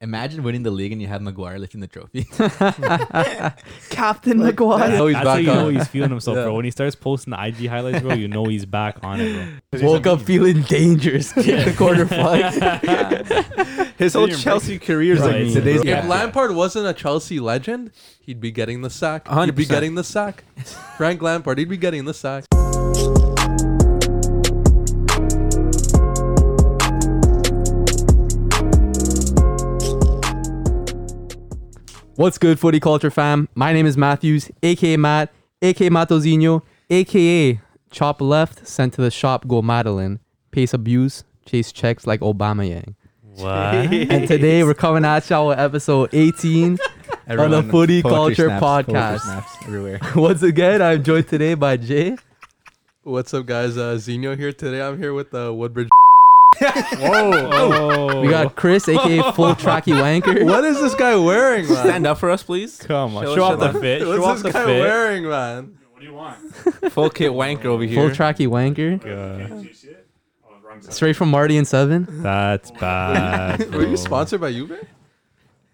Imagine winning the league and you have Maguire lifting the trophy. Captain Maguire. Oh, he's That's how back you know on. he's feeling himself, Yeah. bro. When he starts posting the IG highlights, bro, you know he's back on it, bro. Woke up feeling dangerous. Kicked the corner flag. His whole Chelsea career is Right. like Right. today's Yeah. If Lampard wasn't a Chelsea legend, he'd be getting the sack. he would be 100%. getting the sack. Frank Lampard, he'd be getting the sack. What's good, footy culture fam? My name is Matthews, aka Matt, aka Matosino, aka Chop Left, sent to the shop, go Madeline. Pace abuse, chase checks like Obama Yang. What? And today we're coming at y'all with episode 18. Everyone- footy poetry culture snaps, poetry podcast. snaps everywhere. Once again, I'm joined today by Jay. What's up, guys? Uh, Zeno here today. I'm here with uh, Woodbridge. Oh, We got Chris, aka Full Tracky Wanker. What is this guy wearing, man? Stand up for us, please. come on, Show show, us off the your- fit. Show off What's the this guy fit. wearing, man? Full kit wanker over Full here. Tracky Wanker. God, Straight from Marty and Seven. That's bad. Were bro. you sponsored by Uber?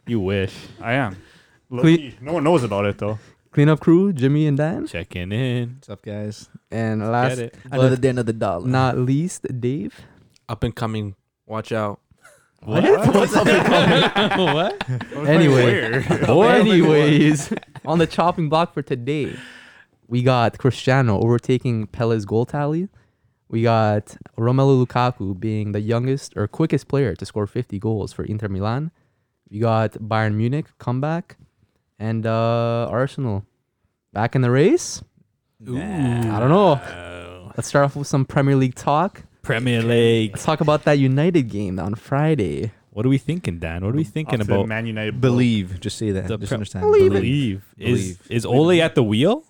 You wish. I am. Low Cle- key. No one knows about it though. Cleanup crew, Jimmy and Dan. Checking in. What's up, guys? And last it. but day, another dollar. not least, Dave. Up and coming. Watch out. what? Anyway, anyways, on the chopping block for today, we got Cristiano overtaking Pele's goal tally. We got Romelu Lukaku being the youngest or quickest player to score 50 goals for Inter Milan. We got Bayern Munich comeback, and uh, Arsenal back in the race. I don't know. Let's start off with some Premier League talk. Premier League. Let's talk about that United game on Friday. What are we thinking, Dan? What are we thinking After the about? Man United. Believe. Just say that. The Just pre- understand. Believe. Is Believe. is Ole at the wheel?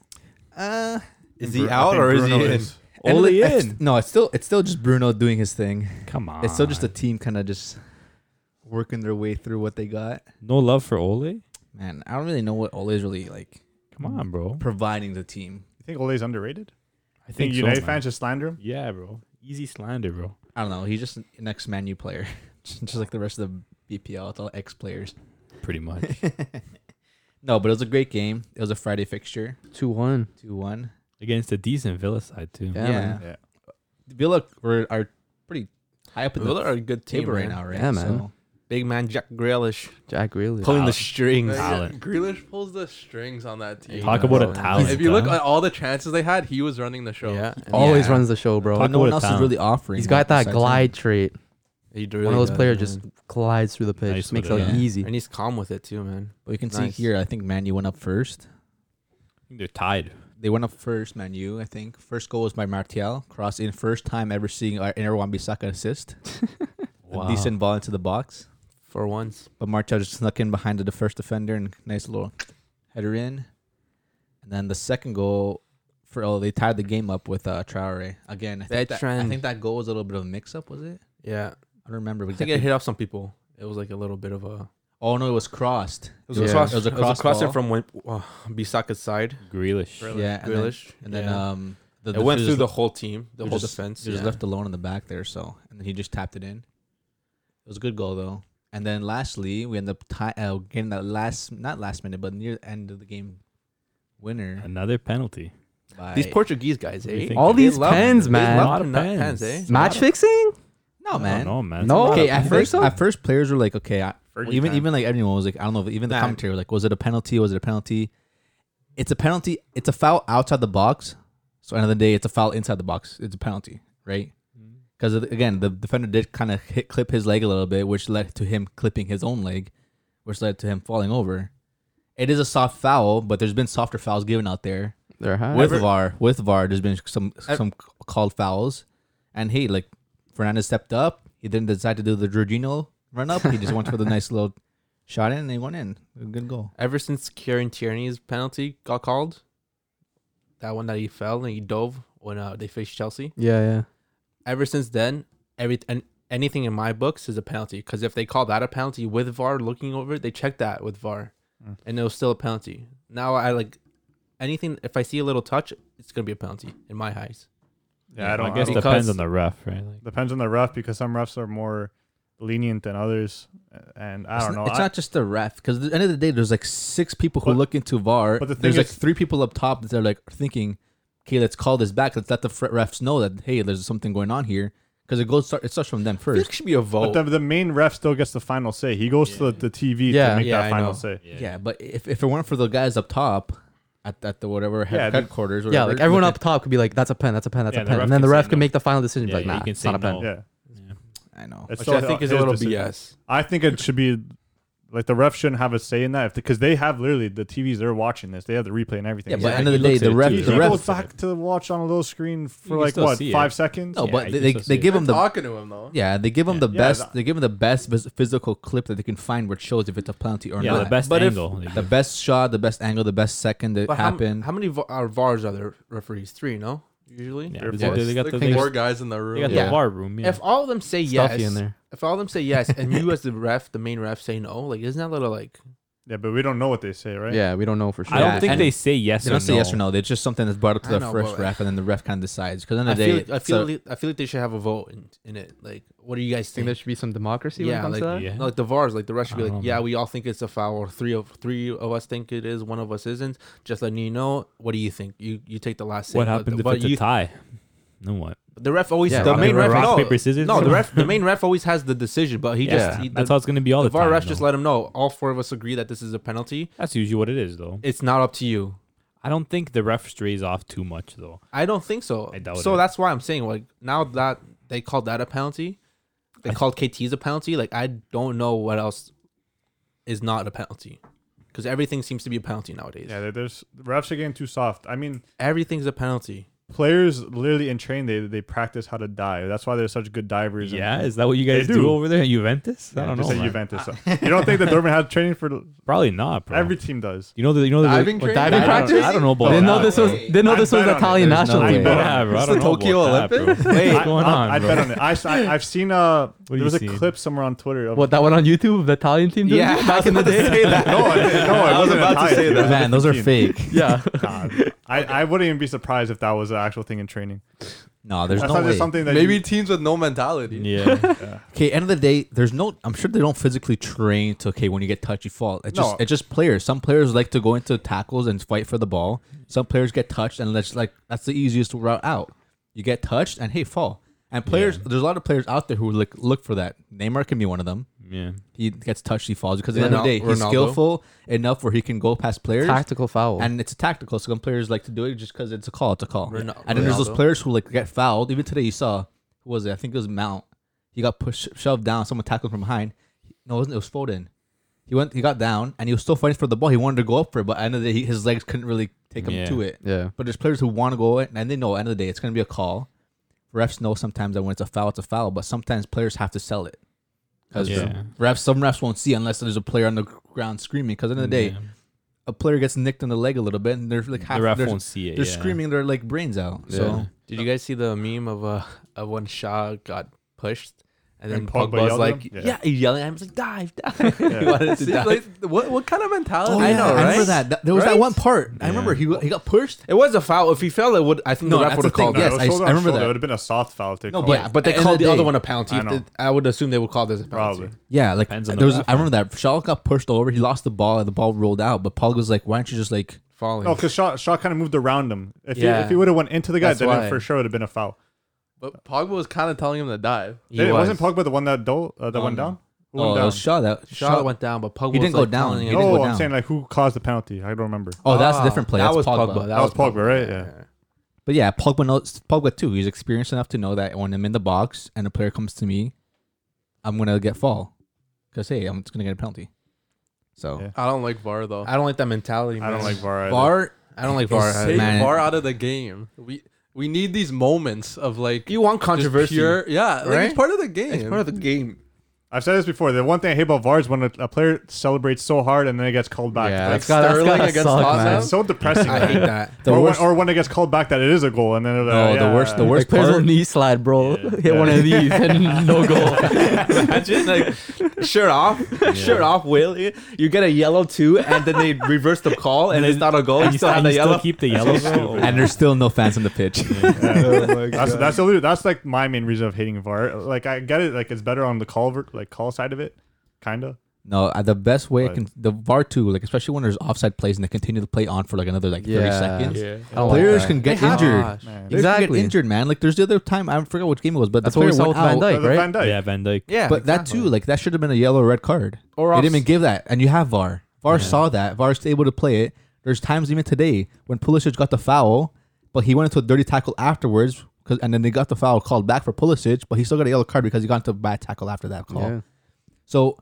Uh, is Bru- he I out think or is he Bruno in? is. And Ole it's- in. No, it's still it's still just Bruno doing his thing. Come on. It's still just the team kind of just working their way through what they got. no love for Ole. Man, I don't really know what Ole is really like Come on, bro. providing the team. You think Ole's underrated? I You think so, United man. fans just slander him? Yeah, bro. Easy slander, bro. I don't know. He's just an ex Man U player, just like the rest of the BPL. It's all ex players. Pretty much. No, but it was a great game. It was a Friday fixture, 2 1. two one. Against a decent Villa side too. Yeah. Yeah. man. Yeah. Villa are, are pretty high up in Villa the are a good table right man. now, right? Yeah, man. So, Big man Jack Grealish Jack Grealish. Pulling the strings. Uh, yeah, Talent. Grealish pulls the strings on that team. Talk Yeah. about a If talent. if you look uh, huh? at all the chances they had, he was running the show. Yeah. Always runs the show, bro. Talk no one about else a is talent. really offering. He's got that besides him. glide trait. He One of those players just glides through the pitch, Nice makes it with look it, yeah. easy. he's calm with it too, man. But you can Nice. see here. I think Man U went up first. they're tied. They went up first. Man U. I think first goal was by Martial. Cross in first time ever seeing uh, our inner Wan-Bissaka assist. Wow. A decent ball into the box. For once. But Martel just snuck in behind the first defender and nice little header in. And then the second goal for oh they tied the game up with uh, Traore again. I think, that, I Bertrand. think that goal was a little bit of a mix up, was it? Yeah. I don't remember. I think Exactly. it hit off some people. It was like a little bit of a. oh no, it was crossed. It was Yeah. a cross. It was a cross crosser ball. from Wim, uh, Bissaka's side. Grealish. Yeah, and Grealish. then, and then Yeah. um, the, it went defenders- through the whole team, the they're whole just- defense. He was yeah. left alone in the back there, so and then he just tapped it in. It was a good goal though. And then lastly, we end up tie, uh, getting that last not last minute, but near the end of the game winner. Another penalty. By These Portuguese guys, What do you eh? think? All They these love pens, him. They man. love A lot of him, not pens. pens, eh? Match fixing? no man. No man. No. Okay, You at think first, so? at first players were like, okay, I, Fergie even time. even like everyone was like, I don't know, even the Nah. commentary was like, was it a penalty? Was it a penalty? It's a penalty. It's a foul outside the box. So another day, it's a foul inside the box. It's a penalty, right? Because again, the defender did kind of hit clip his leg a little bit, which led to him clipping his own leg, which led to him falling over. It is a soft foul, but there's been softer fouls given out there They're high. with VAR. With VAR, there's been some Ev- some called fouls, and hey, like Fernandez stepped up. He didn't decide to do the Jorginho run up. He just went for the nice little shot in, and he went in. A Good goal. Ever since Kieran Tierney's penalty got called, that one that he fell and he dove when uh, they faced Chelsea. yeah, yeah. Ever since then, every and anything in my books is a penalty. Because if they call that a penalty with VAR looking over it, they checked that with VAR, and it was still a penalty. Now I like anything. If I see a little touch, it's gonna be a penalty in my eyes. Yeah, I don't. I guess I it don't- depends Because- on the ref, right? Like, depends on the ref because some refs are more lenient than others, uh, and I it's don't not, know. It's I- not just the ref because at the end of the day, there's like six people who But- look into VAR. but the thing there's like is- three people up top that are like thinking, "Okay, let's call this back. Let's let the fr- refs know that hey, there's something going on here." Because it goes start, it starts from them I think first. it should be a vote. but the, the main ref still gets the final say. He goes to the, the TV Yeah, to make yeah, that I final know. say. Yeah. but if, if it weren't for the guys up top at, at the whatever head, Yeah, the- headquarters, Yeah, whatever, like everyone looking- up top could be like, "That's a pen. That's a pen. That's Yeah, a the pen," ref and then can the say ref can no. make the final decision. Yeah, like, yeah, nah, you can it's say not a pen. no. Yeah, I know. which it's still I think his is a little decision. BS. I think it should be like the ref shouldn't have a say in that because they have literally the TVs. They're watching this. They have the replay and everything. Yeah, but Yeah, at the end of he the day, looks at the it ref, too. he the He ref. goes back to watch on a little screen for can like still what see it. five seconds. No, Yeah, but you they, can they, still see they it. give him the talking to him though. yeah they give him the Yeah, best that- they give him the best phys- physical clip that they can find which shows if it's a penalty or Yeah, not. the best But if- angle. the best shot, the best angle, the best second that But how, happened. how many va- are VARs are there referees? Three, no? Usually? Yeah, Their they- they- voice. they got the, Like they four got guys in the room. the Yeah. VAR room. Yeah. If all of them say Stuff yes, you in there. if all of them say yes, and you as the ref, the main ref, say no, like isn't that a little like Yeah, but we don't know what they say, right? Yeah, we don't know for sure. I Yeah, don't think and- they say yes They or don't no. say yes or no. It's just something that's brought up to I the know, first but- ref, and then the ref kind of decides. Because then I the feel, day, like, I it's feel, a- like, I feel like they should have a vote in, in it. Like, what do you guys think think? there should be some democracy Yeah, when it comes to that. Yeah. No, like the VARs, like the rest should be I like, don't know, yeah, man. we all think it's a foul. Or three of three of us think it is. One of us isn't. Just letting you know. What do you think? You you take the last. say, What but- happens if but it's you- a tie? Then what? The ref always Yeah, the rock, main paper, ref rock, no, paper, scissors? No, the ref the main ref always has the decision, but he Yeah, just he, the, That's how it's going to be all the, the VAR time. ref though. just let him know. All four of us agree that this is a penalty. That's usually what it is, though. It's not up to you. I don't think the ref strays off too much, though. I don't think so. I doubt so it. that's why I'm saying like now that they called that a penalty, they called KT's a penalty. Like I don't know what else is not a penalty because everything seems to be a penalty nowadays. Yeah, there- there's refs are getting too soft. I mean, Everything's a penalty. players literally in train they they practice how to dive. That's why they're such good divers. and- Yeah, is that what you guys They do. do. over there in Juventus? Yeah, I don't just know. at man. Juventus. you don't think that Dortmund had training for Probably not, bro. every team does? you know the you know the Diving what, training? diving Diving practice. practice? I don't know about Didn't know that, this bro. was didn't know I this was bet on it. Italian There's no national way. team. bet on it. Yeah, bro. I It's don't the know about Tokyo that, bro. Olympic? What's going on, I, I bro? bet on it. I, s- I, have seen uh, you there was a seen? clip somewhere on Twitter of What that one on YouTube of the Italian team? doing it back in the day. no, I didn't- no, I was wasn't about to Italian. say It was that. a man, those are different team. fake. yeah, Nah, I, I wouldn't even be surprised if that was an actual thing in training. No, there's That's no not way. just something that Maybe you- teams with no mentality. Yeah, Okay, end of the day, there's no. I'm sure they don't physically train to okay when you get touched, you fall. It's just No. it's just players. Some players like to go into tackles and fight for the ball. Some players get touched and that's like that's the easiest route out. You get touched and hey, fall. And players, there's a lot of players out there who look look for that. Neymar can be one of them. yeah. He gets touched, he falls because at the end of the day, Ronal- he's Ronaldo. skillful enough where he can go past players. tactical foul. and it's a tactical. So some players like to do it just because it's a call. It's a call. Ren- and then there's those Ronaldo. players who like get fouled. Even today, you saw who was it? I think it was Mount. He got pushed, shoved down. Someone tackled from behind. No, it wasn't. It was Foden. He went. He got down, and he was still fighting for the ball. He wanted to go up for it, but at the end of the day, he- his legs couldn't really take him Yeah. to it. yeah, But there's players who want to go in, and they know at the end of the day it's going to be a call. Refs know sometimes that when it's a foul, it's a foul, but sometimes players have to sell it. Because That's true. refs, some refs won't see unless there's a player on the ground screaming. Because at the end of the day, Yeah. a player gets nicked in the leg a little bit, and they're like half, the ref they're, won't see it. they're yeah. screaming their like brains out. So Did you guys see the meme of uh of when Shaw got pushed and then And Pogba Pogba was yelled at like, him? yeah. Yeah. he's yelling at him. He's like, dive, dive. He wanted to See, dive. like, what what kind of mentality? Oh, I know, Oh, I remember right? that. Th- There was that Right? one part. I Yeah. remember he he got pushed. It was a foul. If he fell, it would. I think No, the that's ref would the have thing. called. No, it. Yes, it was I s- shoulder I on remember shoulder. that. It would have been a soft foul if they No, called but- it. Yeah, but they And called the the other day- one a penalty. I If know. they- I would assume they would call this a penalty. Probably. Yeah, like Depends on there the was. ref, I remember that Shaw got pushed over. He lost the ball, and the ball rolled out. But Paul was like, "Why don't you just like?" Falling. No, because Shaw, Shaw kind of moved around him. If he, Yeah. if he would have went into the guy, That's then why. it for sure would have been a foul. But Pogba was kind of telling him to dive. He it was. wasn't Pogba the one that do- uh, that went down. Who Oh, went that down? was Shaw. That Shaw Shaw. went down, but Pogba He was didn't go like down. telling He him- didn't go oh, I'm down. saying like who caused the penalty? I don't remember. oh, that's a Ah, different play. That That's was Pogba. Pogba. That was Pogba, right? Yeah. Yeah. But yeah, Pogba knows Pogba too. He's experienced enough to know that when I'm in the box and a player comes to me, I'm gonna get fall. Cause hey, I'm just gonna get a penalty. So Yeah. I don't like VAR though. I don't like that mentality. I don't man. like VAR. either. VAR I don't like It's VAR. Take Man. VAR out of the game. We we need these moments of like You want just controversy? pure- yeah, like right? it's part of the game. the game. I've said this before. The one thing I hate about VAR is when a, a player celebrates so hard and then it gets called back. yeah. Like, That's got that's Sterling gotta against suck, Tottenham. man. it's so depressing. I hate man. that. The or, worst- when, or when it gets called back that it is a goal and then they're like, No, oh, the yeah. worst- the worst- Like players part- will knee slide, bro. Yeah. Hit one of these and no goal. Imagine like shirt off, shirt off, Will. You get a yellow too, and then they reverse the call, and it's not a goal. You you still have and the you still yellow. keep the yellow. bro? and there's still no fans on the pitch. that's that's a, that's like my main reason of hating VAR. Like I get it, like it's better on the call ver- like call side of it, kinda. no, uh, the best way I Right. can the VAR too, like especially when there's offside plays and they continue to play on for like another like 30 Yeah. seconds. Yeah. I don't like Players that. can get They have- injured. Gosh. Man. Players can Exactly. get injured, man. Like there's the other time I forgot which game it was, but That's the what we player saw with went out. Van Dyke, That's Van right? Dyke. yeah, Van Dyke. Yeah, But that exactly. too, like that should have been a yellow or red card. or They off, didn't even give that, and you have VAR. VAR saw that. VAR is able to play it. There's times even today when Pulisic got the foul, but he went into a dirty tackle afterwards, 'cause- and then they got the foul called back for Pulisic, but he still got a yellow card because he got into a bad tackle after that call. Yeah. So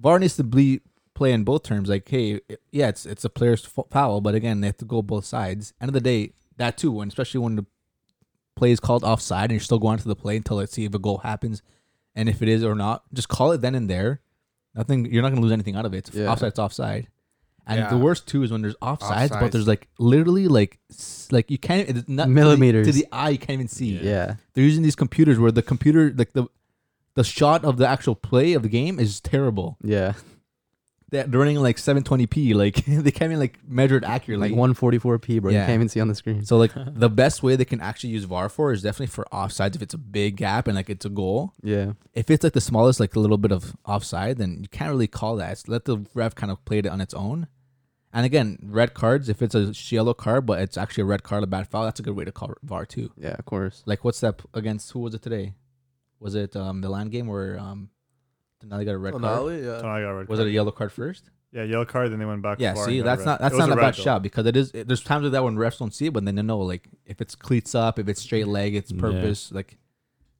VAR needs to be play in both terms. Like, hey, it- yeah, it's it's a player's fou- foul, but again, they have to go both sides. End of the day, that too, and especially when the play is called offside and you're still going to the play until let's see if a goal happens, and if it is or not, just call it then and there. Nothing, you're not gonna lose anything out of it. It's Yeah. Offside, it's offside. And the Yeah. worst too is when there's offsides, Offsides. but there's like literally like s- like you can't it's not to the- Millimeters. to the, eye you can't even see. Yeah. They're using these computers where the computer like the the shot of the actual play of the game is terrible Yeah. they're running like 720p like they can't even like measure it accurately Like 144p, bro. You Yeah. can't even see on the screen. so like the best way they can actually use var for is definitely for offsides if it's a big gap and like it's a goal Yeah. if it's like the smallest like a little bit of offside then you can't really call that it's, let the ref kind of play it on its own and again red cards if it's a yellow card but it's actually a red card a bad foul that's a good way to call var too Yeah, of course. like what's that p- against who was it today was it um the land game where um Denali got a Oh, red card Ronaldo, yeah. So I got a red was it card. a yellow card first Yeah, yellow card. Then they went back. to Yeah, VAR see, and got that's red. not It that's was not a red, bad though. shot because it is. it- there's times like that when refs don't see it, but then they know like if it's cleats up, if it's straight leg, it's Yeah. purpose. Like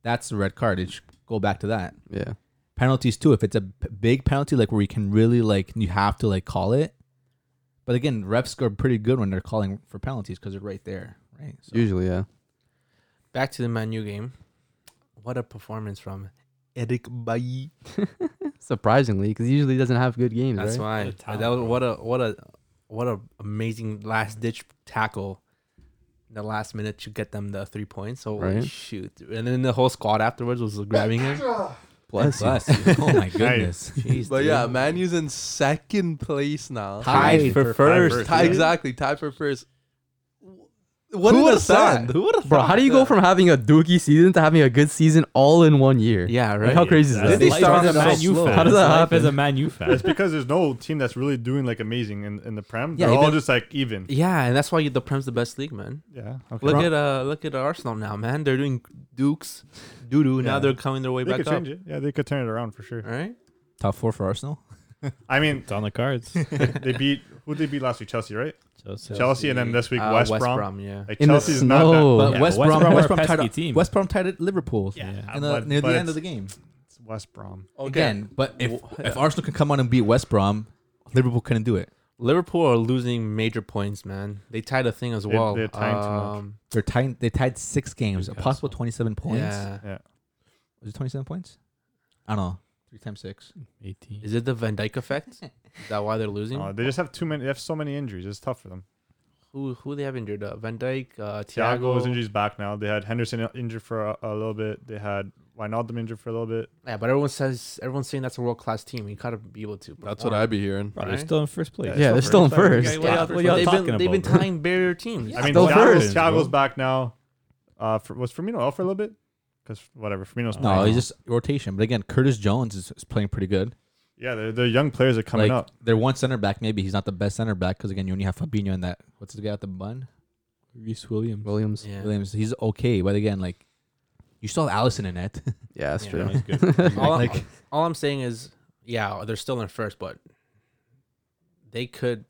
that's a red card. It should go back to that. Yeah. Penalties too. If it's a p- big penalty, like where you can really like you have to like call it. But again, refs are pretty good when they're calling for penalties because they're right there, right? So Usually, yeah. Back to the Manu game. What a performance from Eric Bailly. Surprisingly, because usually he doesn't have good games, That's right? why. What a Like, talent, that was bro. what a what a what a amazing last ditch tackle. in The last minute to get them the three points. So holy Right. shoot, and then the whole squad afterwards was grabbing him. Bless you. Bless you. oh my goodness, Jeez, But dude. yeah, Manu's in second place now. tied for first, first. Tie, right? exactly. Tied for first. What Who would would've have thought? thought? Who would have Bro, how do you go from having a dookie season to having a good season all in one year? Yeah, Like, right. how crazy is That's that? Did they life start as a it Man so U slow? fan. How does That's that life As a happen? Man U It's fan. because there's no team that's really doing like amazing in, in the prem. Yeah, They're all even- just like even. Yeah, and that's why you, the Prem's the best league, man. Yeah. Okay. Look at uh, look at Arsenal now, man. They're doing Dukes, doo doo. Now Yeah. they're coming their way they back could up. change it. Yeah, they could turn it around for sure. All right. top four for Arsenal. I mean, It's on the cards. they beat who they beat last week? Chelsea, right? Chelsea. Chelsea, and then this week Uh, West, West Brom. Brom, yeah. Like In the Chelsea's not that. snow. But Yeah, West, West Brom, Brom West are a Brom tied pesky up- team. West Brom tied at Liverpool. Yeah. in the, But- uh, near but the end it's- of the game. It's West Brom. Again, but if if Arsenal can come on and beat West Brom, Liverpool couldn't do it. Liverpool are losing major points, man. They tied a thing as They- well. they're tying too much. Um, They're tied. They tied six games, a possible twenty-seven points. Yeah. Was it twenty-seven points? I don't know. Three times six. 18. Is it the Van Dyke effect? Is that why they're losing? Oh, they just have too many. They have so many injuries. It's tough for them. who who they have injured? Uh, Van Dyke, uh, Thiago was Thiago. injuries back now. They had Henderson injured for a, a little bit. They had Wijnaldum injured for a little bit. Yeah, but everyone says everyone's saying that's a world class team. You gotta be able to. That's what I'd be hearing. Bro, Right? they're still in first place. Yeah, they're still in first. Okay, what y'all- what y'all they've been, talking they've been about, bro? tying barrier teams. I mean, Still Thiago's, first, Thiago's bro. back now. Uh, for, was Firmino out for a little bit? Because whatever, Firmino's No, playing. it's just rotation. But again, Curtis Jones is, is playing pretty good. yeah, the the young players are coming like up. they're one center back. Maybe he's not the best center back because again, you only have Fabinho and that. What's the guy at the bun? Reese Williams. Williams. Yeah. Williams. He's okay, but again, like you still have Allison in it. Yeah, that's Yeah. true. He's good. all, I'm- Like- all I'm saying is, yeah, they're still in first, but they could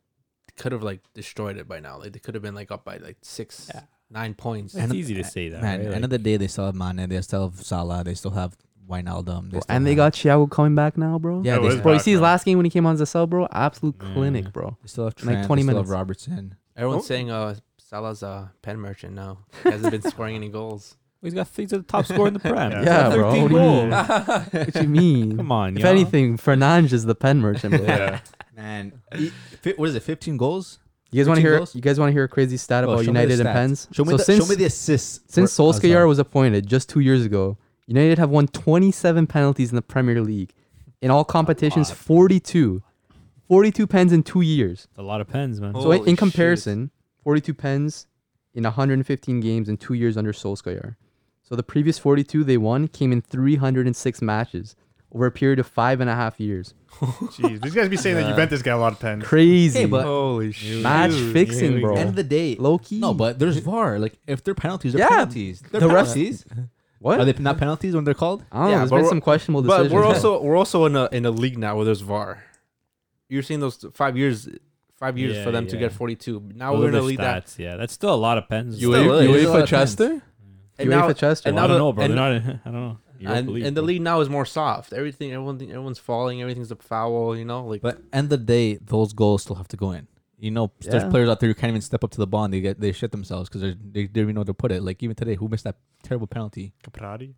could have like destroyed it by now. Like they could have been like up by like six, Yeah. nine points. And- It's easy to say that. Man, right? end of the day, they still have Mane. They still have Salah. They still have Wijnaldum. Bro, still and they have- got Thiago coming back now, bro. yeah. It They, was Bro, you back see his now. last game when he came on as a sub, bro? Absolute Yeah. clinic, bro. they still have like Trent, like 20 twenty they still minutes. Have Robertson. Everyone's Oh. saying uh Salah's a pen merchant now. He hasn't been scoring any goals. He's got he's the top scorer in the Prem. Yeah. He's got Yeah, bro. 13 What do you mean? goals. What you mean? Come on, If y'all. anything, Fernandes is the pen merchant, bro. Yeah, Man, e- fi- what is it? Fifteen goals. You guys want to 15 hear? goals? You guys want to hear a crazy stat Bro, about show me the United and stats. pens? Show me, so the, since show me the assists. since for- oh, sorry. Solskjaer was appointed just two years ago, United have won 27 penalties in the Premier League. in all competitions, lot. 42. 42 pens in two years. It's a lot of pens, man. So in- Holy in shit. comparison, 42 pens in 115 games in two years under Solskjaer. So the previous 42 they won came in 306 matches over a period of five and a half years. Jeez, these guys be saying that Yeah. Juventus got a lot of pens. Crazy. Hey, but- Holy shit. Match Dude, here fixing, we go. bro. End of the day, Low key. no, but there's VAR. Like if they're penalties, they're Yeah, penalties. They're the refs- penalties. what? Are they not penalties when they're called? I don't Yeah, know. There's but been we're- some questionable But decisions. we're also we're also in a in a league now where there's VAR. You're seeing those five years, five years Yeah, for them to yeah. get 42. Now Those we're are in a the league that stats, Yeah, that's still a lot of pens. Still You wait- is. you There's wait a lot for of pens. Chester? and UEFA now, Chester. and I now don't the- know, bro. and- They're not. in- I don't know. Europa and, League, and the bro. league now is more soft. Everything, everyone, everyone's falling. Everything's a foul. You know, like But end of the day, those goals still have to go in. You know, there's Yeah. players out there who can't even step up to the ball. And they get they shit themselves because they didn't even know where to put it. Like even today, who missed that terrible penalty? Caprari.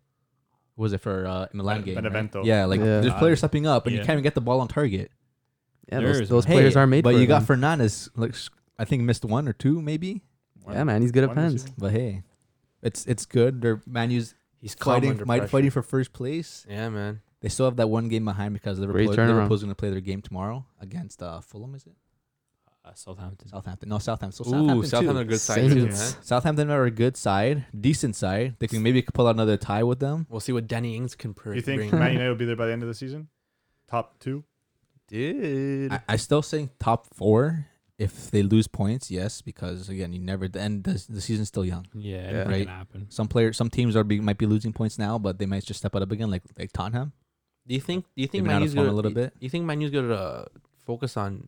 Who was it for uh, in the Milan Ben- game? right? Benevento. Yeah, like Yeah. there's players stepping up, and you Yeah. can't even get the ball on target. yeah, there those, is those one. players Hey, are made But for you it, got man. Fernandez. Like s- I think missed one or two, maybe. Yeah, man, he's good at One or pens. two. But hey, it's it's good. They're Manu's he's calm fighting, under might pressure. fighting for first place. Yeah, man. They still have that one game behind because Great Liverpool, turnaround. Liverpool's going to play their game tomorrow against uh, Fulham. Is it Uh, Southampton. Southampton? No, Southampton. So Ooh, Southampton, Southampton too. are a good side too, man. Saints. Southampton are a good side, decent side. They can maybe pull out another tie with them. We'll see what Danny Ings can pr- Do you think bring. Man United will be there by the end of the season? Top two? Dude, I, I still say top four. If they lose points, yes, because again, you never. The end. The, the season's still young. Yeah, Yeah. anything Right. can happen. Some players, some teams are be, might be losing points now, but they might just step it up again, like like Tottenham. do you think do you think They've been Man out of U's form gonna a little bit. You think Man U's gonna uh, focus on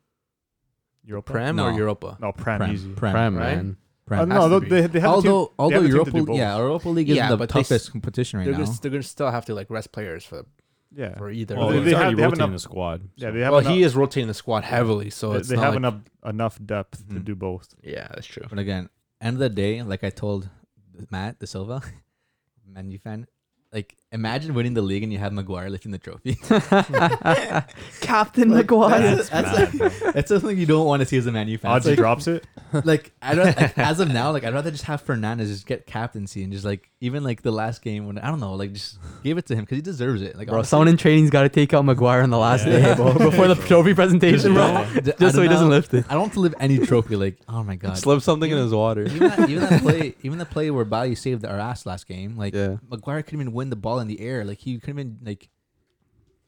Europa? Prem No. or Europa? No, Prem, Prem, easy. Prem, Prime, right? man. Prem. Uh, Has no, to though, be. they, they have although the team, they although have the team Europa to do League, both. yeah, Europa League is Yeah, the but they s- toughest competition right they're, now. gonna, they're gonna still have to like rest players for yeah, for either. Well, Well, of them. they- they they have- have they have rotating enough- the squad. yeah. so- They have well, enough, he is rotating the squad heavily, so they- it's they not have like- enough enough depth to Mhm. do both. Yeah, that's true. But again, end of the day, like I told Matt De Silva, Man U fan, like imagine winning the league and you have Maguire lifting the trophy. Captain Like, Maguire. That's, that's- that's something you don't want to see as a Man U fan. Odds It's he Like, drops it. like, I'd rather, like, as of now, like I'd rather just have Fernandez just get captaincy and just like even like the last game when I don't know, like just give it to him because he deserves it. Like Bro, honestly, someone in training's got to take out Maguire on the last Yeah. day bro, before the trophy presentation, bro. I don't Just so he know. doesn't lift it. I don't want to live any trophy. Like oh my god, Slip something in You- his water. even that, even that play, even the play where Bailly saved our ass last game, like Yeah. Maguire couldn't even win the ball in the air. Like he couldn't even like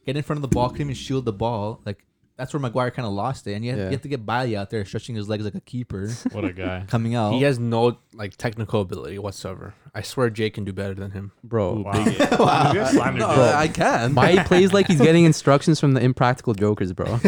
get in front of the ball, couldn't even shield the ball. Like that's where Maguire kind of lost it, and you have, Yeah. you have to get Bailly out there stretching his legs like a keeper What a guy. coming out. He has no like technical ability whatsoever. I swear, Jay can do better than him. Bro, Wow. wow. You guys slammed your Bro. girl. I can. Why he plays like he's getting instructions from the impractical jokers, bro.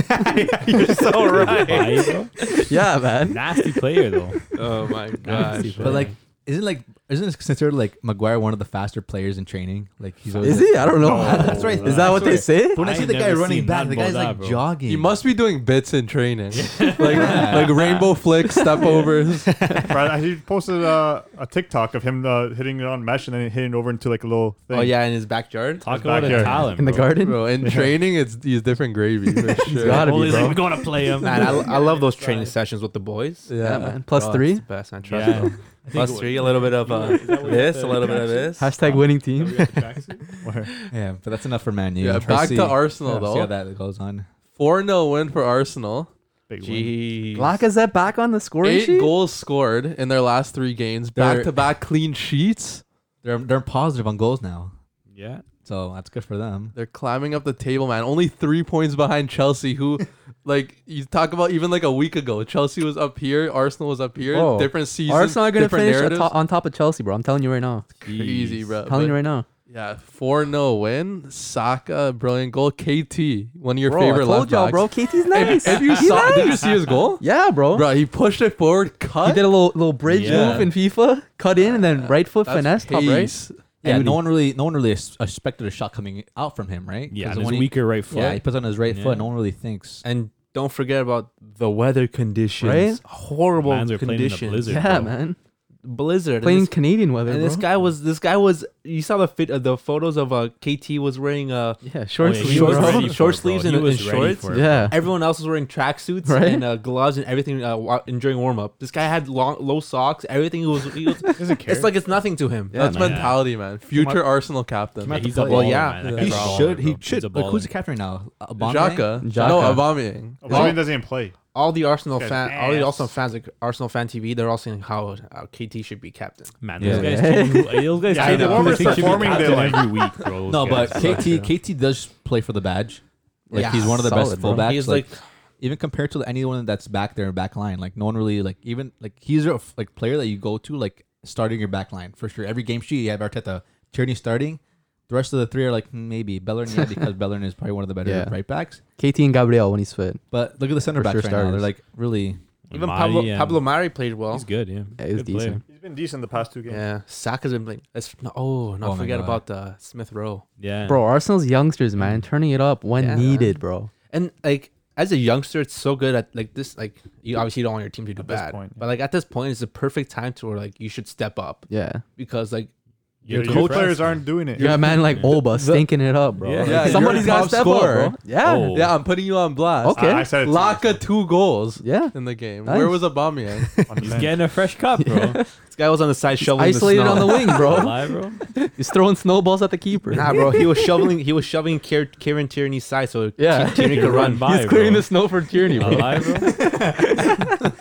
You're so right. Bailly, bro? yeah, man. Nasty player though. Oh my Nasty gosh. player. but like, isn't like isn't it considered like Maguire one of the faster players in training? Like he's always Is he? I don't know. That's right. Is that what they say? But When I, I see ain't the guy never running seen back, none the guy's about like that, bro. jogging. He must be doing bits in training, like Yeah. like rainbow flick step overs. Bro, I- he posted uh, a TikTok of him uh, hitting it on mesh and then hitting it over into like a little thing. Oh yeah, in his backyard. Talk His about backyard. a talent In the bro. garden? Bro, in training, it's he's different gravy for sure. gotta be, Only bro. like we're gonna play him. Man, I, I love those training sessions with the boys. Yeah, man. Plus three. That's the best. I trust Yeah. them. Plus three, a little bit of uh, Is that what this, the a little bit of tracksuit? this. Hashtag winning team. yeah, but that's enough for Man U. Yeah, Let's back see- to Arsenal yeah, See how though. that goes on. Four 0 win for Arsenal. Big win. Jeez. Lacazette back on the scoring Eight sheet? goals scored in their last three games. They're- Back to back clean sheets. They're they're positive on goals now, Yeah. so that's good for them. They're climbing up the table, man. Only three points behind Chelsea, who, like, you talk about even like a week ago, Chelsea was up here, Arsenal was up here. Bro, Different seasons. Arsenal are going to different finish narratives. atop- on top of Chelsea, bro. I'm telling you right now. Crazy, bro. I'm telling But- you right now. Yeah, 4 0 win. Saka, brilliant goal. KT, one of your bro, favorite I told left y'all, backs. bro. KT's nice. If you He saw, nice. did you see his goal? Yeah, bro. Bro, he pushed it forward, cut. He did a little little bridge Yeah. move in FIFA, cut in, and then right foot That's finesse top right. pace. Yeah, Eddie. no one really, no one really ex- expected a shot coming out from him, right? 'Cause Yeah, and when his he- weaker right foot. yeah, he puts on his right Yeah. foot. No one really thinks. And don't forget about the weather conditions. Right? Horrible Man's were playing in the conditions. blizzard. Yeah, bro. man. blizzard. and Playing this- Canadian weather, and bro. this guy was this guy was you saw the fit uh, the photos of uh KT was wearing uh yeah, short Oh, yeah, sleeves. he was bro. ready for Short it, bro. sleeves He and- was and ready shorts? for it. Yeah. everyone else was wearing tracksuits Right? and uh, gloves and everything uh, wa- and during warm up. This guy had long low socks. Everything was, he was Doesn't care. it's like it's nothing to him. That's man. mentality, man. Future Arsenal captain. Yeah, Xhaka. he's a play. baller, yeah. man. That He guy's He a baller, should. He bro. He's should. a Like, who's the baller. captain now? Aubameyang? Jaka. No, Xhaka. Aubameyang. Well, doesn't even play. All the Arsenal Guy's fan, all the ass. Arsenal fans, like Arsenal fan TV, they're all saying how uh, KT should be captain. Man, Yeah. those guys change- those guys Yeah, change the up one who that's they think should be performing, they captain like- every week, bro. No, Those but guys suck, yeah. KT KT does play for the badge. Like Yeah. he's one of the Solid, best bro. fullbacks. He's like, like, even compared to anyone that's back there in back line, like no one really like even like he's a like player that you go to like starting your back line for sure. Every game sheet you have Arteta, Tierney starting. The rest of the three are like hmm, maybe Bellerin yeah, because Bellerin is probably one of the better Yeah. right backs. KT and Gabriel when he's fit. But look at the center For backs sure right now. They're starters. like really even Mari Pablo and- Pablo Mari played well. He's good, yeah. Yeah, he was Good player. decent. He's been decent the past two games. Yeah, Saka's been playing. Let's no, oh, not Oh my forget God. about uh, Smith Rowe. Yeah. Bro, Arsenal's youngsters, man, turning it up when Yeah, needed, bro. And like as a youngster, it's so good at like this. Like you obviously don't want your team to do At this bad, point, yeah. but like at this point, it's the perfect time to where like you should step up Yeah. because like Your, You're your coach- players aren't doing it. You got a man like Olba stinking it up, bro. Yeah. Like, Yeah, you're somebody's a got to top step scorer. up, bro. Yeah. Oh. Yeah, I'm putting you on blast. Okay. I, I said it. to Laka two goals Yeah. in the game. Nice. Where was Aubameyang? myself on the He's bench. getting a fresh cup, bro. this guy was on the side shoveling Isolated the snow. on the wing, bro. Alive, bro. he's throwing snowballs at the keeper. Nah, bro, he was shoveling. He was shoving Kier- Kieran Tierney's side, so Yeah. Ki- Tierney You could run run. by, he's clearing bro. the snow for Tierney, bro. He's Alive, bro.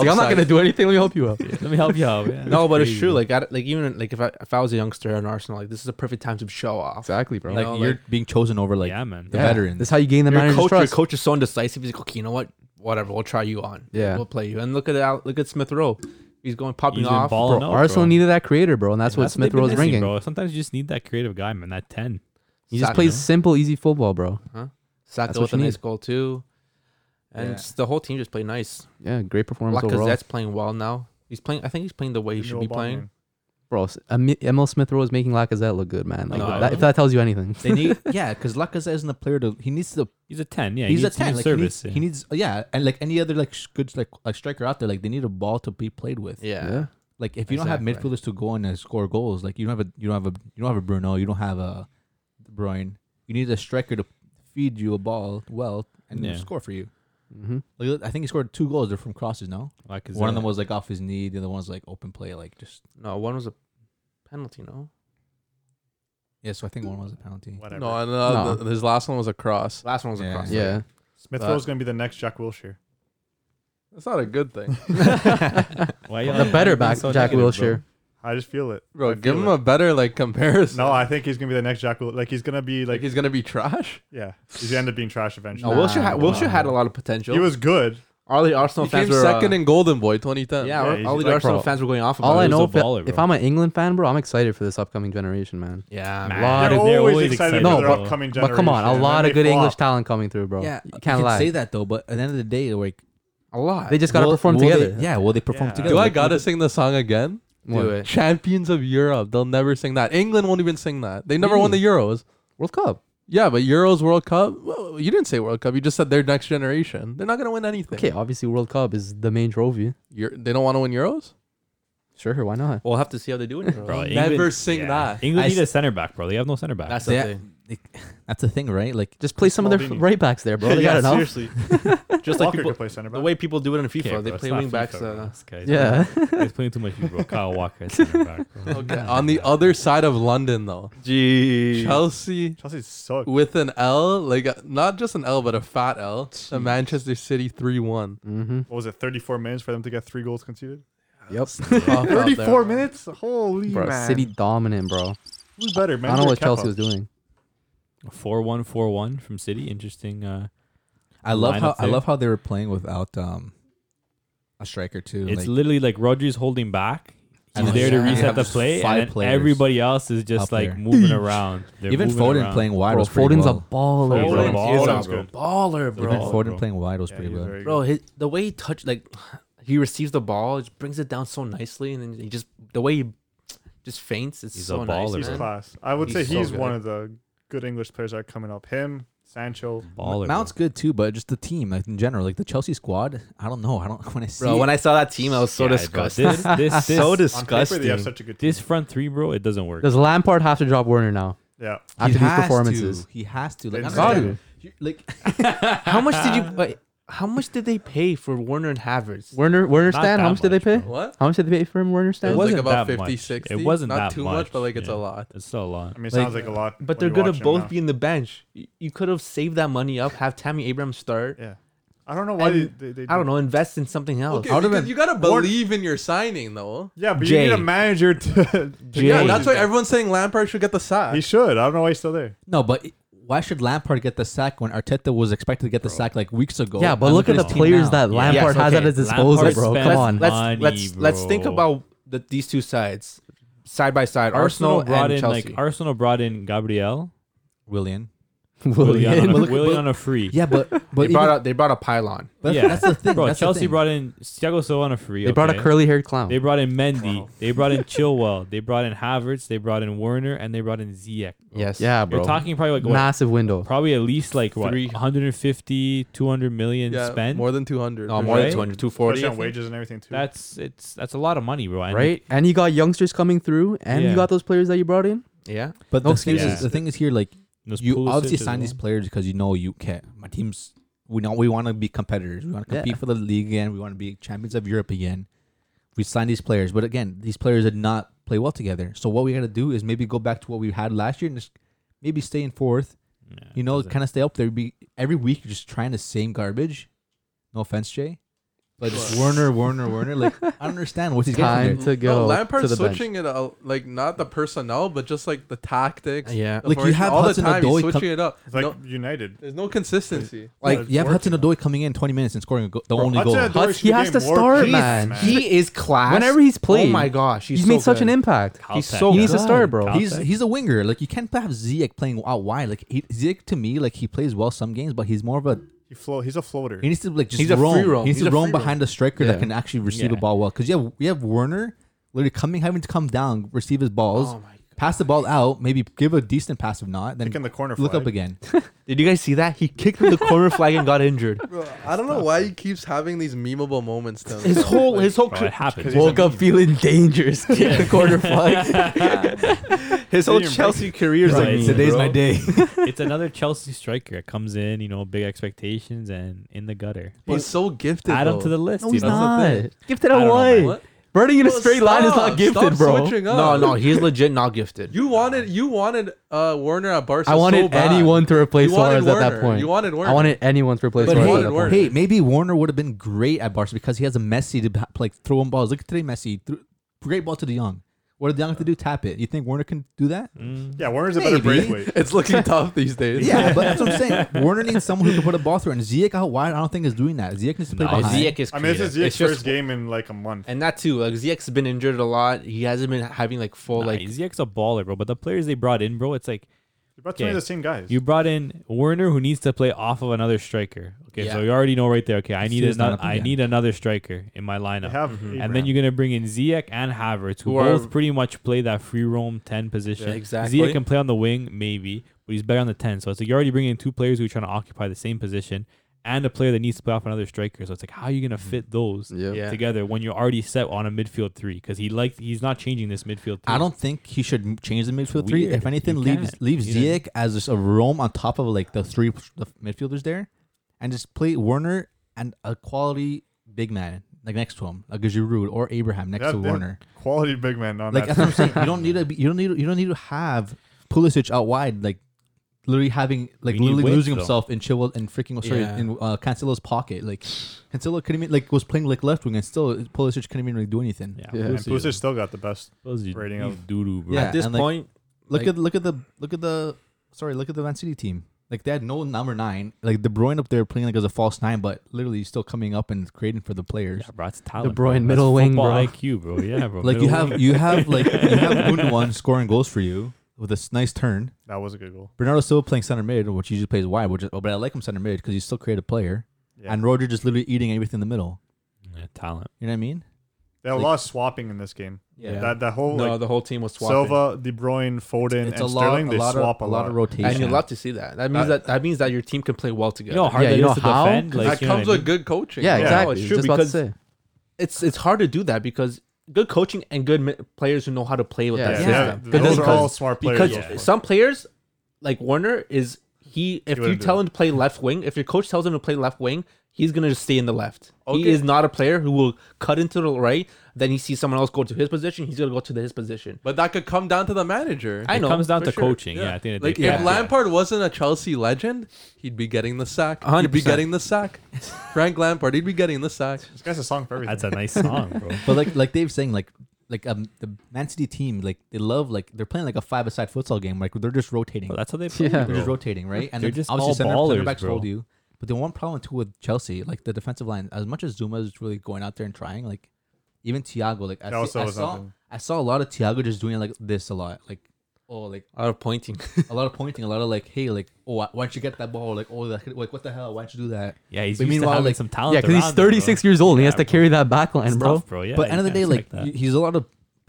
like, I'm not going to do anything. Let me help you out. Let me help you out. Yeah. No, but it's Crazy. true. Like, I, like even like if I if I was a youngster in Arsenal, like this is a perfect time to show off. Exactly, bro. like know, you're like- being chosen over like yeah, man. the veterans. That's how you gain the Your manager's coach, your trust. coach is so indecisive. He's like, okay, you know what? Whatever, we'll try you on. Yeah. we'll play you. And look at out. Look at Smith Rowe. He's going popping He's been off. balling Bro, out, Arsenal bro. needed that creator, bro, and that's what they've Smith been Rowe's missing, bringing. bro. Sometimes you just need that creative guy, man. That ten. He just Saka, plays no? simple, easy football, bro. That's Saka what with a you nice need. goal too, and Yeah. just the whole team just played nice. Yeah, great performance overall. Lacazette's playing well now. He's playing. I think he's playing the way he Oh, should be Aubameyang. playing. Bro, s- Emi- Emil Smith Rowe is making Lacazette look good, man. Like, No, that- I that- don't. if that tells you anything. they need yeah, because Lacazette isn't a player to he needs to He's a ten. Yeah, he's he a needs to ten. do Like, service. he, yeah. needs, he needs- yeah, and like any other like sh- good like like striker out there, like they need a ball to be played with. Yeah. Yeah. Like if you don't have Exactly. midfielders to go in and score goals, like you don't have a you don't have a you don't have a Bruno, you don't have a De Bruyne. You need a striker to feed you a ball well and Yeah. score for you. hmm Like, I think he scored two goals. They're from crosses. No, Like, is one of that- them was like off his knee. The other one's like open play. Like just No, one was a penalty. No, yeah. So I think one was a penalty. Whatever. No, and, uh, No. th- his last one was a cross. last one was Yeah. a cross. Yeah. Smith Rowe's gonna be the next Jack Wilshere. That's not a good thing, Why y'all- The why better y'all being back, so Jack negative, bro? Wilshere. I just feel it. bro. I give feel him it. a better like comparison. No, I think he's gonna be the next Jack. Wil- Like he's gonna be like like, he's gonna be trash. yeah, he's gonna end up being trash No, eventually. Nah, Wilshire, had, come Wilshire on. had a lot of potential. He was good. all the Arsenal He fans came were second uh, in Golden Boy 2010. yeah, Yeah, all he's the like, Arsenal bro, fans were going off about All it. I was know, a if, it- baller, if bro. I'm an England fan, bro, I'm excited for this upcoming generation, man. yeah, Man. Lot They're of- they're always always excited excited, for their bro. upcoming But generation. come on, a and lot then of good they flop. English talent coming through, bro. Yeah, you you can't can lie. Say that though, but at the end of the day, like a lot. They just gotta will- perform will they- together. yeah, will they perform Yeah. together? Do I Like, gotta sing the song again? do it. Champions of Europe. They'll never sing that. England won't even sing that. They never won the Euros. World Cup. Yeah, but Euros World Cup. Well, you didn't say World Cup. You just said their next generation. They're not gonna win anything. Okay, obviously World Cup is the main trophy. You're, they don't want to win Euros. Sure, why not? We'll have to see how they do it, Bro, bro. England, never sing that. England I need a s- center back, bro. They have no center back. That's the Yeah. thing. That's the thing, right? Like Just play some of their Maldini. f- right backs there, bro. They yeah, got enough. seriously. Just like Walker people, could play center back. the way people do it in FIFA, Okay, they bro, it's play not wing backs. FIFA, bro. Uh, This guy's- Yeah. He's playing too much Euro. Kyle Walker, center back. Bro. Okay. On the other side of London, though, Chelsea Chelsea's so with an L, like uh, not just an L, but a fat L. to Manchester City three one. mm-hmm. what was it, 34 minutes for them to get three goals conceded? Yep. 34 minutes? Holy Bro, man. City dominant, bro. Who's better, man? I don't know what Chelsea was doing. Four one four one from City. Interesting. Uh, I love lineup how I there. love how they were playing without um a striker too. it's like, literally like Rodri's holding back. And He's like, there to yeah, you reset have the just play, five and then players everybody else is up just like there. moving around. They're even moving Foden around. playing wide Bro, was pretty Foden's well. a baller, Foden's bro. a baller, Foden's good. bro. baller, Even bro. Foden playing wide was pretty well. Bro, his, the way he touched, like he receives the ball, just brings it down so nicely, and then he just the way he just faints is He's a so nice. baller, he's man. man. class. I would He's say so he's good. one of the good English players that are coming up. Him, Sancho. Baller. Mount's good too, but just the team, like in general, like the Chelsea squad. I don't know. I don't when I see. Bro, when I saw that team, I was so bro. disgusted. This, this, this, so On paper, they have disgusted. such a good team. this front three, bro, it doesn't work. Does Lampard have to drop Werner now Yeah. he after these has performances? to. he has to. Like, I It's don't Got understand. to. like How much did you? Wait, how much did they pay for Warner and Havertz? Werner, Werner Not Stan, that how much did they much, pay? bro. What? How much did they pay for him, Werner Stan? It was wasn't like about that 50, much. 60. It wasn't not that too much, but like it's yeah. a lot. It's still a lot. I mean, it Like, sounds like a lot. But they're when you gonna watch them now. both be in the bench. You, you could have saved that money up, have Tammy Abrams start. Yeah. I don't know why they, And they, they I don't know, invest in something else. Okay, I would've because been- you gotta believe in your signing though. Yeah, but Jay. you need a manager to. to Yeah, Jay. that's why everyone's saying Lampard should get the sack. He should. I don't know why he's still there. no, but why should Lampard get the sack when Arteta was expected to get the sack like weeks ago? yeah, but And look at the his team players now. that Yeah. Lampard Yes, has at okay. his disposal, Lampard bro. spent- Come on. let's Money, let's let's think bro. about the, these two sides, side by side. Arsenal, Arsenal, brought and in Chelsea. like Arsenal brought in Gabriel Willian. Willian on a, Willian. Willian on a free. Yeah, but they but brought even- out they brought a pylon. but Yeah. that's the thing. bro. that's the Chelsea thing. brought in Thiago Silva on a free. They brought a okay? curly-haired clown. They brought in Mendy. They brought in Chilwell. They brought in Havertz. They brought in Werner, and they brought in Ziyech. Yes. yeah, bro. You're talking probably like what, Massive window. probably at least like what Three- 150, 200 million yeah, spent. more than 200. No, more Right? than 200, Especially 240. on wages and everything too. that's it's that's a lot of money, bro. And Right? And you got Uh, youngsters coming through, and Yeah. you got those players that you brought in. Yeah. But No the thing, excuses. is, the thing is here, like those you Pulisic obviously as sign well. these players because you know you can't. My team's we know we want to be competitors. We want to Yeah. compete for the league again. We want to be champions of Europe again. We signed these players, but again, these players did not play well together. So what we got to do is maybe go back to what we had last year and just maybe stay in fourth. Yeah, You know, doesn't- kind of stay up there. Be every week you're just trying the same garbage. No offense, Jay, but just Werner, Werner, Werner. Like I don't understand what he's getting Time from there. to go No, to Oh, Lampard's the bench. switching it out, like not the personnel, but just like the tactics. Yeah. the Like, you formation, have all the Hudson-Odoi time he's come- switching it up. It's like no, United. there's no consistency. Like It's you have working Hudson Odoi coming in 20 minutes and scoring a go- the Bro, only Hudson goal. Odoi Hudson- should he be has getting to more start, praise, man. He is class. Whenever he's Oh played, my gosh, he's, He's made so such an good. impact. He's Caltech. so He needs to good. start, bro. Caltech. He's he's a winger. Like you can't have Ziyech playing out wide. Like he, Ziyech to me, like he plays well some games, but he's more of a He flo- he's a floater. he needs to like just He's a roam. free roam. He needs He's to a roam free behind a striker Yeah. that can actually receive the Yeah. ball well. Because you have we have Werner literally coming having to come down, receive his balls, Oh my pass the ball out, maybe give a decent pass if not, then Taking the corner look flag. up again. Did you guys see that? He kicked the corner flag and got injured. Bro, I don't know why he keeps having these memeable moments. To His whole his whole Bro, cri- it happens. he's Woke up feeling dangerous. Kick the corner flag. his whole Didn't even Chelsea career is Bro, like it's- me, Today's bro. my day. it's another Chelsea striker. It comes in, you know, big expectations and in the gutter. he's so gifted. Add him though. to the list. No, you he's know? not. Gifted I don't know, away. man. What? Burning in a Bro, straight line is not stop. gifted, Stop bro. switching up. No, no, he's legit not gifted. You wanted you wanted uh Werner at Barca. I wanted so bad. anyone to replace You wanted Suarez at that Werner. point. You wanted Werner. I wanted anyone to replace But Suarez at hey, that Warner, Warner. point. hey, maybe Warner would have been great at Barca because he has a Messi to ba- like throw him balls. Look at today, Messi threw great ball to De Jong. What did De Jong have to do? Tap it. You think Warner can do that? Mm. Yeah, Warner's a better Maybe. Braithwaite. It's looking tough these days. Yeah, but that's what I'm saying. Warner needs someone who can put a ball through, and Ziyech out wide. I don't think is doing that. Ziyech needs to play No, behind. Ziyech is. I mean, this is creative. Ziyech's It's just- first game in like a month. and that too. Like Ziyech's been injured a lot. He hasn't been having like full Nah, like. Ziyech's a baller, bro. But the players they brought in, bro, it's like You brought too many Okay. of the same guys. you brought in Werner, who needs to play off of another striker. Okay, so Yeah. you already know right there. Okay, I need Ziyech's not another. up I again. need another striker in my lineup. They have Abraham. And then you're gonna bring in Ziyech and Havertz, who, Who are- both pretty much play that free roam ten position. Yeah, exactly. Ziyech can play on the wing, maybe, but he's better on the ten. So it's like you're already bringing in two players who are trying to occupy the same position, and a player that needs to play off another striker. So it's like, how are you gonna fit those Mm-hmm. Yeah. together when you're already set on a midfield three? Because he like he's not changing this midfield. Three. I don't think he should m- change the midfield three. weird. If anything, You leave can't. leave You didn't. Ziyech as just a roam on top of like the three p- the midfielders there, and just play Werner and a quality big man like next to him, like a Giroud or Abraham They next have- to they have Werner. Quality big man on Like that. that's what I'm saying. You don't need to. Be, you don't need. You don't need to have Pulisic out wide. Like literally having like We need literally width, losing though. himself in Chilwell and freaking sorry Yeah. in uh, Cancelo's pocket. Like Cancelo couldn't even like was playing like left wing and still Pulisic couldn't even really do anything. Yeah, Yeah. And Pulisic- Pulisic still got the best. Pulisic, rating he's of- doo-doo, bro. Yeah, At this and, like, point, Look Like- at look at the look at the sorry look at the Man City team. Like they had no number nine. Like De Bruyne up there playing like as a false nine, but literally still coming up and creating for the players. Yeah, bro, that's talent. Bruyne, bro. That's middle wing, football bro. IQ, bro. Yeah, bro. Like you middle have wing. you have like you have Gundogan scoring goals for you with a s- nice turn. That was a good goal. Bernardo Silva playing center mid, which usually plays wide, which is, oh, but I like him center mid because he's still creative player. Yeah. And Roger just literally eating everything in the middle. Yeah, talent. You know what I mean? They had a like- lot of swapping in this game. Yeah. That that whole no, like, the whole team was swapping. Silva, De Bruyne, Foden, It's a and lot, Sterling. a They lot, swap of, a lot. of and you rotation. love to see that. That means that that means that your team can play well You together. know how hard Yeah, that is you know to how? defend. Like, that you know what I comes mean? with good coaching. Yeah, Yeah, exactly. it's true Just about to because say. it's it's hard to do that because good coaching and good mi- players who know how to play with Yeah. that Yeah. system. Because- Those are all because- smart players. Because so far. some players, like Warner, is he if you wouldn't do tell it. him to play left wing, if your coach tells him to play left wing, he's gonna just stay in the left. He Okay. is not a player who will cut into the right. Then he sees someone else go to his position, he's gonna go to the, his position. But that could come down to the manager. I It know comes down for to sure. coaching. Yeah, I think like if Lampard wasn't a Chelsea legend, he'd be getting the sack. he would be 100%. getting the sack. Frank Lampard, he'd be getting the sack. this guy's a song for everything. that's a nice song, bro. But like like Dave's saying, like like um the Man City team, like they love like they're playing like a five aside futsal game. Like they're just rotating. Well, that's how they play. Yeah. they're bro. just rotating, right? And They're then just obviously all center, ballers, center backs bro. hold you. But the one problem too with Chelsea, like the defensive line, as much as Zuma is really going out there and trying, like even Thiago, like I, That see- also I was saw nothing. I saw a lot of Thiago just doing like this a lot, like oh like Out of pointing. a lot of pointing, a lot of like hey like oh why why don't you get that ball like oh like like, what the hell why don't you do that? Yeah, he's But used meanwhile, to having like- some talent. Yeah, because he's around him, bro. 36 years old and he Yeah, has to bro. carry that back line, It's bro. tough, bro. Yeah, but you end of the can't day, like expect that. y- he's a lot of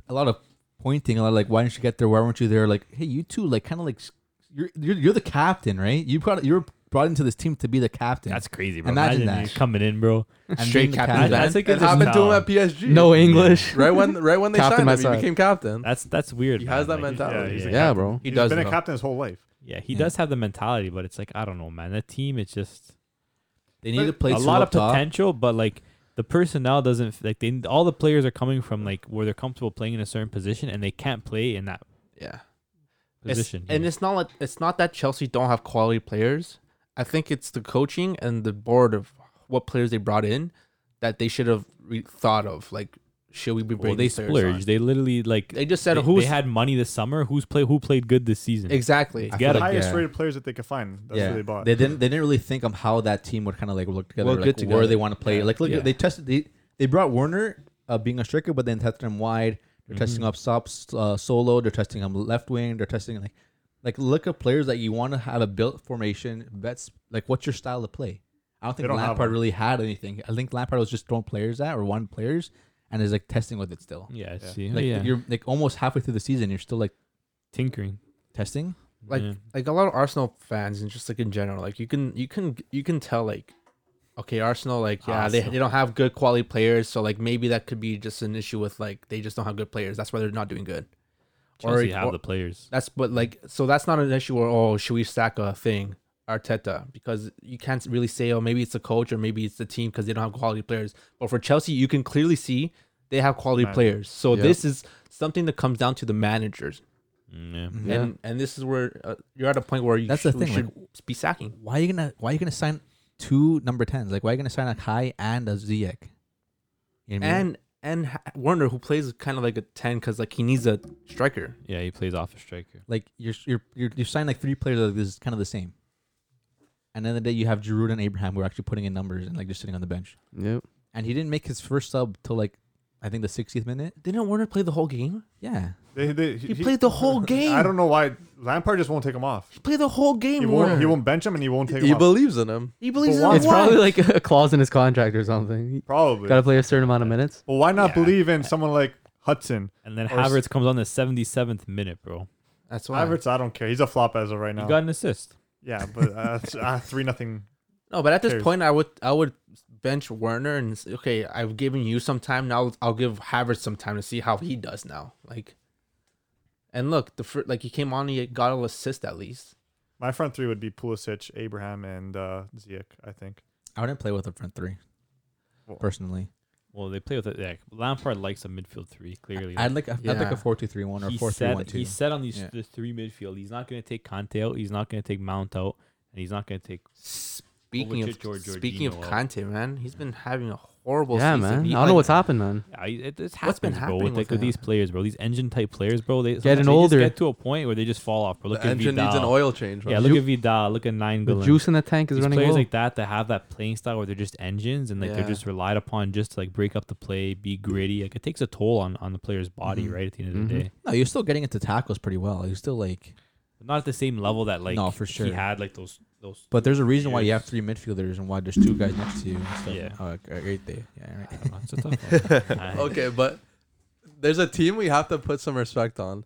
a lot of pointing, a lot of like, why didn't you get there? Why weren't you there? Like, hey, you two, like, kind of like, s- you're, you're you're the captain, right? You brought you're brought into this team to be the captain. that's crazy, bro. Imagine Imagine, that. you coming in, bro. and being straight the captain's captain. back. That's like It happened to him at PSG. No English. right when right when they Captain signed my him, he side. became captain. That's that's weird. He has man. that Like, mentality. he's Yeah, a Yeah, bro. He He's does been though. a captain his whole life. yeah, he Yeah. does have the mentality, but it's like I don't know, man. That team, it's just They need to play a two lot up of top. potential, but like the personnel doesn't f- like they all the players are coming from like where they're comfortable playing in a certain position and they can't play in that yeah. It's- position. you and know? it's not like it's not that Chelsea don't have quality players. I think it's the coaching and the board of what players they brought in that they should have re- thought of. Like, should we be bringing well, they these players on? splurged. They literally like They just said they, who's they had money this summer. Who's play who played good this season? exactly. I Get feel The him. like, highest yeah. rated players that they could find. That's yeah, what they bought. they didn't. They didn't really think of how that team would kind of like look together, Well, like good together. where they want to play. Like, look, Yeah. they tested. They, they brought Werner uh, being a striker, but then tested him wide. Mm-hmm. They're testing up stops uh, solo. They're testing him left wing. They're testing like, like look at players that you want to have a built formation. That's like what's your style of play. I don't think don't have Lampard one. really had anything. I think Lampard was just throwing players at or one players, and is like testing with it still. Yeah, I see. oh, Like yeah. you're like almost halfway through the season, you're still like tinkering. testing. like Yeah. like a lot of Arsenal fans and just like in general, like you can you can you can tell like okay, Arsenal like yeah, they, they don't have good quality players, so like maybe that could be just an issue with like they just don't have good players. That's why they're not doing good. Chelsea have or- the players. That's but like so that's not an issue where oh should we stack a thing Arteta because you can't really say oh maybe it's the coach or maybe it's the team because they don't have quality players. But for Chelsea, you can clearly see they have quality Right. players. So Yep. this is something that comes down to the managers, Mm, yeah. Yeah. and and this is where uh, you're at a point where you That's the sh- we thing, should be sacking. why are you gonna why are you gonna sign two number tens? Like why are you gonna sign a Kai and a Ziyech? You know what I mean? and and Ha- Werner who plays kind of like a ten because like he needs a striker. Yeah, he plays off a striker. like you're you're you're, you're signing like three players that is kind of the same. And then the day you have Giroud and Abraham who are actually putting in numbers and like just sitting on the bench. Yep. And he didn't make his first sub till like I think the 60th minute. Didn't Werner play the whole game? Yeah, They- they- He, played the whole game. I don't know why Lampard just won't take him off. He played the whole game. He Werner. won't. He won't bench him, and he won't take He him off. believes in him. He believes But in why- him. It's probably like a clause in his contract or something. Probably. Got to play a certain amount of minutes. Well, why not Yeah. believe in someone like Hudson? And then Or s- Havertz comes on the 77th minute, bro. That's why. Havertz, I don't care. He's a flop as of right now. He got an assist. yeah, but uh, it's, uh, three nothing. No, but at this Cares. point, I would I would bench Werner and say, okay, I've given you some time. Now I'll give Havertz some time to see how he does now. Like, and look, the fir- like he came on, he got an assist at least. My front three would be Pulisic, Abraham, and uh, Ziyech. I think. I wouldn't play with a front three. Well- Personally, Well, they play with it. Yeah, Lampard likes a midfield three, clearly. I'd like a, I'd like Yeah. a four two three one or he four three said, one two. He said on these Yeah. the three midfield, he's not going to take Conte out. He's not going to take Mount out. And he's not going to take. Speaking would of you- Jor- speaking of Jorginho up? Conte, man, he's been having a horrible yeah, season. man. He- I don't know like, what's happened, man. I, it, it's What's been happens, bro, happening with, like, with with these him? players, bro. These engine type players, bro. They sometimes Getting they just older. get to a point where they just fall off, bro. Look The at engine Vidal. needs an oil change. Yeah, man. look Ju- at Vidal. Look at Nine. The juice in the tank is These running players low. like that that have that playing style where they're just engines and like they're Yeah. just relied upon just to like break up the play, be gritty. Like it takes a toll on on the player's body, Mhm. right? At the end of Mhm. the day, no, you're still getting into tackles pretty well. You're still like, but not at the same level that like No, for sure. he had like those those. but there's a reason why you have Yes. three midfielders and why there's two guys next to you. And stuff. Yeah. oh, great day. Yeah, right. I don't know, it's a tough one. I- okay, but There's a team we have to put some respect on.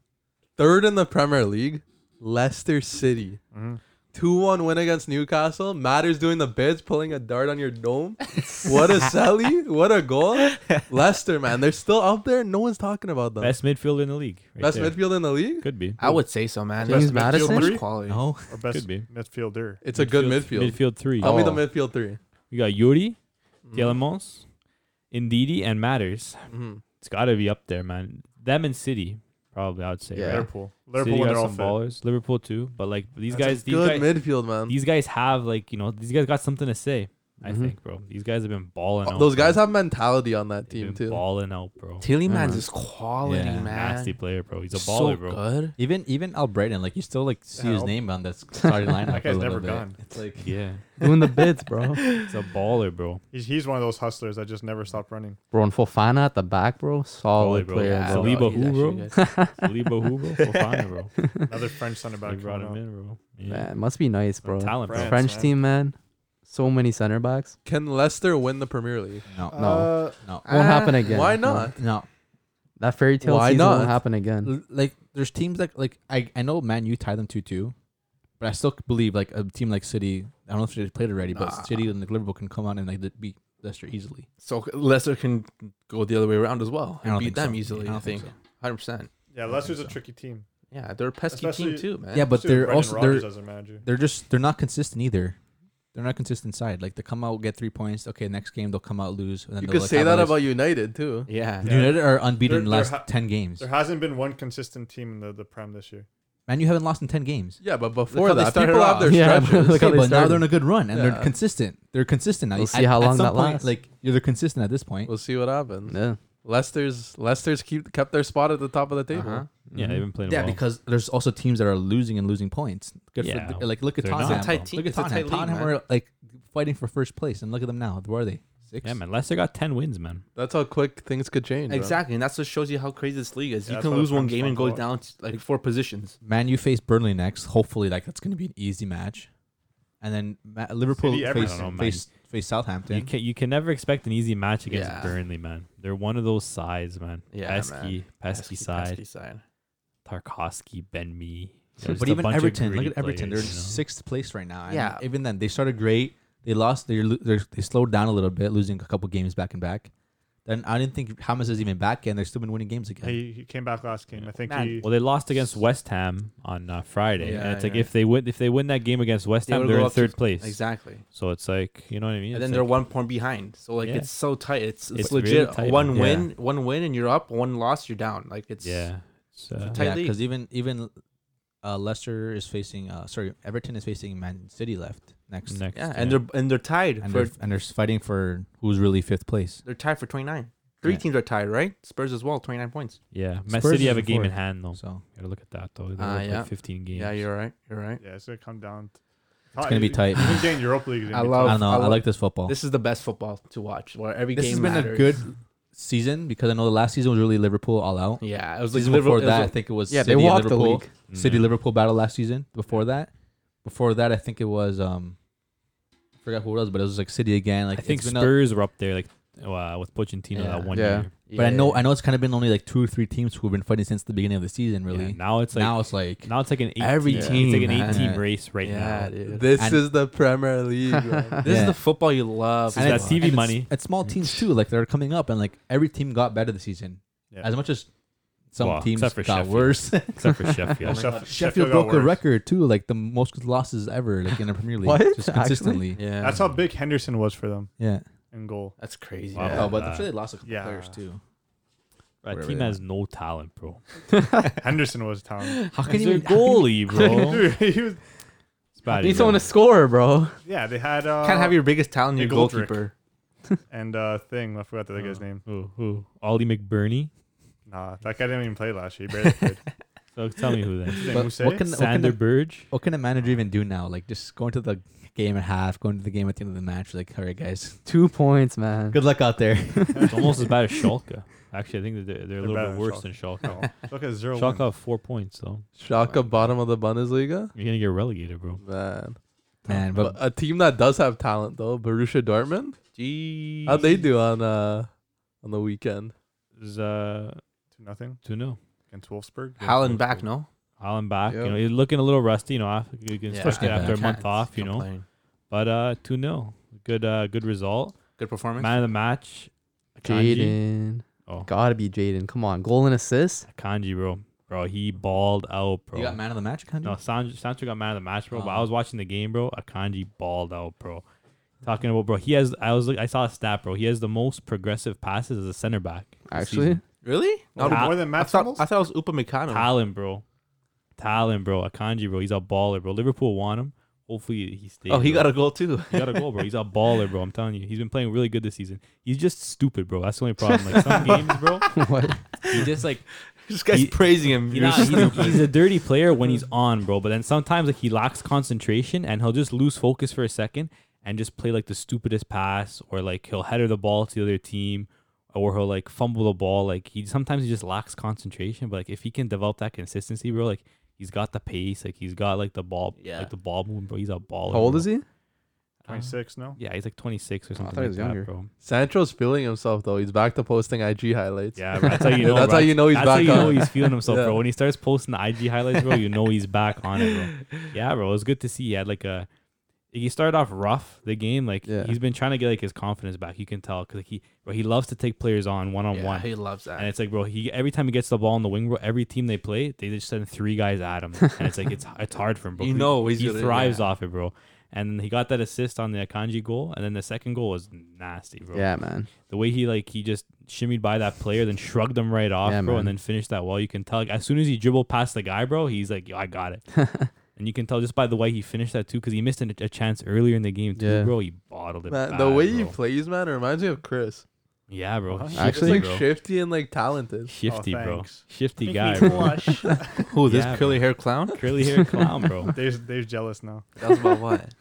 Third in the Premier League, Leicester City. Mm-hmm. Mhm. 2-1 win against Newcastle. Matters doing the bids, pulling a dart on your dome. what a sally. What a goal. Leicester, man. They're still up there. No one's talking about them. Best, Best midfielder in the league. Right there. midfield in the league? Could be. I would say so, man. James There's Madison? so much Three? quality. No, Or best Could be. midfielder. It's a good midfield. Midfield three. Tell me the Oh. midfield three. You got Yuri, Tielemans, Ndidi, and Matters. Mm-hmm. It's got to be up there, man. Them and City, probably. I would say. Yeah. right? Liverpool. City Liverpool when got they're all some fit. ballers. Liverpool too, but like these That's a guys, these good guys, midfield, man. these guys have like you know these guys got something to say. I Mm-hmm. Mhm. think, bro. These guys have been balling. out, Uh, Those bro. guys have mentality on that They've team been too. Balling out, bro. Tielemans is quality, Yeah, man. Nasty player, bro. He's a So baller, bro. good. even even Al Brighton, like you still like see his Al- name on the starting lineup. That a guy's little never bit. gone. It's like Yeah, Doing the bids, bro. he's a baller, bro. He's, he's one of those hustlers that just never stopped running. Bro, and Fofana at the back, bro. Solid Solid, bro. player, Yeah, bro. Saliba no, he's who, bro? actually good. Saliba, who, bro? Fofana, bro. Another French center They back. brought coming him up. in, bro. Yeah. Man, must be nice, bro. Talent, bro. France, French man. team, man. So many center backs. Can Leicester win the Premier League? no, No. Uh, no, Ah, Won't happen again. Why No. not? no. That fairy tale Why season not? won't happen again. L- Like there's teams that like I I know Man U tied them two two, but I still believe like a team like City. I don't know if they played already, but Nah. City and like Liverpool can come out and like beat Leicester easily. So Leicester can go the other way around as well I and don't beat think them so. easily. I I, don't think think, hundred percent. yeah, Leicester's a tricky team. Yeah, they're a pesky Especially- team too, man. Yeah, but Especially with they're Brendan also they're Rodgers as a manager. they're just they're not consistent either. They're not consistent side. Like they come out get three points. Okay, next game they'll come out lose. And then You they'll, could like, say have that a- about United too. yeah. Yeah. United are unbeaten They're- in the they're last ha- ten games. There hasn't been one consistent team in the, the Prem this year. Man, you haven't lost in ten games. Yeah, but how before they that, started people have off. their Yeah, stretches. Look how okay, they but now started. they're in a good run and Yeah. they're consistent. They're consistent now. We'll At- see how at long some that point, lasts. Like you're they're consistent at this point. We'll see what happens. Yeah. Leicester's Leicester's keep kept their spot at the top of the table. Uh-huh. Yeah, they've been playing Yeah, well. because there's also teams that are losing and losing points. Good Yeah. for, like look at They're not. Tottenham. It's a tight team- Look at it's a tight Tottenham. league, Tottenham man. are like fighting for first place, and look at them now. Where are they? Six. yeah, man, Leicester got ten wins, man. That's how quick things could change. bro. Exactly, and that's what shows you how crazy this league is. Yeah, you that's can why the lose one Prem's game fun and to go watch. down to, like four positions. Man, you face Burnley next. Hopefully, like that's going to be an easy match. And then Ma- Liverpool City, Everton. face, I don't know, face face You Southampton. can you can never expect an easy match against Yeah. Burnley, man. They're one of those sides, man. Yeah, pesky, man. pesky, side. pesky side. Tarkovsky, Ben Me. But even Everton, look at Everton. They're in sixth place right now. and Yeah. Even then, they started great. They lost. They lo- they're, they slowed down a little bit, losing a couple games back and back. Then I didn't think Hamas is even back, and they've still been winning games again. He, he came back last game. I think Man. he. Well, they lost against West Ham on uh, Friday, and Yeah, it's like yeah. if they win, if they win that game against West They Ham, would they're go in up to- third place. Exactly. So it's like you know what I mean. and then It's they're like- one point behind. So like Yeah. it's so tight. It's it's, It's really legit. tight, one man. win, one win, and you're up. One loss, you're down. Like it's yeah. It's, uh, tight Yeah, league. because even even uh, Leicester is facing. Uh, sorry, Everton is facing Man City left next. next, yeah, and they're and they're tied And for they're, they're, and they're fighting for who's really fifth place. tied for twenty nine. Three Yeah. teams are tied, right? Spurs as well, twenty nine points. yeah. Man Spurs City is have a in game in fourth. hand though. So Gotta look at that though. They Ah, have yeah. like 15 games. Yeah, you're right. You're right. yeah, it's gonna come down. To, It's gonna be tight. Even getting Europa League. is gonna I be love- I tough. don't know. I I, love- like this football. This, This is the best football to watch, where every game has been matters. a good season because I know the last season was really Liverpool all out. Yeah, it was like Season Liverpool. before it was that, I like- think it was Yeah, City they and walked the Liverpool. league. Mm. City Mm-hmm. Liverpool battle last season. Before that, before that, I think it was um, I forgot who it was, but it was like City again. Like I think it's been a- Spurs were up there like uh, with Pochettino Yeah. that one Yeah. year. but I know yeah. I know it's kind of been only like two or three teams who've been fighting since the beginning of the season. Really, Yeah, now it's like now it's like now it's like an eight every it's team, like an man. eight team race right yeah, now. dude. This And- is the Premier League. man. This Yeah. is the football you love. This is to that watch. TV and it's- money. Mm. It's small teams too. Like they're coming up, and like every team got better this season. Yeah. As much as some Well, teams got except for Sheffield. worse. Except for Well, Sheffield. Sheff- Sheffield, broke got a worse. record too, like the most losses ever, like in the Premier League, What? just Actually? consistently. Yeah, That's how big Henderson was for them Yeah. in goal. That's crazy. Wow. man. Oh, but Uh, I'm sure they lost a couple yeah. players too. That Whatever team they has no talent, bro. Henderson was talented. How He's their goalie, Oh. bro. Dude, he was, It's bad, Need bro. someone to score, bro. yeah, they had. Uh, Can't have your biggest talent, Yeah, your Goldrick. goalkeeper. and uh, thing. I forgot the Oh. guy's name. Who? Who? Ollie McBurney. Nah, that guy didn't even play last year. He barely played. So tell me who then. His name But Moussa? what can what can, Sander the, Burge. what can a manager even do now? Like just going to the game at half, going to the game at the end of the match. Like, all right, guys, Two points, man. good luck out there. It's almost as bad as Schalke. Actually, I think that they're, they're, a little better bit than worse Schalke. than Schalke. No, Oh, look at zero. Schalke wins. have four points, though. Schalke bottom of the Bundesliga. You're gonna get relegated, bro. Man, Man, but but uh, a team that does have talent though, Borussia Dortmund. Jeez. How'd they do on uh on the weekend? Is, uh, nothing Two 0 against Wolfsburg. Howling back, no? Holland back. Yep. You know, he's looking a little rusty. You know, af- you can- Yeah. especially Yeah, after a man. month Can't- off. You can't know, play. but uh, two 0 Good, uh, good result. Good performance. Man of the match. Kanji. Jaden. Oh, Gotta be Jaden. Come on. Goal and assist. Kanji, bro, bro, he balled out, bro. You got man of the match, kind No, of. Sancho, Sancho got man of the match, bro. But I Oh. was watching the game, bro. Akanji balled out, bro. Talking about, bro, he has. I was, look- I saw a stat, bro. He has the most progressive passes as a center back. this Actually, season. Really? Not Yeah. more than I Matt thought, Hummels? I thought it was Upamecano. talent, bro. Talent, bro. Akanji, bro. He's a baller, bro. Liverpool want him. Hopefully he stays. oh, he bro. got a goal too. He got a goal, bro. He's a baller, bro. I'm telling you, he's been playing really good this season. He's just stupid, bro. That's the only problem. Like some games, bro, what? he just like this guy's He- praising him. He not- he's, he's a dirty player when he's on, bro. But then sometimes like he lacks concentration and he'll just lose focus for a second and just play like the stupidest pass or like he'll header the ball to the other team or he'll like fumble the ball. Like he sometimes he just lacks concentration. But like if he can develop that consistency, bro, like he's got the pace, like he's got like the ball, Yeah. like the ball movement, bro. He's a baller. How old bro. is he? Oh, Twenty six. No. Yeah, he's like 26 or something. thought he like was that, younger. bro. Sancho's feeling himself though. He's back to posting IG highlights. Yeah, bro, that's how you know. That's bro. how you know he's that's back how you know on. he's feeling himself, Yeah. bro. When he starts posting the IG highlights, bro, you know he's back on it, bro. Yeah, bro, it was good to see. He had like a. He started off rough the game. Like Yeah. he's been trying to get like his confidence back. You can tell because like, he, bro, he loves to take players on one on yeah, one. he loves that. And it's like, bro, he every time he gets the ball on the wing, bro, every team they play, they just send three guys at him, and it's like it's it's hard for him, bro. You He- know he's he gonna- thrives yeah. off it, bro. And he got that assist on the Akanji goal, and then the second goal was nasty, bro Yeah, man. the way he like he just shimmied by that player, then shrugged them right off, Yeah, bro, man. and then finished that well. You can tell like, as soon as he dribbled past the guy, bro, he's like, "Yo, I got it." and you can tell just by the way he finished that too, because he missed an, a chance earlier in the game too, Yeah. bro. He bottled it. Man, the bad, way bro. he plays, man, it reminds me of Chris. Oh, yeah, bro, He's shifty, Actually- Actually, like bro. shifty and like talented. shifty, Oh, bro, thanks. shifty guy, bro. Who, this Yeah, curly hair clown? curly hair clown, bro. Dave's, Dave's jealous now. That was about what?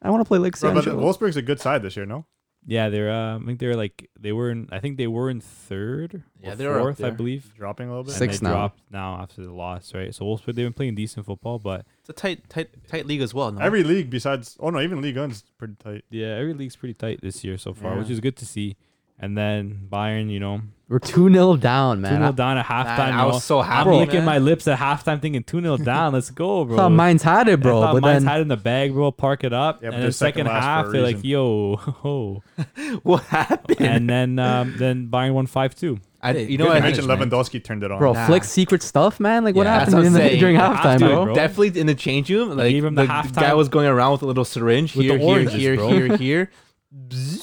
I want to play like Bro, but Sancho. Wolfsburg's a good side this year, no? Yeah, they're uh, I think they're like they were in I think they were in third, Yeah, or they were up fourth, I there. believe. Dropping a little bit. And Six they now. dropped now after the loss, right? So Wolfsburg they've been playing decent football, but It's a tight, tight, tight league as well. No? Every league besides, oh no, even League One's pretty tight. Yeah, every league's pretty tight this year so far, which Yeah. is good to see. And then Bayern, you know, We're 2 0 down, 2 man. 0 I down at Man, halftime. I you was know. so I'm happy. licking man. my lips at halftime thinking 2 0 down. Let's go, bro. thought mine's had it, bro. I thought But Mainz then had it in the bag, bro. Park it up. Yeah, but and they're then second second last for half, a they're like, reason. yo, ho. what happened? and then um, then Bayern won 5 2. I, you know You what? I mentioned think- Lewandowski turned it on. Bro, Nah. Flick's secret stuff, man. Like, what Yeah, that's happened what in I'm the, saying. during Halftime, halftime, bro. bro? bro. Definitely in the change room, like gave him the the, halftime- guy was going around with a little syringe With the here, oranges, here, bro. here, here, here.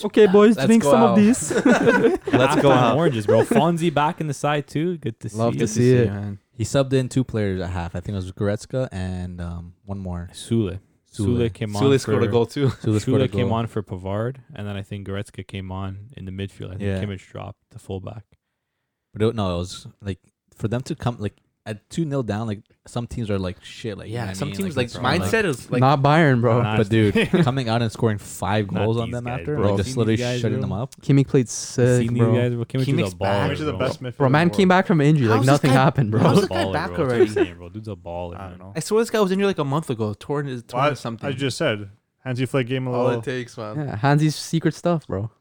Okay, boys, Let's drink go some out. of these. Let's go Halftime out. Oranges, bro. Fonzie back in the side, too. Good to see. Love to Good see it. man. He subbed in two players at half. I think it was Goretzka and um, one more. Sule. Sule Sule. came on. Sule scored a for- goal too. Sule scored a Sule came goal. on for Pavard, and then I think Goretzka came on in the midfield. I think Yeah. Kimmich dropped to fullback. But it, no, it was like for them to come like at two 0 down. Like some teams are like shit. Like you know Yeah, what I some mean? teams Like, like it's all, mindset is like Not Bayern, bro. Nah, but dude, coming out and scoring five Not goals on these them guys, after, bro. like Seen these just literally guys, shutting bro? them up. Kimmich played Seen sick, these bro. guys, bro. Kimmich, Kimmich's is a baller. back. Which is the bro. best midfield. Bro, in man the world. came back from injury. How's Like, this nothing guy- happened, Bro, bro. how's he's a this guy baller, back bro. That's what I'm already? saying, bro. Dude's a baller. I man. don't know. I swear this guy was injured like a month ago, torn his Well, torn I- something. I just said Hansi Flick gave him a All little. it takes, man. Yeah, Hansi's secret stuff, bro.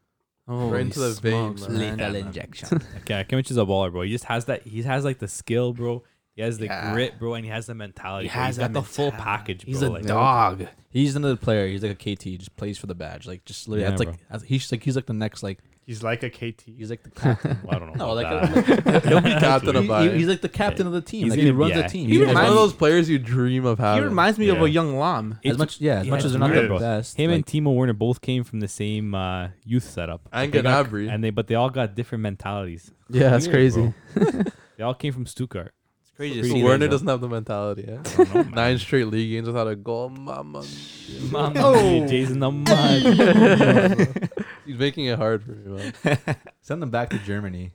oh, right into the vein, man. Lethal injection. Okay, Kimmich is a baller, bro. He just has that. He has like the skill, bro. He has the Yeah. grit, bro, and he has the mentality. He He has has has got that the full mentality. package, bro. He's a like, dog. he's another player. He's like a KT. He just plays for the badge. Like just literally, Yeah, that's bro. like that's, he's like he's like the next like He's like a KT. he's like the captain. well, I don't know. No, about like that. He'll be captain of He- he- Bayern. he's like the captain of the team. He's like gonna he be- runs yeah, the he team. He's He's one like- of those players you dream of He having. reminds me of Yeah. a young Lam. as much yeah, as yeah, much it's as they're not weird, the bro. best. him and like, Timo Werner both came from the same uh, youth setup, and They got- Gnabry. and they but they all got different mentalities. Yeah, that's Weird, crazy. bro. they all came from Stuttgart. It's crazy. to see that, Werner though. doesn't have the mentality. Yeah? I don't know, man. Nine straight league games without a goal. Mama. Mamma Oh. mia, Jason the mud. He's making it hard for me, man. send them back to Germany.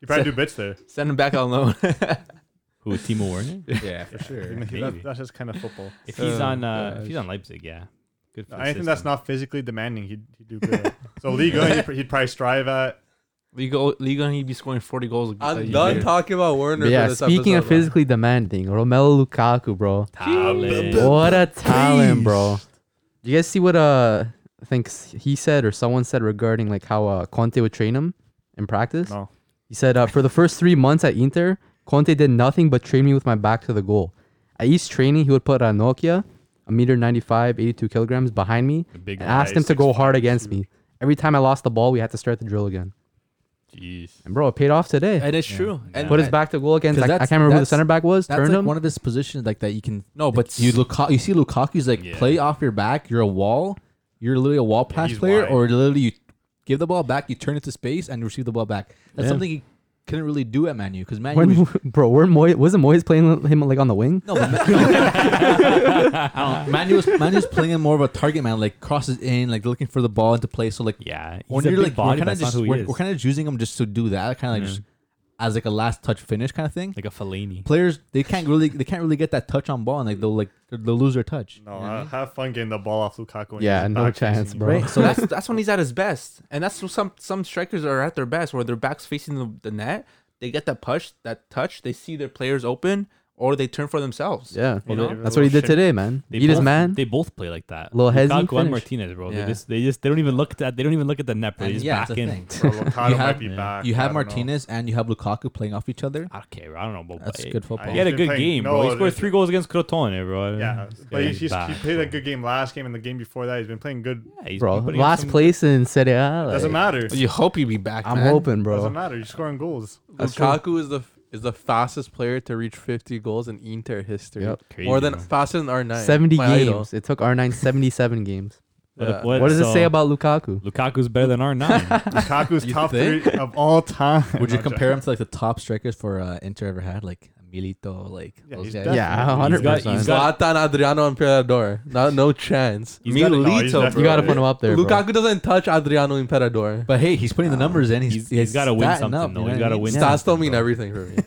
You probably do bits there. Send him back on loan. Who Timo Werner? yeah, for sure. That- Maybe. that's just kind of football. If he's Oh, on, uh, if he's gosh. on Leipzig, yeah, good. For the Anything that's system. not physically demanding, he'd, he'd do good. at. so League One, he'd, pr- he'd probably strive at. Liga, Liga, he'd be scoring 40 goals. a I'm year. done talking about Werner. But yeah, for this speaking episode, of physically demanding, Romelu Lukaku, bro. talent. What a talent, bro. Do you guys see what uh I think s- he said or someone said regarding like how uh, Conte would train him in practice? No. He said, uh, for the first three months at Inter, Conte did nothing but train me with my back to the goal. At each training, he would put Ranocchia, a meter 95, 82 kilograms, behind me A big and asked guy, him to go 6'5", hard against me. Every time I lost the ball, we had to start the drill again. Jeez. And bro, it paid off today. and it's true. And Put his back to goal against, 'Cause I, I that's- can't remember who the that's- center back was, That's turned like him. one of his positions, like that you can. No, but you look. You see, Lukaku's like Yeah. play off your back. You're a wall. You're literally a wall pass he's player, wide. or literally you give the ball back, you turn it to space, and receive the ball back. That's Yeah. something he couldn't really do at Manu because Manu. when, was, bro, were Moy, wasn't Moyes playing him like on the wing? no, Manu was Manu's playing him more of a target man, like crosses in, like looking for the ball into play. So like Yeah. He's when a you're big like body, we're but kind of that's not just who he we're, is. we're kind of just using him just to do that, kind of like Yeah. just as like a last touch finish kind of thing. like a Fellaini. players they can't really they can't really get that touch on ball and like they'll like they'll lose their touch. No, ha- have fun getting the ball off Lukaku. when Yeah, he's no back facing chance, you. bro. Right. So that's that's when he's at his best, and that's when some some strikers are at their best, where their backs facing the, the net. They get that push, that touch. They see their players open, or they turn for themselves. Yeah. You Well, know? they- That's what he did today, man. They Eat his both- man. They both play like that. Little hezzy, Lukaku finish. and Martinez, bro. Yeah. They just they just they don't even look at they don't even look at the net, bro. They And just yeah, it's back a in. thing. Bro, Lukaku You might have- be yeah. back. You I have don't know. Martinez and you have Lukaku playing off each other. I don't care, bro. I don't know about That's but- good I- football. He had a He's good been playing- game, no, bro. He it- scored three goals against Crotone, bro. Yeah, This but guy he's, is he's, he back, played a bro. good game last game and the game before that. He's been playing good. Yeah, he's bro, been putting up last some- place in Serie A. Doesn't like, matter. You hope he'd be back. I'm man. hoping, Doesn't bro. matter. You're scoring goals. That's true. Lukaku is the is the fastest player to reach 50 goals in Inter history. Yep. Crazy, More than man. faster than R9. 70 my idol. games. It took R9 77 games. Yeah. What, What does it so say about Lukaku? Lukaku's better than R9? Lukaku's You top think? three of all time. Would you No, I'm compare him to like the top strikers for uh, Inter ever had, like Milito, like Yeah, those he's guys? definitely- Yeah, He's 100%. got- he's got- Zlatan, Adriano, and Perador. No, no chance. He's got a- no, he's Milito, definitely- you got to put him up there. bro. Lukaku doesn't touch Adriano Imperador. But hey, he's putting the numbers in. He's, He's- he's gotta win statting something, up, though. you He's know what I gotta mean? win Yeah. Stats don't mean everything for me.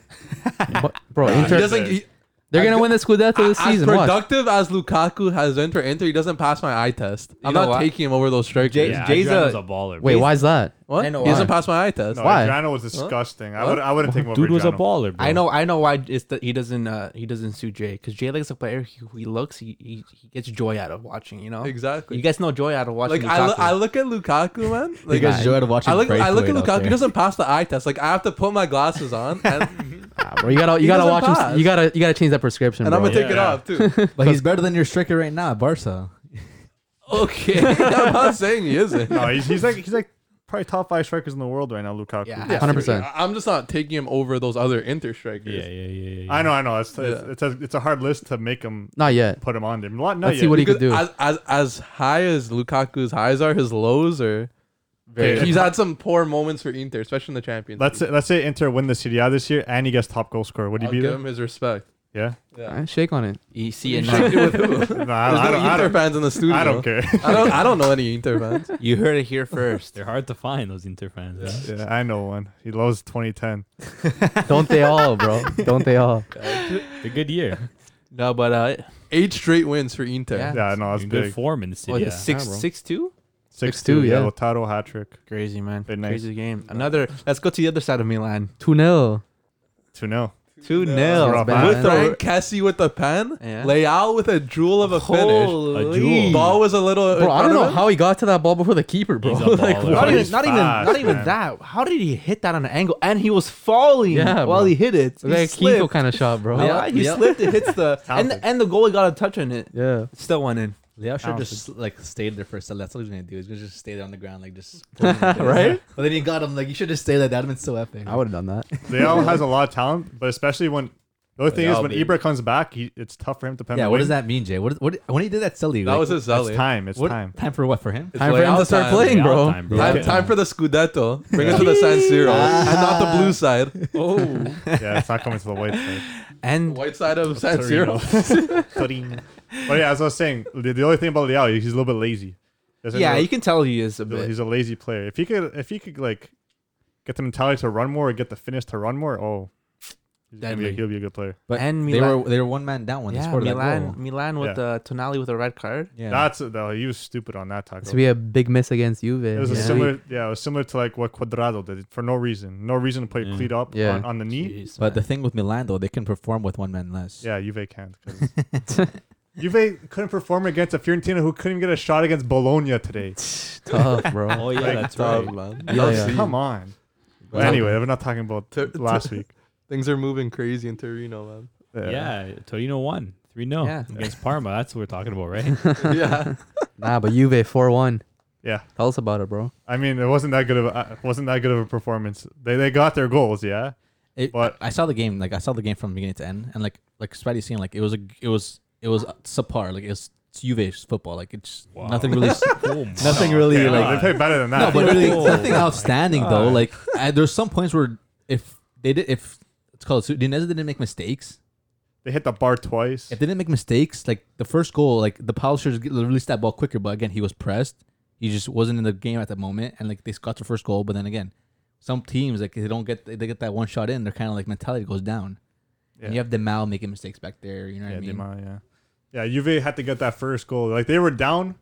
Bro, he Inter, doesn't. He, they're going to win the Scudetto this as season. Watch. productive as Lukaku has entered Inter, he doesn't pass my eye test. I'm know not what? taking him over those strikers. Jay- yeah, Jay's Adriano's a- a baller. Wait, bro. why is that? What? I know he doesn't why. pass my eye test. No, Why? Adriano was disgusting. I Huh? would I wouldn't take him over Dude was a Adriano. baller, bro. I know, I know why it's that he doesn't, uh, he doesn't suit Jay because Jay likes a player. He, he looks, he, he he gets joy out of watching. You know, Exactly. You gets no joy out of watching. Like I, lo- Lukaku. I look at Lukaku, man. Like guys enjoyed watching I look, I look at Braithwaite out Lukaku. He there. doesn't pass the eye test. Like I have to put my glasses on, and, Nah, bro, you gotta, you He gotta doesn't watch pass. him. You gotta, you gotta change that prescription, and bro. I'm gonna take it Yeah. off too. But he's better than your striker right now at Barca. Okay, I'm not saying he isn't. No, he's, he's like he's like probably top five strikers in the world right now. Lukaku. Yeah. Yeah, 100%. I- I'm just not taking him over those other Inter strikers. Yeah, yeah, yeah, yeah. yeah. I know, I know. It's it's, Yeah. it's, a, it's a hard list to make him Not yet. put him on there. Not, not Let's yet. see what he Because could do. As, as as high as Lukaku's highs are, his lows are. Okay, He's had some poor moments for Inter, especially in the Champions. Let's League. say, let's say Inter win the Serie A this year and he gets top goal scorer. Would he I'll be give there? him his respect. Yeah. Yeah. Eh, Shake on it. you see it You now. shake it with who? There's Nah, no I, don't, I, Inter don't, fans in the studio. I don't care. I don't. I don't know any Inter fans. You heard it here first. They're hard to find, those Inter fans. man. yeah, I know one. He loves 2010. Don't they all, bro? Don't they all? It's a good year. no, but uh, Eight straight wins for Inter. Yeah. Yeah, no, it's In big. good form in the city. what, yeah. six Yeah, bro. six two. 6 two, 2, yeah. yeah. Lautaro hat trick. Crazy man, Been nice. crazy game. Another. Let's go to the other side of Milan. 2 0. 2 0. Two That's nil. rough, bad. man. Frank Kessie with the pen. Yeah. Leao with a jewel of a finish. A jewel. Ball was a little. Uh, in Bro, I front don't of know him. how he got to that ball before the keeper, bro. He's a like, baller. Not Oh, even, he's not even, not fast, even man. that. How did he hit that on an angle? And he was falling Yeah, while bro. he hit it. He like a Kiko slipped. kind of shot, bro. Yeah, he Yep. slipped. It hits the and Talented. and the goalie got a touch on it. Yeah. Still went in. Leo should don't just like stayed there for a second. That's all he's gonna do. He's gonna just stay there on the ground, like just right. But then he got him. Like you should just stay there. That'd have been so epic. I would have done that. Leal has a lot of talent, but especially when. The other thing is Leao, when baby. Ibra comes back, he, it's tough for him to pen. yeah. the What does wing. that mean, Jay? What, what when he did that silly? That like, was his It's Zelly. time. It's what- time. time for what for him? It's Time for him Leao to start time. playing, Leao bro. time, bro. Time, Yeah. time for the Scudetto. Bring it to the San Siro and Ah. not the blue side. Oh. yeah, it's not coming to the white side. And White side of San Torino. Siro. Torino. But yeah, as I was saying, the, the only thing about Leao, he's a little bit lazy. Doesn't yeah, really- you can tell he is a bit. he's a lazy player. If he could, if he could like get the mentality to run more or get the finish to run more, oh, he's gonna be, Deadly. he'll be a good player. But and they Milan, were they were one man down when they yeah, scored that Milan, goal. Milan with Yeah. uh, Tonali with a red card. Yeah, That's uh, though he was stupid on that tackle. It's be a big miss against Juve. it was a Yeah. similar, yeah, it was similar to like what Cuadrado did for no reason, no reason to play Yeah. cleat up Yeah. on, on the knee. Jeez, but the man. thing with Milan though, they can perform with one man less. Yeah, Juve can't. 'cause- Juve couldn't perform against a Fiorentina who couldn't get a shot against Bologna today. Tough, bro. Oh yeah, Like, that's Tough, right. man. Yeah, Like, yeah. Come on, But anyway, we're not talking about To- to- last week. Things are moving crazy in Torino, man. Yeah, Torino won 3 0 Yeah. against Parma. That's what we're talking about, right? yeah. Nah, but Juve four one. Yeah. Tell us about it, bro. I mean, it wasn't that good of a, uh, wasn't that good of a performance. They they got their goals, yeah. It, But- I saw the game, like I saw the game from beginning to end, and like like Spidey saying, like it was a it was it was subpar, like it's it's Juve's football, like it's Wow. nothing really, Oh my nothing really Yeah, Uh. like they played better than no, that. but really Oh nothing my outstanding though. God. Like I, there's some points where if they did if it's called so Dinez didn't make mistakes. they hit the bar twice. If they didn't make mistakes, like the first goal, like the Polishers get- released that ball quicker, but again he was pressed. He just wasn't in the game at the moment, and like they got their first goal, but then again, some teams like they don't get they get that one shot in, their kind of like mentality goes down. And you Yeah. have Demal making mistakes back there. You know what yeah, I mean? Demar, yeah. Yeah, Juve had to get that first goal. Like they were down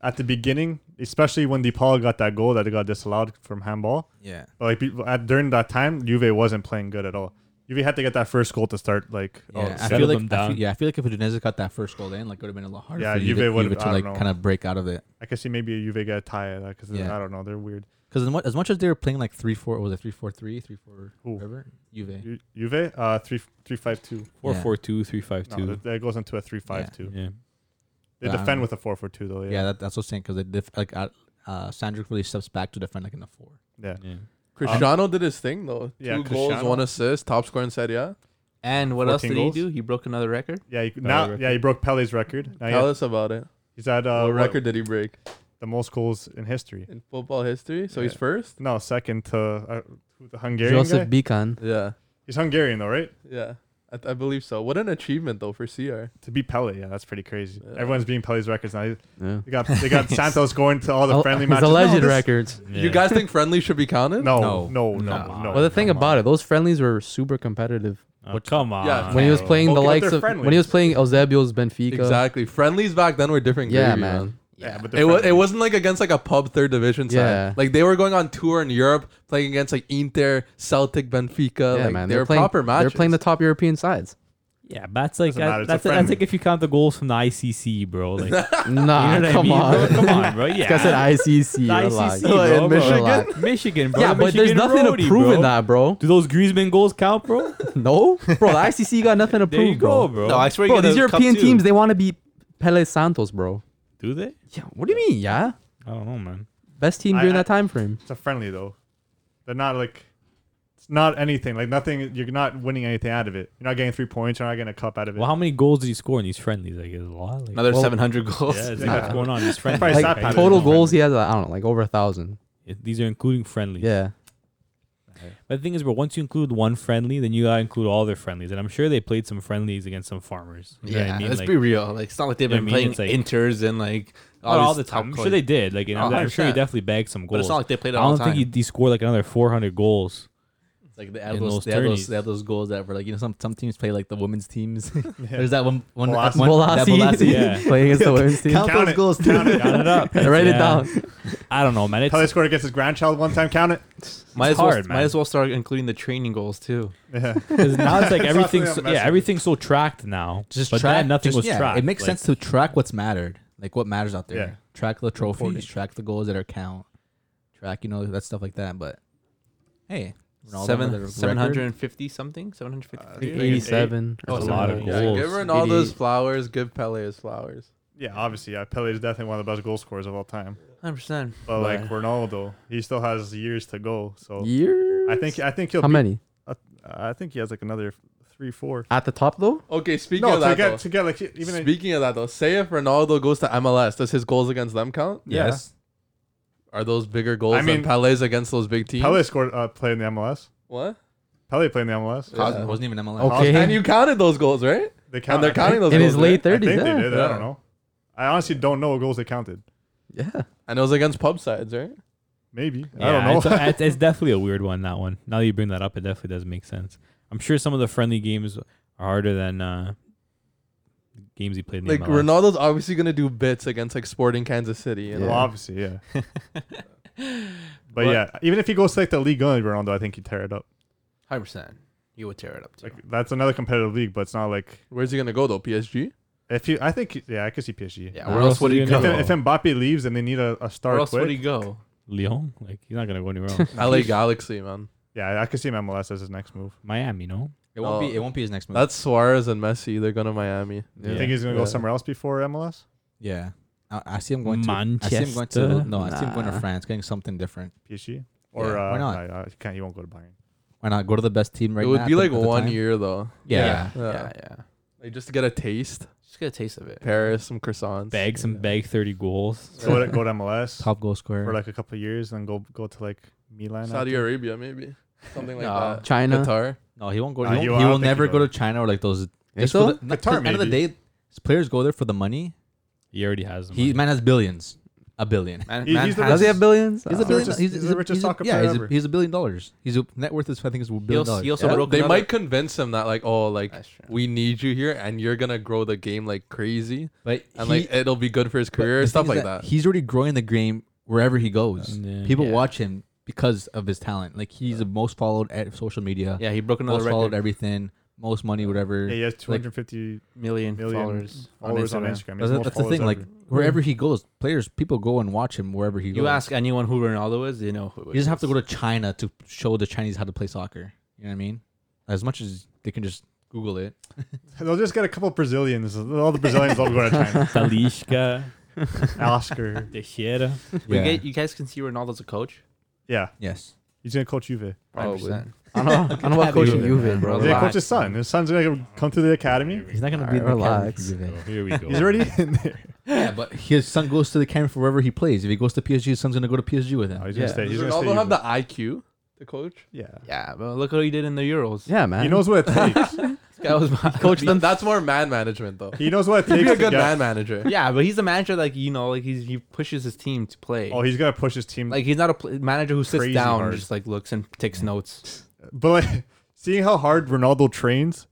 at the beginning, especially when DiPaolo got that goal that they got disallowed from handball. Yeah. But like people, at, during that time, Juve wasn't playing good at all. Juve had to get that first goal to start like Yeah, oh, I settle feel like them I feel- down. yeah, I feel like if Udinese got that first goal in, like it would have been a lot harder. Yeah, for Juve would've- to I like don't know. kind of break out of it. I can see maybe a Juve get a tie at that because Yeah. I don't know, they're weird. Because as mu- as much as they were playing like three four, was it three four three, three four, Who? whatever, Juve. Ju- Juve, uh, three three five two. 4 4 2, 3 5 No, 2. that, that goes into a three five two. Yeah. They Yeah, I don't defend know. with a four four two though. Yeah, Yeah, that, that's what I'm saying. Because they diff- like uh, uh, Sandro really steps back to defend like in the four. yeah. yeah. Cristiano did his thing though. yeah, Two goals, Cristiano. one assist, top scorer in Serie A. And what else 14 did goals? he do? He broke another record. Yeah, you, now record. yeah, he broke Pele's record. Now he- Tell us about it. he's at uh, what what- record did he break the most goals in history. in football history? So he's Yeah. first. No, second to uh, who, the Hungarian guy. Joseph Bican. Yeah, He's Hungarian though, right? yeah, I, th- I believe so. What an achievement though for CR. To beat Pele, yeah, that's pretty crazy. Yeah. Everyone's beating Pele's records now. He- Yeah. They got they got Santos going to all the Al- friendly his matches. alleged no, this- records. You guys think friendly should be counted? No, No. no, no, No. no. Well, Well, the thing come on. about it, those friendlies were super competitive. Oh, come on. Yeah, When he was Bro. playing the Okay, but likes they're of when friendlies. he was playing Eusebio's Benfica. Exactly. Friendlies back then were different. Yeah, gravy, man. yeah, but It, was, it wasn't like against like a pub third division side. Yeah. Like they were going on tour in Europe playing against like Inter, Celtic, Benfica. Yeah, like, man. They They're were playing, proper matches. They're playing the top European sides. Yeah, but that's like Doesn't matter, that, it's a that's, that's friendly. like if you count the goals from the ICC, bro. Like, you know Nah, what I Ah, come mean, bro? on. come on, bro. Yeah, This guy said ICC. The relax. ICC, bro, Oh, in bro. Michigan? Relax. Michigan, bro. Yeah, The but there's Michigan nothing to roadie, prove bro. in that, bro. Do those Griezmann goals count, bro? No, bro. The ICC got nothing to there you prove, bro. go, bro. No, I swear. Bro, these European teams they want to be Pele Santos, bro. Do they? Yeah, what do you mean? Yeah, I don't know, man. best team I- during I- that time frame. It's a friendly though. They're not like it's not anything. Like nothing. You're not winning anything out of it. You're not getting three points. You're not getting a cup out of it. Well, how many goals did he score in these friendlies? Like, is it a lot. Like, Another Well, 700 goals. yeah, it's Yeah. what's going on in these friendlies. Probably Like, sat I Pat don't Total know. goals he has, I don't know, like over a thousand. It- These are including friendlies. Yeah, But the thing is, bro, once you include one friendly, then you gotta include all their friendlies. And I'm sure they played some friendlies against some farmers. You know Yeah, what I mean? let's Like, be real. Like it's not like they've You know been what I mean? playing It's like- Inters and like not all these the time. I'm top sure they clubs. did. Like, and Oh, I'm, I'm sure he 100%. definitely bagged some goals. But it's not like they played I all don't the think time. he, he scored like another 400 goals. It's like they had In those, those they had those tourneys. they had those goals that were like you know some some teams play like the women's teams. There's that one one, Velasi. one that Velasi. yeah. playing against the women's team. Count Count those it. goals too. Count it. Count it up. Write it Yeah. down. I don't know, man. It's Pele scored against his grandchild one time. Count it. Might as hard, well. man. Might as well start including the training goals too. Yeah. because now it's like It's everything's also so, a yeah message. everything's so tracked now. Just but track then nothing just- was yeah, tracked. It makes Like, sense to track what's mattered, like what matters out there. Yeah. Track the trophies, track the goals that are count, track you know that stuff like that. But hey, Ronaldo with Seven, a seven hundred record. and fifty something. Seven hundred Uh, fifty. think Eighty-seven. or That's a something lot like of that. Yeah, goals. give Ronaldo his 88. flowers. Give Pele his flowers. Yeah, obviously, yeah. Pele is definitely one of the best goal scorers of all time. Hundred percent. But like Ronaldo, he still has years to go. So Years? I think I think he'll. How be- many Uh, I think he has like another three, four. at the top though? Okay, speaking No, of that, to get though, to get like e-, even a- speaking of that though, say if Ronaldo goes to MLS, does his goals against them count? yeah. Yes. Are those bigger goals I mean- than Pele's against those big teams? Pele scored uh, played in the MLS. What? Pele played in the MLS. Yeah. Cosmo wasn't even MLS. Okay. And you counted those goals, right? They and they're I think- counting those In goals. his late right? I thirties. think they Yeah. did. I Yeah. don't know. I honestly don't know what goals they counted. yeah. And it was against pub sides, right? Maybe Yeah, I don't know. It's, it's, it's definitely a weird one. That one. Now that you bring that up, it definitely does make sense. I'm sure some of the friendly games are harder than uh, games he played in the Like MLS. Ronaldo's obviously gonna do bits against like Sporting Kansas City. You know? Well, Yeah. obviously, yeah. but, yeah, even if he goes to like the league one, Ronaldo, I think he'd tear it up. Hundred percent. You would tear it up too. Like that's another competitive league, but it's not like Where's he gonna go though? PSG. if you. I think yeah, I could see PSG. yeah. Where Where else else would is he he gonna go? If, if Mbappe leaves and they need a, a star Where else would he quick, go? Lyon. Like he's not gonna go anywhere else. LA Galaxy, man. Yeah, I could see him MLS as his next move. Miami, no. It won't No. be. It won't be his next move. That's Suarez and Messi. They're going to Miami. You think he's gonna Yeah. go somewhere else before MLS? yeah, I, I see him going to I see him going Manchester? to no. I see him going to Nah. France, getting something different. PSG or Yeah, uh, why not? no, uh, he can't. He won't go to Bayern. Why not go to the best team right it now? would at be the- like at the one time? year, though. Yeah. Yeah. yeah, yeah. Like, just to get a taste. Just get a taste of it. Paris, some croissants. Bag some bag thirty goals. Go to, go to MLS top goal for scorer. like a couple of years, then go go to like Milan. Saudi after. Arabia, maybe. Something like No. that. China. Qatar. no, he won't go. Uh, He, won't, you- he I don't will think never he go to will. Qatar or like those. Think just for so? the- no, 'cause Qatar, End of the day, players go there for the money. He already has them. He man has billions, a billion. Man, He- man he's the has- Does he have billions? He's Uh, a billion. richest- he's, he's the a- richest he's a- soccer yeah, player he's a, ever. he's a billion dollars. He's a net worth is I think is a billion also- dollars. he also Yeah. broke They another- might convince him that, like, oh, like, That's true. we need you here and you're going to grow the game like crazy but and, he- like, it'll be good for his but career the and stuff thing like is that. He's already growing the game wherever he goes. Mm. Yeah. People Yeah. watch him because of his talent. Like he's the most followed at social media. Yeah, he broke another most followed record. everything, most money, whatever. Yeah, he has 250 million, million followers. on followers on Instagram. Instagram. He has That's, more that's the followers thing. Like ever. wherever he goes, players, people go and watch him wherever he goes. You ask anyone who Ronaldo is, they know who. He doesn't have to go to China to show the Chinese how to play soccer. You know what I mean? As much as they can just Google it. they'll just get a couple Brazilians. All the Brazilians all go to China. Talishka, Oscar. Teixeira. You, Yeah. guys, you guys can see Ronaldo's a coach. Yeah, yes. he's gonna coach Juve. Probably. 100%. I don't know. I don't know about coaching Juve, Juve, bro. He's gonna coach Relax. his son. His son's gonna come through the academy. He's not gonna Alright, the captain relax. for Juve. Oh, here we go. He's already in there. Yeah, but Uh, his son goes to the camera for wherever he plays. If he goes to PSG, his son's gonna go to PSG with No, him. he's Yeah. gonna stay. Does He's gonna stay. Ronaldo have Juve. the IQ to coach? Yeah. Yeah, but look what he did in the Euros. Yeah, man. He knows what it takes. This guy was Coach them. That's more man management, though. he knows what it takes. He'd be a to good get- man manager. yeah, but he's a manager like you know, like he's he pushes his team to play. Oh, he's gonna push his team. like he's not a pl- manager who sits Crazy down hard. and just like looks and takes notes. But like, seeing how hard Ronaldo trains,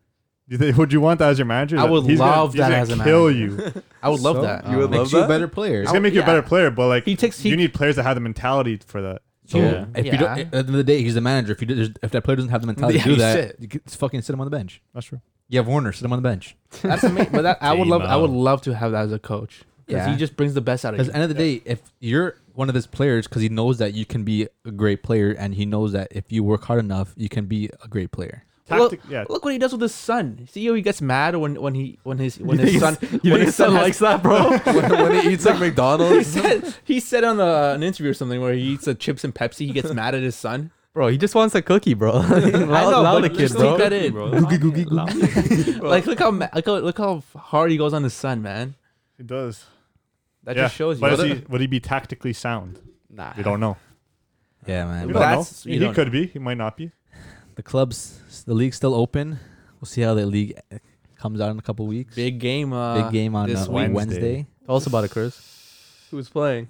do they, would you want that as your manager? I would He's love gonna, that he's as a gonna kill manager. you. I would love So? that. You would Makes love you that. a better player. It's gonna make you a yeah. better player, but like He takes- he- you need players that have the mentality for that. So Yeah. if you don't, Yeah. at the end of the day, he's the manager. If you do, if that player doesn't have the mentality Yeah, to do he's that, shit. you could just fucking sit him on the bench. That's true. You have Warner, sit him on the bench. That's amazing. But that, I would Team love. I would out. uh, love to have that as a coach. Yeah, Yeah. he just brings the best out of Because you. at the end of the day, if you're one of his players, because he knows that you can be a great player, and he knows that if you work hard enough, you can be a great player. Tactic, yeah. Look what he does with his son. See how he gets mad when when he when his when think his son his- you when think his son has- likes that, bro? when, when he eats like he McDonald's, said he said on a, an interview or something where he eats a chips and Pepsi. He gets mad at his son. bro, he just wants a cookie, bro. Allow know, allow but the you kid, just bro. leave that in. Googie, googie, googie. Like look how ma- look how look how hard he goes on his son, man. He does. That yeah. just shows you. But is he, would he be tactically sound? Nah. We don't know. Yeah, We man. don't But know. that's- you He don't could be. He might not be. the clubs, the league's still open. We'll see how the league eh, comes out in a couple weeks. Big game. Uh, Big game on this uh, week. Wednesday. Wednesday. Tell us about it, Chris. who's playing?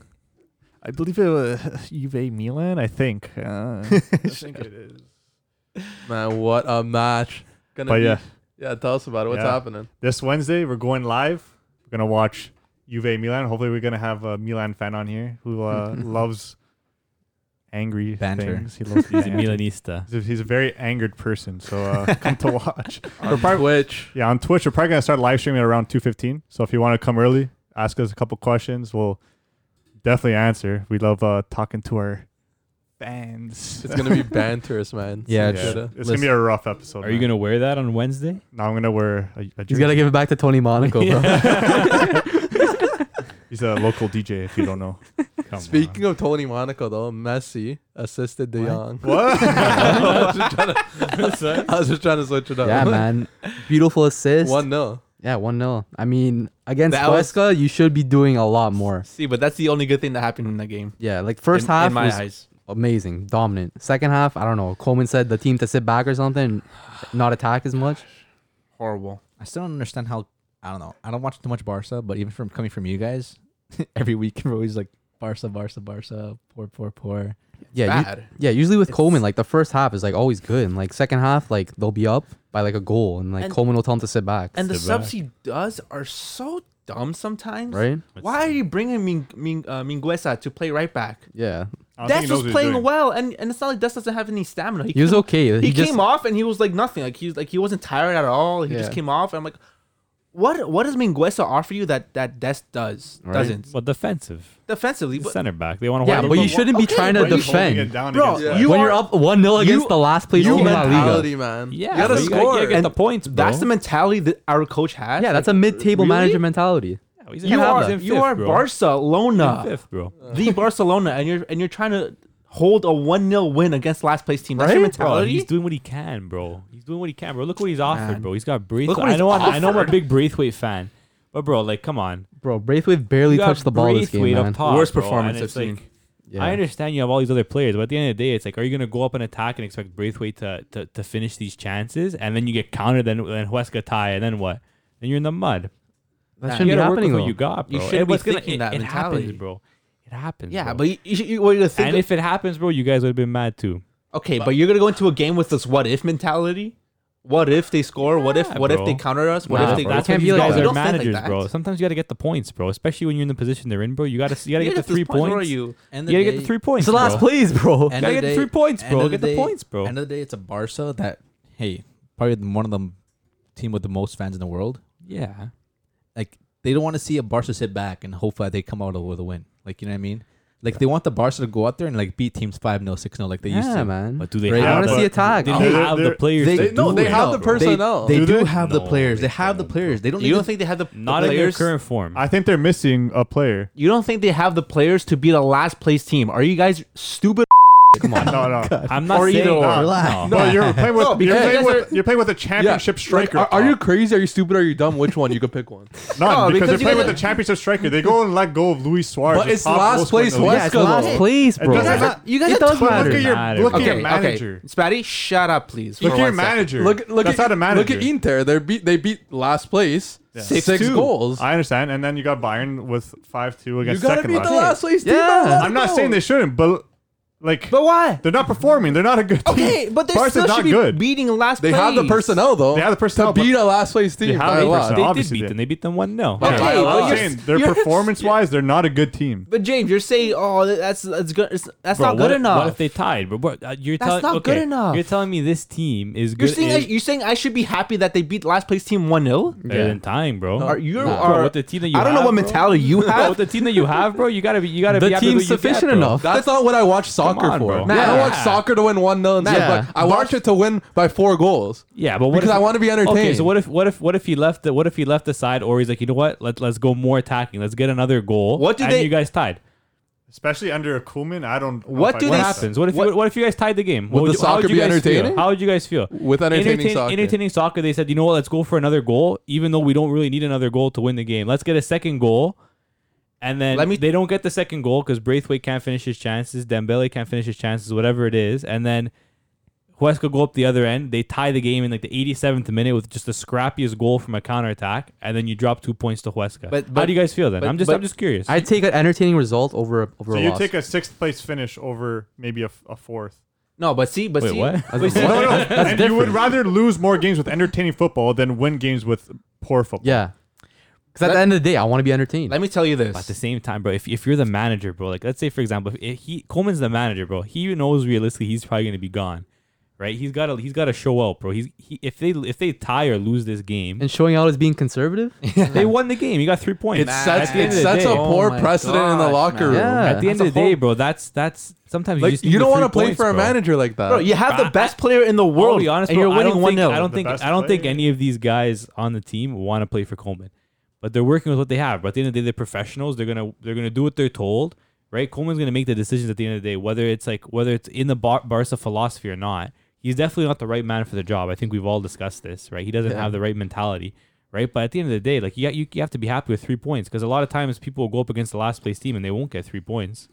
I believe it was Juve Milan. I think. Uh, I think it is. Man, what a match! Gonna But be- yeah, yeah. Tell us about it. What's Yeah. happening? this Wednesday we're going live. We're gonna watch Juve Milan. Hopefully, we're gonna have a Milan fan on here who uh, loves angry Banter. things. He loves He's a banter. Milanista. He's a- He's a very angered person, so uh, come to watch. On Twitch. Yeah, on Twitch, we're probably gonna start live streaming at around two fifteen. So if you want to come early, ask us a couple questions. We'll definitely answer. We love uh, talking to our fans. It's gonna be banterous, man. Yeah, it's, it's- gonna be a rough episode. Are you man. gonna wear that on Wednesday? No, I'm gonna wear a, a He's got to jersey. give it back to Tony Monaco, bro. He's a local DJ. If you don't know, Come Speaking of Tony Monaco, though, Messi assisted De Jong. What? I, was just trying to, on. I was just trying to switch it up. yeah, man. Beautiful assist. One no. Yeah, one 0 I mean, against That was- Huesca, you should be doing a lot more. See, but that's the only good thing that happened in that game. Yeah, like first in, half in my was eyes. amazing, dominant. Second half, I don't know. Coleman said the team to sit back or something, not attack as much. horrible. I still don't understand how. I don't know. I don't watch too much Barca, but even from coming from you guys, every week we're always like Barca, Barca, Barca, poor, poor, poor. Yeah, you- Bad. yeah. Usually with Coleman, like the first half is like always good, and like second half, like they'll be up by like a goal, and like And- Coleman will tell him to sit back. and the Sit subs back. he does are so dumb sometimes. right? Why are you bringing Ming, Ming, uh, Minguesa to play right back? Yeah, I don't think he Des was knows what he's playing doing. well, and, and it's not like Des doesn't have any stamina. he was came- okay. He, just- came off and he was like nothing. Like he was like he wasn't tired at all. He just Yeah. came off. And I'm like, What what does Minguesa offer you that that Des does Right. doesn't Well, defensive. defensively? He's a But center back. They want to Yeah, but you shouldn't be okay, trying to but you- defend. Bro, you when you're are- up 1 0 against you- the last place you team in La Liga. mentality, man. Yeah, you gotta but score. gotta get the points, bro. that's the mentality that our coach has. Yeah, that's a mid table manager mentality. Yeah, he's in- you he's are in you fifth, are bro. Barcelona, He's in fifth, bro. the Uh. Barcelona, and you're and you're trying to hold a one 0 win against last place team. That's your Bro, mentality. he's doing what he can, bro. He's doing what he can, bro. Look what he's offered, Man. bro. He's got Braithwaite. Look what I he's know, I know, I'm a offered. big Braithwaite fan, but bro, like, come on. Bro, Braithwaite barely You got touched the ball this game, Braithwaite up man. top, Worst bro, performance and it's I've like, seen. Yeah. I understand you have all these other players, but at the end of the day, it's like, are you going to go up and attack and expect Braithwaite to, to, to finish these chances, and then you get countered, then then Huesca tie, and then what? Then you're in the mud. That Nah, shouldn't you be gotta work with happening, what though. you got, You bro. shouldn't And be what's gonna- thinking it- that it mentality. happens, bro. It happens. Yeah, bro. but you, you, you, what you're gonna think? and of- if it happens, bro, you guys would have been mad too. okay, but you're gonna go into a game with this what if mentality. What if they score? what if Yeah, what if they bro. counter us? What Nah, if they bro. go That's to can't these be like guys? that. You they're don't think managers, like that. bro. Sometimes you got to get the points, bro. Especially when you're in the position they're in, bro. You got to you got to You get gotta the three get this point, points. Where are you? End You got to get the three points. It's the last bro. place, bro. End Gotta of get the three points, end bro. of Get the day- points, bro. End of the day, it's a Barca that hey, probably the- one of the team with the most fans in the world. Yeah. Like they don't want to see a Barca sit back and hope that they come out with a win. Like you know what I mean? Like they want the Barca to go out there and like beat teams 5 0 6 0 like they used Yeah, to. man. But do they I Right. Yeah, have want to the, see they a tag. don't Oh. They're- have the they're- players they- to no, do they it, have the bro. person- personnel. They, Do do, they? have the No, players. they They have the don't, players. They don't. You even don't think they have the Not the in their players? current form. I think they're missing a player. You don't think they have the players to be the last place team? Are you guys stupid? Come on. No, no. I'm not Or either saying or. No, Relax. No, you're playing with, No, because you're, playing you guys with you're playing with a championship striker. Like, are, are you crazy? Are you stupid? Are you dumb? Which one? You could pick one. None, No, because because they're you playing with guys- a championship striker. They go and let go of Luis Suarez. But the it's top last goal scorer in place the league. Huesca, yeah, it's the last though. place, It bro. doesn't matter. You guys it does Look matter. at matter, your look bro. at Okay, your okay. manager. Spatty, shut up, please. Look for at your one second. manager. Look, look That's at not a manager. look at Inter. They beat they beat last place six, Six-two. goals. I understand. And then you got Bayern with five two you against gotta second beat last. the last place team. Yeah. man. Let I'm it not go. saying they shouldn't, but like But why? they're not performing. They're not a good team. Okay, but they Barca's still not should be good. beating last they place. have the personnel though. They have the personnel, to but- beat a last place team. have by the a lot. personnel. they did obviously beat did. them. They beat them one 0 Okay, Yeah, but I'm you're- saying their you're- performance wise, they're not a good team. But James, you're saying, oh, that's that's good. it's- That's Bro, not what good if- enough. What if they tied, bro? Bro, uh, You're That's telling not okay, good enough. You're telling me this team is you're good. saying I, is- you're saying I should be happy that they beat last place team one 0 better than tying, bro. Are you Nah. are? Bro, with the team that you I don't know have, what bro. mentality you Bro, have. with the team that you have, bro, you gotta be you gotta be The happy team's with what you get, sufficient bro. enough. That's not what I watch soccer on, for. bro. I don't Nah. watch soccer to win one 0 Yeah. I watch it to win by four goals. Yeah, but what Because if, I wanna be Okay, entertained. so what if what if what if he left the what if he left the side or he's like, you know what, let let's go more attacking, let's get another goal. What do and they- you guys tied? Especially under a Kuhlman, I don't. know What if I do they like What that. happens? What if What- you, what if you guys tied the game? What Would the you- how soccer you be guys entertaining? Feel? How would you guys feel? With entertaining Entertain- soccer. entertaining soccer, they said, you know what, let's go for another goal, even though we don't really need another goal to win the game. Let's get a second goal. And then Let me- they don't get the second goal because Braithwaite can't finish his chances, Dembele can't finish his chances, whatever it is. And then Huesca go up the other end. They tie the game in like the 87th minute with just the scrappiest goal from a counterattack. And then you drop two points to Huesca. But- How but- do you guys feel then? but- I'm just but- I'm just curious. I take an entertaining result over a, over So a you loss. take a sixth place finish over maybe a, a fourth. no, but see, but Wait, see, what? but see- No, no, and you would rather lose more games with entertaining football than win games with poor football. yeah. Because at the Let- end of the day, I want to be entertained. let me tell you But at the this. same time, bro, if, if you're the manager, bro, like let's say for example, if- if he Coleman's the manager, bro, he knows realistically he's probably gonna be gone, right? He's gotta he's gotta show up, bro. He's he, if they if they tie or lose this game, and showing out as being conservative? they won the game. You got three points. It sets, at the end of it the sets day, a Oh poor my precedent in the gosh, locker man. room. Yeah. at the end That's of the a day, whole- bro, that's that's sometimes you Like just you don't want to play for a manager like that. Bro, you have the I- best player in the I'll world, be honest, and bro, you're I don't winning one think- 0 I don't The think best I don't think player. any of these guys on the team want to play for Coleman, but they're working with what they have. But at the end of the day, they're professionals. They're gonna they're gonna do what they're told, right? Coleman's gonna make the decisions at the end of the day, whether it's like whether it's in the Bar- Barca philosophy or not. He's definitely not the right man for the job. I think we've all discussed this, right? He doesn't have the right mentality, right? But at the end of the day, like you, got- you, you have to be happy with three points because a lot of times people will go up against the last place team and they won't get three points.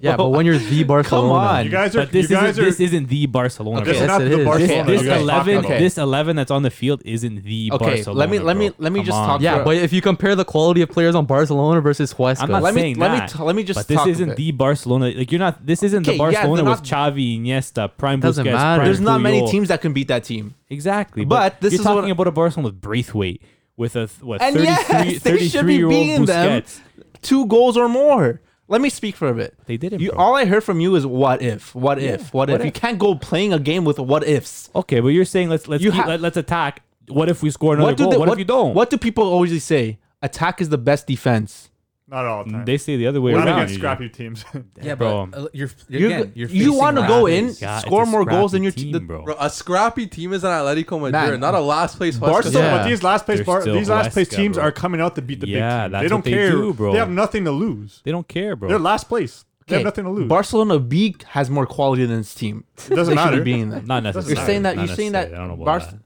Yeah, but when you're the Barcelona, on. You guys are. But this you guys isn't are. this isn't the Barcelona. bro. this is yes, not it the is. Barcelona. Oh, This you guys talked eleven, about. okay. this eleven that's on the field isn't the Okay, Barcelona. let me- let me- bro. let me Come just on. talk yeah, Bro. but if you compare the quality of players on Barcelona versus Huesca, I'm not Let me- saying let me that, t- let me just But this talk a isn't bit. the Barcelona. Like you're not. This isn't Okay, the yeah, they're Barcelona not- with Xavi, Iniesta, Prime Doesn't Busquets. matter. Prime There's not many Puyol. teams that can beat that team. Exactly, But this you're is talking what- about a Barcelona with Braithwaite, with a th- what And 33, yes, they should 33 be year old beating them Busquets. two goals or more. Let me speak for a bit. They didn't, You, bro. all I heard from you is what if, what if, what, what if. You if. can't go playing a game with what ifs. Okay, but you're saying let's let's You keep- have- let, us attack what if we score another What do goal? they- what, if what- you don't? What do people always say? Attack is the best defense. Not all the time. Mm, They say the other way We're not around. against usually. scrappy teams. Yeah, bro. but uh, you're, you're, You again, you're you facing want to go in, rivals. Yeah, it's score a more goals than scrappy your team, the- uh, bro. Bro, a scrappy team is an Atletico Madrid, Man. not a last place Barca- Huesca. So, Yeah. but these last place They're bar, still these last place Huesca, teams bro. are coming out to beat the Yeah, big team. that's They don't what they care. do, bro. They have nothing to lose. They don't care, bro. They're last place. They Okay, have nothing to lose. Barcelona B has more quality than its team. it doesn't They should be matter. beating them. not necessarily. You're saying that. Not You're saying that. necessarily. I don't know about Barce- that.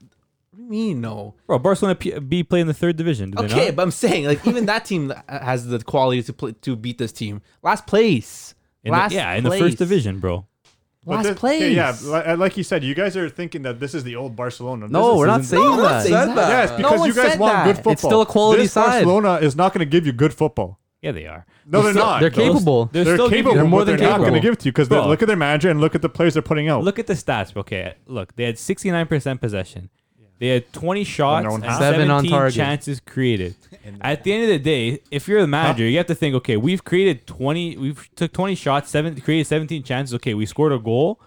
What do you mean no? Bro, Barcelona P- B play in the third division. Do they Okay, not? but I'm saying like even that team has the quality to play, to beat this team. Last place. In the- Last yeah, in the place. first division, bro. But Last this- place. okay, yeah, li- uh, like you said, you guys are thinking that this is the old Barcelona. This No, is- we're not isn't- saying No one that. said that. Yeah, it's No because one you guys said want that. good It's football. still a quality this side. Barcelona is not going to give you good football. Yeah, they are. No, they're still- not. they're They're, capable. They're, they're still capable. They're but more than they're not going to capable. give it to you because Bro. look at their manager and look at the players they're putting out. Look at the stats. bro. Okay, look, they had 69% possession. They had 20 shots no one and has- 17 Seven on target. chances created. At the end of the day, if you're the manager, you have to think, okay, we've created 20, we've took 20 shots, seven created 17 chances. Okay, we scored a goal.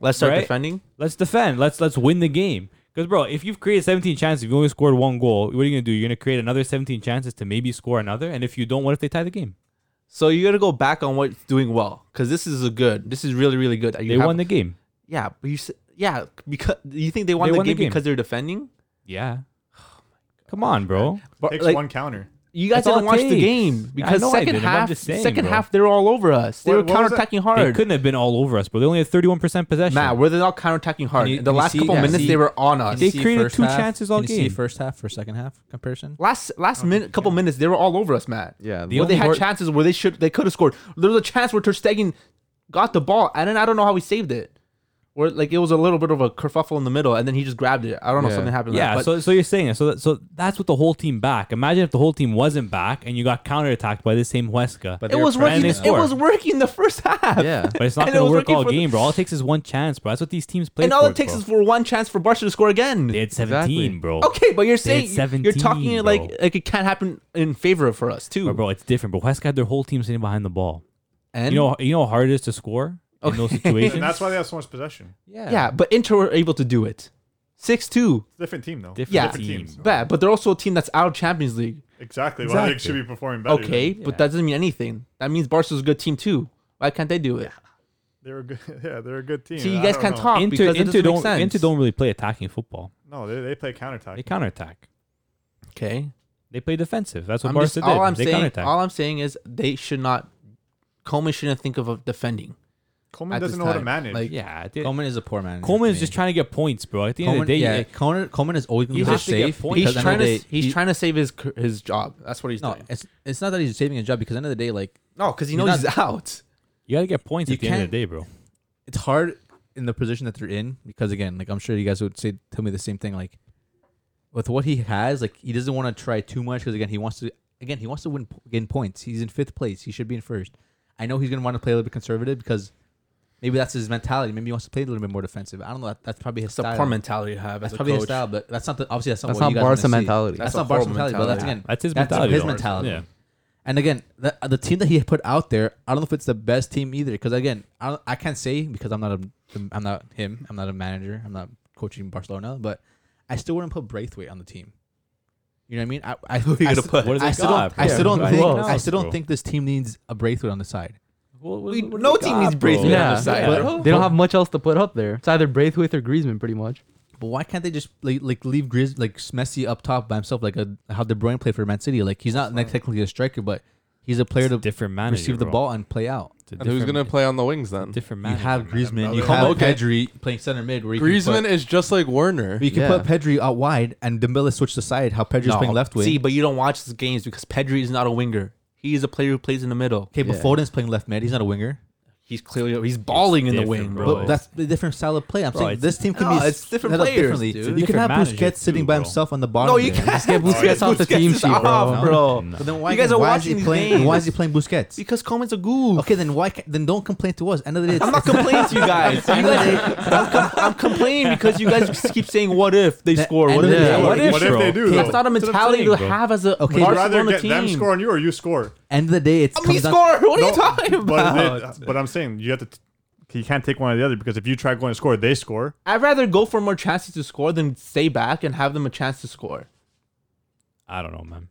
Let's start Right? defending. Let's defend. Let's let's win the game. Because bro, if you've created 17 chances, if you only scored one goal, what are you gonna do? You're gonna create another 17 chances to maybe score another. And if you don't, what if they tie the game? So you got to go back on what's doing well because this is a good. This is really really good. You They have- won the game. Yeah, but you s- yeah because you think they won, They the, won the game game. because they're defending. Yeah. Come on, bro. But, Takes like, one counter. You guys That's all didn't it watch the takes. game Yeah, I because know I second didn't, but I'm half, just saying, second bro. half, they're all over us. They What- were what was that? counterattacking They hard. couldn't have been all over us, bro. They only had 31% possession. Nah, were they not counterattacking hard? Can you- In the can you last see- couple yeah, minutes, see- they were on us. Can They you see created first two half? chances all Can you see game. first half for second half comparison? Last last minute, couple minutes, they were all over us, Matt. Yeah, Well, they only had wor- chances where they should they could have scored. There was a chance where Ter Stegen got the ball, and then I don't know how he saved it. Or like it was a little bit of a kerfuffle in the middle, and then he just grabbed it. I don't know Yeah. something happened. Yeah, there, but so so you're saying it. So that, so that's with the whole team back. Imagine if the whole team wasn't back and you got counterattacked by the same Huesca. But, it was pressing working. and they It was scored. working the first half. Yeah. it's not and it going to was work working all for the- game, bro. All it takes is one chance, bro. That's what these teams play. and all for, it takes bro. is Oh, for one chance for Barca to score again. they had 17, Exactly. bro. okay, but you're They saying had you're 17, talking it like bro. like it can't happen in favor for us too. But bro, it's different. But Huesca had their whole team sitting behind the ball. and you know, you know how hard it is to score in those situations. And that's why they have so much possession. yeah. but Inter were able to do it. Six two. It's a different team, though. Different Yeah. teams. bro. Bad, but they're also a team that's out of Champions League. Exactly. Why they Exactly. should be performing better. Okay, Yeah. but that doesn't mean anything. That means Barca's a good team too. Why can't they do it? They're a good. Yeah, they're a good team. See, you I guys don't can't know. talk Inter, because it Inter doesn't don't, make sense. Inter don't really play attacking football. No, they, they play They counterattack. counterattack. Okay, They play defensive. That's what I'm Barca just, did. all I'm they saying. counterattack. All I'm saying is they should not. Coleman shouldn't think of uh, defending. Coleman At doesn't this know how to time, manage. like- yeah, I did. Coleman is a poor man. Coleman is just trying to get points, bro. At the end Coleman, of the day, yeah, you- Coleman, Coleman is always going You to be have to get safe. points. He's because at the trying end to of the s- day, he's he- trying to save his c- his job. That's what he's No, doing. it's it's not that he's saving his job because at the end of the day, like No, because you You're know not- he's out. you got to get points You at the end of can't- the day, bro. it's hard in the position that they're in because again, like I'm sure you guys would say tell me the same thing. Like with what he has, like he doesn't want to try too much because again, he wants to again he wants to win p- gain points. He's in fifth place. He should be in first. I know he's gonna want to play a little bit conservative because maybe that's his mentality. Maybe he wants to play a little bit more defensive. I don't know. That, that's probably his It's a style. poor mentality to have. that's as a probably his coach. style, but that's not the, obviously that's not That's what not you guys Barca wanna see. mentality. That's, That's a not Barca horrible mentality, but that's mentality. again That's his that's mentality. his though. mentality. Yeah. And again, the the team that he put out there, I don't know if it's the best team either. Because again, I don't, I can't say because I'm not a I'm not him. I'm not a manager. I'm not coaching Barcelona, but I still wouldn't put Braithwaite on the team. You know what I mean? I I, Who you I gonna st- put? What is I it still got, don't, bro? I still don't Yeah. think Who I else, still don't bro? think this team needs a Braithwaite on the side. What- what- We- what do no they team got, needs Braithwaite bro? on Yeah. the side. But bro. they don't have much else to put up there. It's either Braithwaite or Griezmann, pretty much. But why can't they just like, like leave Grizz like Messi up top by himself like a, how De Bruyne played for Man City? Like he's not like, technically a striker, but he's a player It's a to different manager. receive the bro. ball and play out. It's a And who's different- gonna play on the wings then? different You manager? have Griezmann, you brother. have Okay. Pedri playing center mid. Where you can put- Griezmann is just like Werner. We can Yeah. put Pedri out wide and Dembele switch the side. How Pedri's playing left wing. See, but you don't watch his games because Pedri is not a winger. He is a player who plays in the middle. okay, but Yeah. Foden's playing left mid. He's not a winger. He's clearly he's balling in the different, wing, bro. bro. But it's- that's the different style of play. I'm Bro, saying it's- this team can No, be it's different set up players, differently. dude. You Different can have managers Busquets too, sitting by bro. himself on the bottom. no, you there. can't Just get Busquets off the Busquets team is sheet, off, bro. bro. But then why, You guys are why is he watching these playing? games. Why is he playing Busquets? Because Coleman's a goof. Okay, then why? ca- Then don't complain to us. End of the day, it's, I'm not complaining to you guys. You guys I'm, com- I'm complaining because you guys keep saying, "What if they The score? What if end of the they day- score? What if, they do? That's Though? not a That's what I'm mentality saying, to bro. have as a Okay, okay, You'd You'd rather Barcelona get team. them score on you or you score. end of the day, it's Me comes down- score. What are you No, talking but, about? it- but I'm saying you have to t- You can't take one or the other because if you try going to score, they score. I'd rather go for more chances to score than stay back and have them a chance to score. I don't know, man.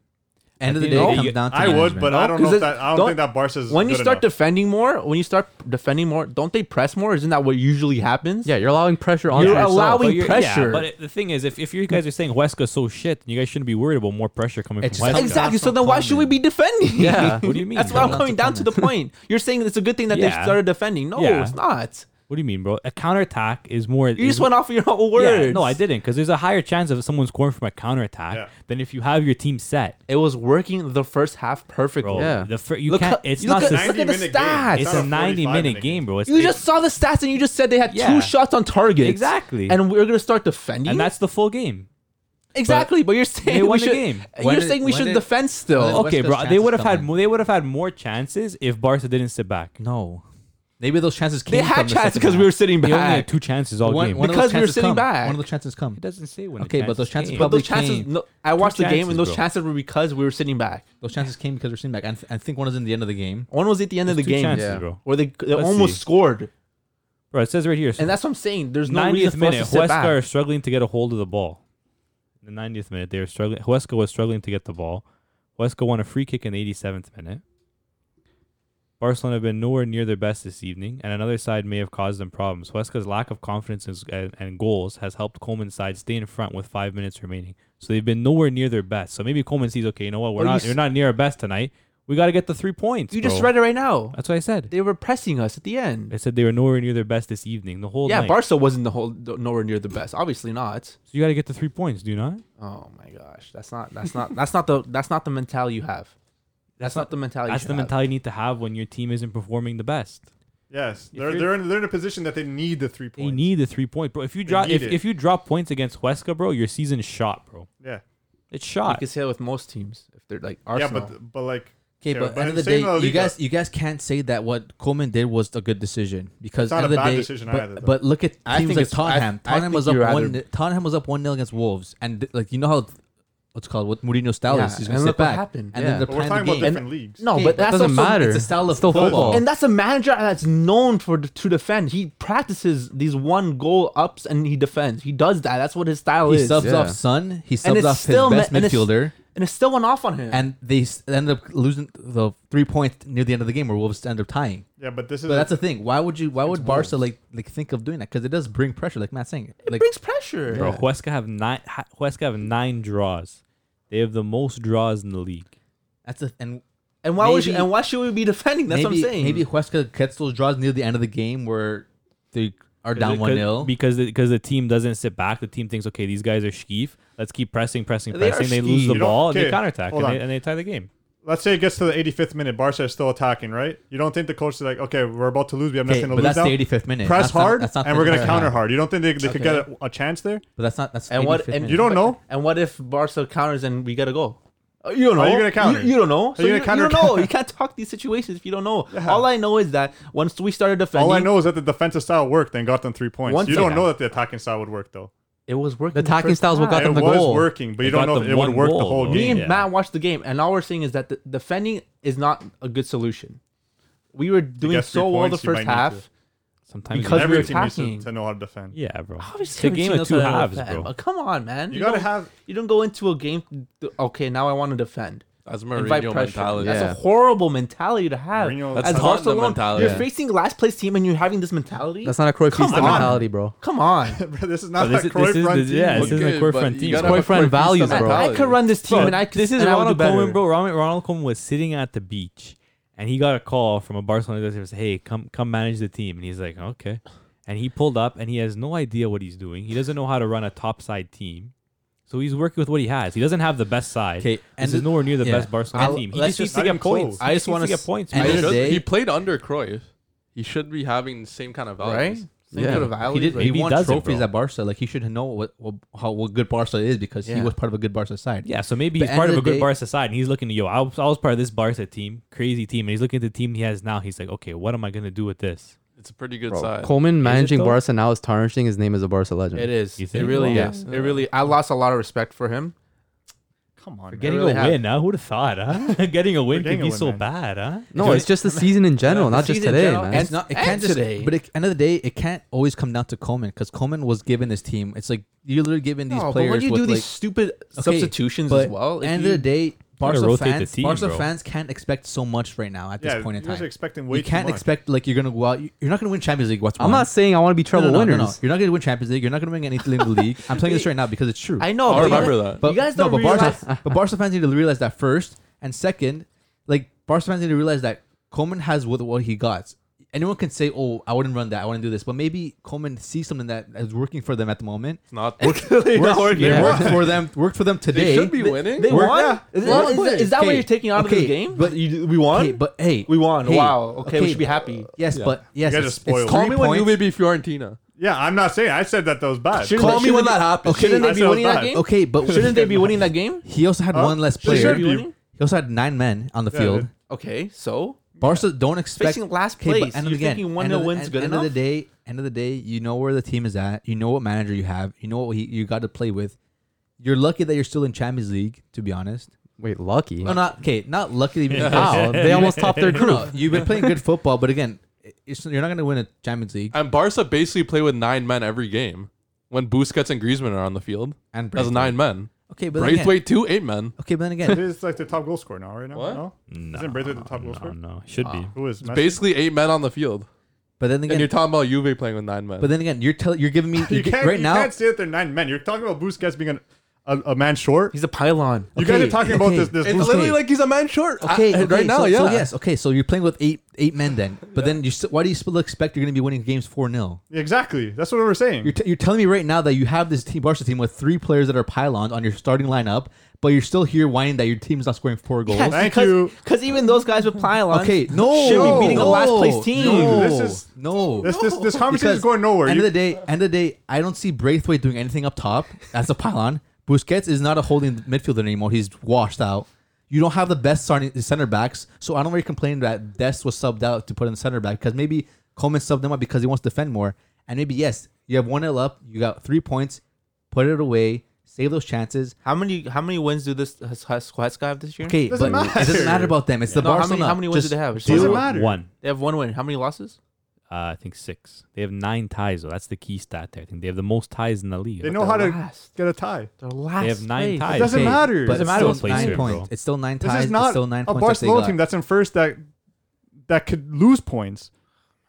End of the think day, no. it comes You- down to I would, management. but I don't know. because If that, I don't, don't- think that Barca is When you good start enough. defending more, when you start defending more, don't they press more? Isn't that what usually happens? Yeah, you're allowing pressure on You're yourself. allowing- But you're- pressure. Yeah, but it- the thing is, if, if you guys are saying Huesca's so shit, then you guys shouldn't be worried about more pressure coming It's from Huesca. just- Exactly. So then why should we be defending? Yeah. What do you mean? That's bro? why I'm Not coming down to the defending. point. You're saying it's a good thing that they Yeah. started defending. No, Yeah. it's not. What do you mean, bro? A counterattack is more. You just went off of your own words. Mm-hmm. Yeah, no, I didn't, because there's a higher chance of someone scoring from a counterattack Yeah. than if you have your team set, It was working the first half perfectly. bro. Yeah. The fir- you Look can't. how- it's you not. look at- sus- look at the 90-minute stats. game. it's not a 90 minute 45-minute game, bro. It's, You it's- just saw the stats and you just said they had Yeah. two shots on target. Exactly. And we're gonna start defending. and that's the full game. exactly. But, you're saying we won the should. game. You're When did- saying we when should did- defend still. when Okay, did- Huesca's bro. They chances would have come had in. mo- they would have had more chances if Barca didn't sit back. no. Maybe those chances came. they had chances because we were sitting They back. only had two chances all one, game. one of those Because we were chances sitting come. back. One of those chances come. it doesn't say when. the Okay, but those chances came. but probably those chances, came. no, I watched the game, chances, and those bro. chances were because we were sitting back. Those chances came because we we're sitting back. And I think one was in the end of the game. One was at the end of There's the two game chances, Yeah. bro. where they, they Let's almost see. scored, Bro, it says right here. and that's what I'm saying. There's no 90th reason for minute, us to sit Huesca back. are struggling to get a hold of the ball. In the 90th minute, they were struggling. Huesca was struggling to get the ball. Huesca won a free kick in the 87th minute. Barcelona have been nowhere near their best this evening, and another side may have caused them problems. Huesca's lack of confidence is- and, and goals has helped Coleman's side stay in front with five minutes remaining. So they've been nowhere near their best. So maybe Coleman sees, okay, you know what? We're Oh, you not, s- you're not near our best tonight. We got to get the three points. You just bro." read it right now. That's what I said. They were pressing us at the end. I said they were nowhere near their best this evening. The whole yeah, night. Barca wasn't the whole nowhere near the best. Obviously not. so you got to get the three points, do you not? Oh my gosh, that's not that's not that's not the that's not the mentality you have. That's, not, the mentality. That's the mentality you need to have when your team isn't performing the best. Yes, If they're you're- they're in, they're in a position that they need the three They points. need the three point, bro. If you They drop need if, it. if you drop points against Huesca, bro, your season's shot, bro. Yeah, It's You shot. can say that with most teams if they're like yeah, Arsenal. but but like Okay, Yeah, but, but in end of the the same day, La you Liga- guys, you guys can't say that what Coleman did was a good decision because It's not end a of the bad day, decision but, either, though. but look at I teams think like it's- I- Tottenham. I Tottenham think was up you rather- one. Tottenham was up one 0 against Wolves, and th- like you know how what's called what Mourinho style Yeah, is. He's and gonna sit look what back, happened. and Yeah. then they're but we're playing talking the about game. different leagues. no, Okay, but but that's doesn't also, matter. It's a style of Still football. football. And that's a manager that's known for to defend. He practices these one goal ups and he defends. He does that. That's what his style He is. subs Yeah. off Son. He subs it's off still his best me- and it's- midfielder, and it still went off on him. and they s- end up losing the three points near the end of the game, where Wolves end up tying. Yeah, but this is But that's the thing. Why would you? Why would Barca like like think of doing that? Because it does bring pressure, like Matt's saying. it Like brings pressure. Bro, Huesca have nine ha- Huesca have nine draws. They have the most draws in the league. that's a, and And why would you, Maybe- and why should we be defending? That's maybe, what I'm saying. Maybe Huesca gets those draws near the end of the game where they are down one 0 because the, because the team doesn't sit back. The team thinks, okay, these guys are schief. Let's keep pressing, pressing, They are pressing. They lose schief. the You don't- ball. and They okay, counterattack hold and on. they, and they tie the game. let's say it gets to the 85th minute. Barca is still attacking, right? You don't think the coach is like, okay, we're about to lose. We have Okay, nothing to but lose that's now. the 85th minute. Press That's not- hard, that's not and we're the gonna entire counter half. hard. You don't think they, they could get a, a chance there? But that's not that's and what? 85th And minute. You don't know? And what if Barca counters and we get a goal? Uh, You don't know. Are you gonna counter? You, you don't know. So you you, gonna you counter- don't know. You can't talk these situations if you don't know. All I know is that once we started defending, All I know is that the defensive style worked and got them three points. Once you don't they- know that the attacking style would work though. it was working. The attacking first style is what half. got them It the was goal. working, but you They don't got know if them it would one work the goal, whole though. Me game. and Yeah. Matt watched the game, and all we're saying is that the defending is not a good solution. We were doing get three so well the points, you first might need half. Sometimes Because- because Every we're team needs to, attacking. to know how to defend. yeah, bro. Obviously, it's a game Pochettino of two knows how to halves, defend, bro. but Come on, man. You, gotta don't- have You don't go into a game. th- Okay, now I want to defend. That's Invite Mourinho pressure. mentality. That's Yeah. a horrible mentality to have. Mourinho- That's As not the Barcelona, mentality. you're Yeah. facing last place team and you're having this mentality. That's not a Cruyffista Come on. mentality, bro. Come on. this is But not this a is- this Cruyff is run the- team. yeah, this is a Cruyff run team. Cruyff run values, bro. I could run this team Bro, and I could. this is and I would Ronald do better. Coleman, bro. Ronald, Ronald Coleman was sitting at the beach, and he got a call from a Barcelona executive. says, Hey, come come manage the team, and he's like, okay. And he pulled up, and he has no idea what he's doing. He doesn't know how to run a top side team, so he's working with what he has. He doesn't have the best side. 'Kay, this and is th- nowhere near the yeah. best Barcelona I'll- team. He let's just needs just- to not get even points. close. He I just needs wanna to get s- points. I man. End He, of the should, day- he played under Cruyff. He should be having the same kind of Right? values. Same Yeah. sort of values, He did. right? He Maybe he won doesn't, trophies bro. at Barca. Like he should know what, what how what good Barca is because he Yeah. was part of a good Barca side. Yeah, so maybe But he's end part of of a the good day- Barca side, and he's looking to yo, I was, I was part of this Barca team, crazy team, and he's looking at the team he has now. He's like, okay, what am I gonna do with this? It's a pretty good side. Coleman managing though? Barca now is tarnishing his name as a Barca legend. It is. You It think? really Yeah. is. It really. I lost a lot of respect for him. Come on, For man. getting really a have- win, huh? Who'd have thought, huh? getting a win getting could a be win, so man. bad, huh? No, it's just the season in general, not just season in today, general man. and- it's not. It and can't just. today. But at end of the day, it can't always come down to Coleman because Coleman was given this team. It's like you're literally giving these No, players. but when you with do like, these stupid Okay, substitutions but as well, if end you- of the day, Barca rotate the fans, team, Barca bro. fans can't expect so much right now at yeah, this point in you guys time. are expecting way You can't too much. expect like you're gonna go out. You're not gonna win Champions League. What's I'm not saying I want to be no, trouble no, no, no, winners. no. You're not gonna win Champions League. You're not gonna win anything in the league. I'm saying this right now because it's true. I know. I but remember you- that. But you guys no, don't but realize. Barca, but Barca fans need to realize that first, and second, like Barca fans need to realize that Coleman has what what he got. Anyone can say, "Oh, I wouldn't run that. I wouldn't do this," but maybe Coleman sees something that is working for them at the moment. It's not working. Worked, Yeah. worked for them. Worked for them They today. should be winning. They We're- won. yeah. Is, Well is- is played. that what Okay. you're taking out of Okay. this game? But you, we won. Hey, but hey, we won. Hey. wow. Okay, we Okay. should be happy. Yes, Yeah. but yes, guys are it's, spoiled. it's Call Call three me when you points. baby Fiorentina. Yeah, I'm not saying. I said that that was bad. Shouldn't Call they- me when shouldn't that happens. Shouldn't I they be said winning it's that not. game? Okay, but Shouldn't they be winning that game? He also had Huh? one less Should player. be. winning? He also had nine men on the Yeah, field. dude. Okay, so Barca don't expect Facing last Okay, but place, end of you're again, thinking one end nil of the- win's end- good end of enough? the day, end of the day, you know where the team is at. You know what manager you have. You know what he, you got to play with. You're lucky that you're still in Champions League. To be honest, Wait, lucky. no, not okay, not lucky. Wow, they almost topped their No, group. no, you've been playing good football, but again, it's, you're not going to win a Champions League. And Barca basically play with nine men every game. When Busquets and Griezmann are on the field, And that's Braithwaite. nine men. Okay, but then again, Braithwaite two, eight men. okay, but then It again, is like the top goal scorer now, right now. What? No? No, Isn't Braithwaite the top goal no, scorer? no, should be. Who is Messi? Basically eight men on the field. but then And you're again, talking about Juve playing with nine men. but then again, you're telling you're giving me You you get- can't right you now. can't say that they're nine men. You're talking about Busquets being an, a, a man short. he's a pylon. you guys okay, are talking about okay. this this it's Busquets. literally like he's a man short. I- Okay, okay, right now, so, yeah. so yes, okay, so you're playing with eight eight men then, but then you still, why do you still expect you're going to be winning games four 0 Exactly. That's what we're saying. You're, t- you're telling me right now that you have this team, Barca team with three players that are pylons on your starting lineup, but you're still here whining that your team's not scoring four goals. Yes, Thank because, you. Because even those guys with pylons Okay, no, should No, be beating no, a last place team. No, This is- no. this, this this conversation Because is going nowhere. End of You, the day, end of the day, I don't see Braithwaite doing anything up top. That's a pylon. Busquets is not a holding midfielder anymore. He's washed out. You don't have the best starting center backs, so I don't really complain that Dest was subbed out to put in the center back because maybe Coleman subbed him up because he wants to defend more. And maybe yes, you have one L up, you got three points, put it away, save those chances. How many how many wins do this has, has Huesca have this year? Okay, Doesn't but it matter. doesn't matter about them. It's the No, how Barcelona. many how many wins Just do they have? Just doesn't one. matter. One, They have one win. How many losses? uh, I think six. They have nine ties, though. That's the key stat there. I think they have the most ties in the league. they know how to last. get a tie. They're last. They have nine place. ties. It doesn't Okay, matter. But Doesn't it's matter still what place nine you're in, points. bro. It's still nine This ties. is not it's still nine a points. that they Barcelona got. team that's in first that that could lose points.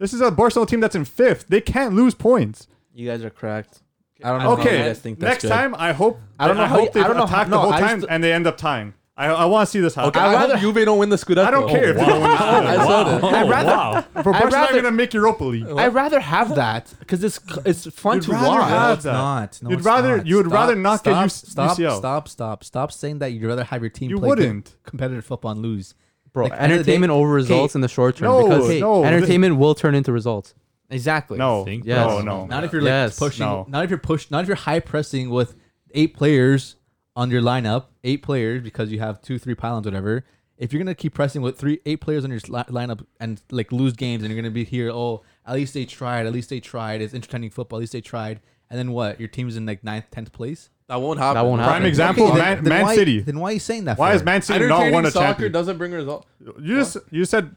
This is a Barcelona team that's in fifth. They can't lose points. You guys are correct. I don't know. how you Okay, guys think that's next good. time I hope I don't know I how you- hope they I don't know how- attack the no, whole I just- time and they end up tying. I I want to see this happen. I, I'd I, hope rather- Juve don't win the Scudetto. I don't care if they Oh, don't win. I the said it. Oh, I'd rather- wow. Scudetto. For Barcelona, rather- I'm gonna make Europa League. I'd rather have that because it's it's fun You'd to rather watch. have- it's that. not. No, You'd it's rather- not. you would rather not get stop, U- stop, UCL. Stop, stop, stop saying that you'd rather have your team. You play good wouldn't. competitive football and lose, Bro, Like, end of the entertainment day- over results in the short term No, because okay. no, this- entertainment will turn into results. Exactly. No, think no, yes. no. Not if you're like Yes. pushing. No. Not if you're push. Not if you're high pressing with eight players on your lineup. Eight players because you have two, three pylons, whatever. If you're gonna keep pressing with three, eight players on your li- lineup and like lose games, and you're gonna be here, oh, at least they tried. At least they tried. It's entertaining football. At least they tried. And then what? Your team's in like ninth, tenth place. That won't happen. That won't Prime happen. example, then- Man, then Man why- City. Then why are you saying that? Why for? is Man City not Entertaining won a soccer champion? doesn't bring results. You just you said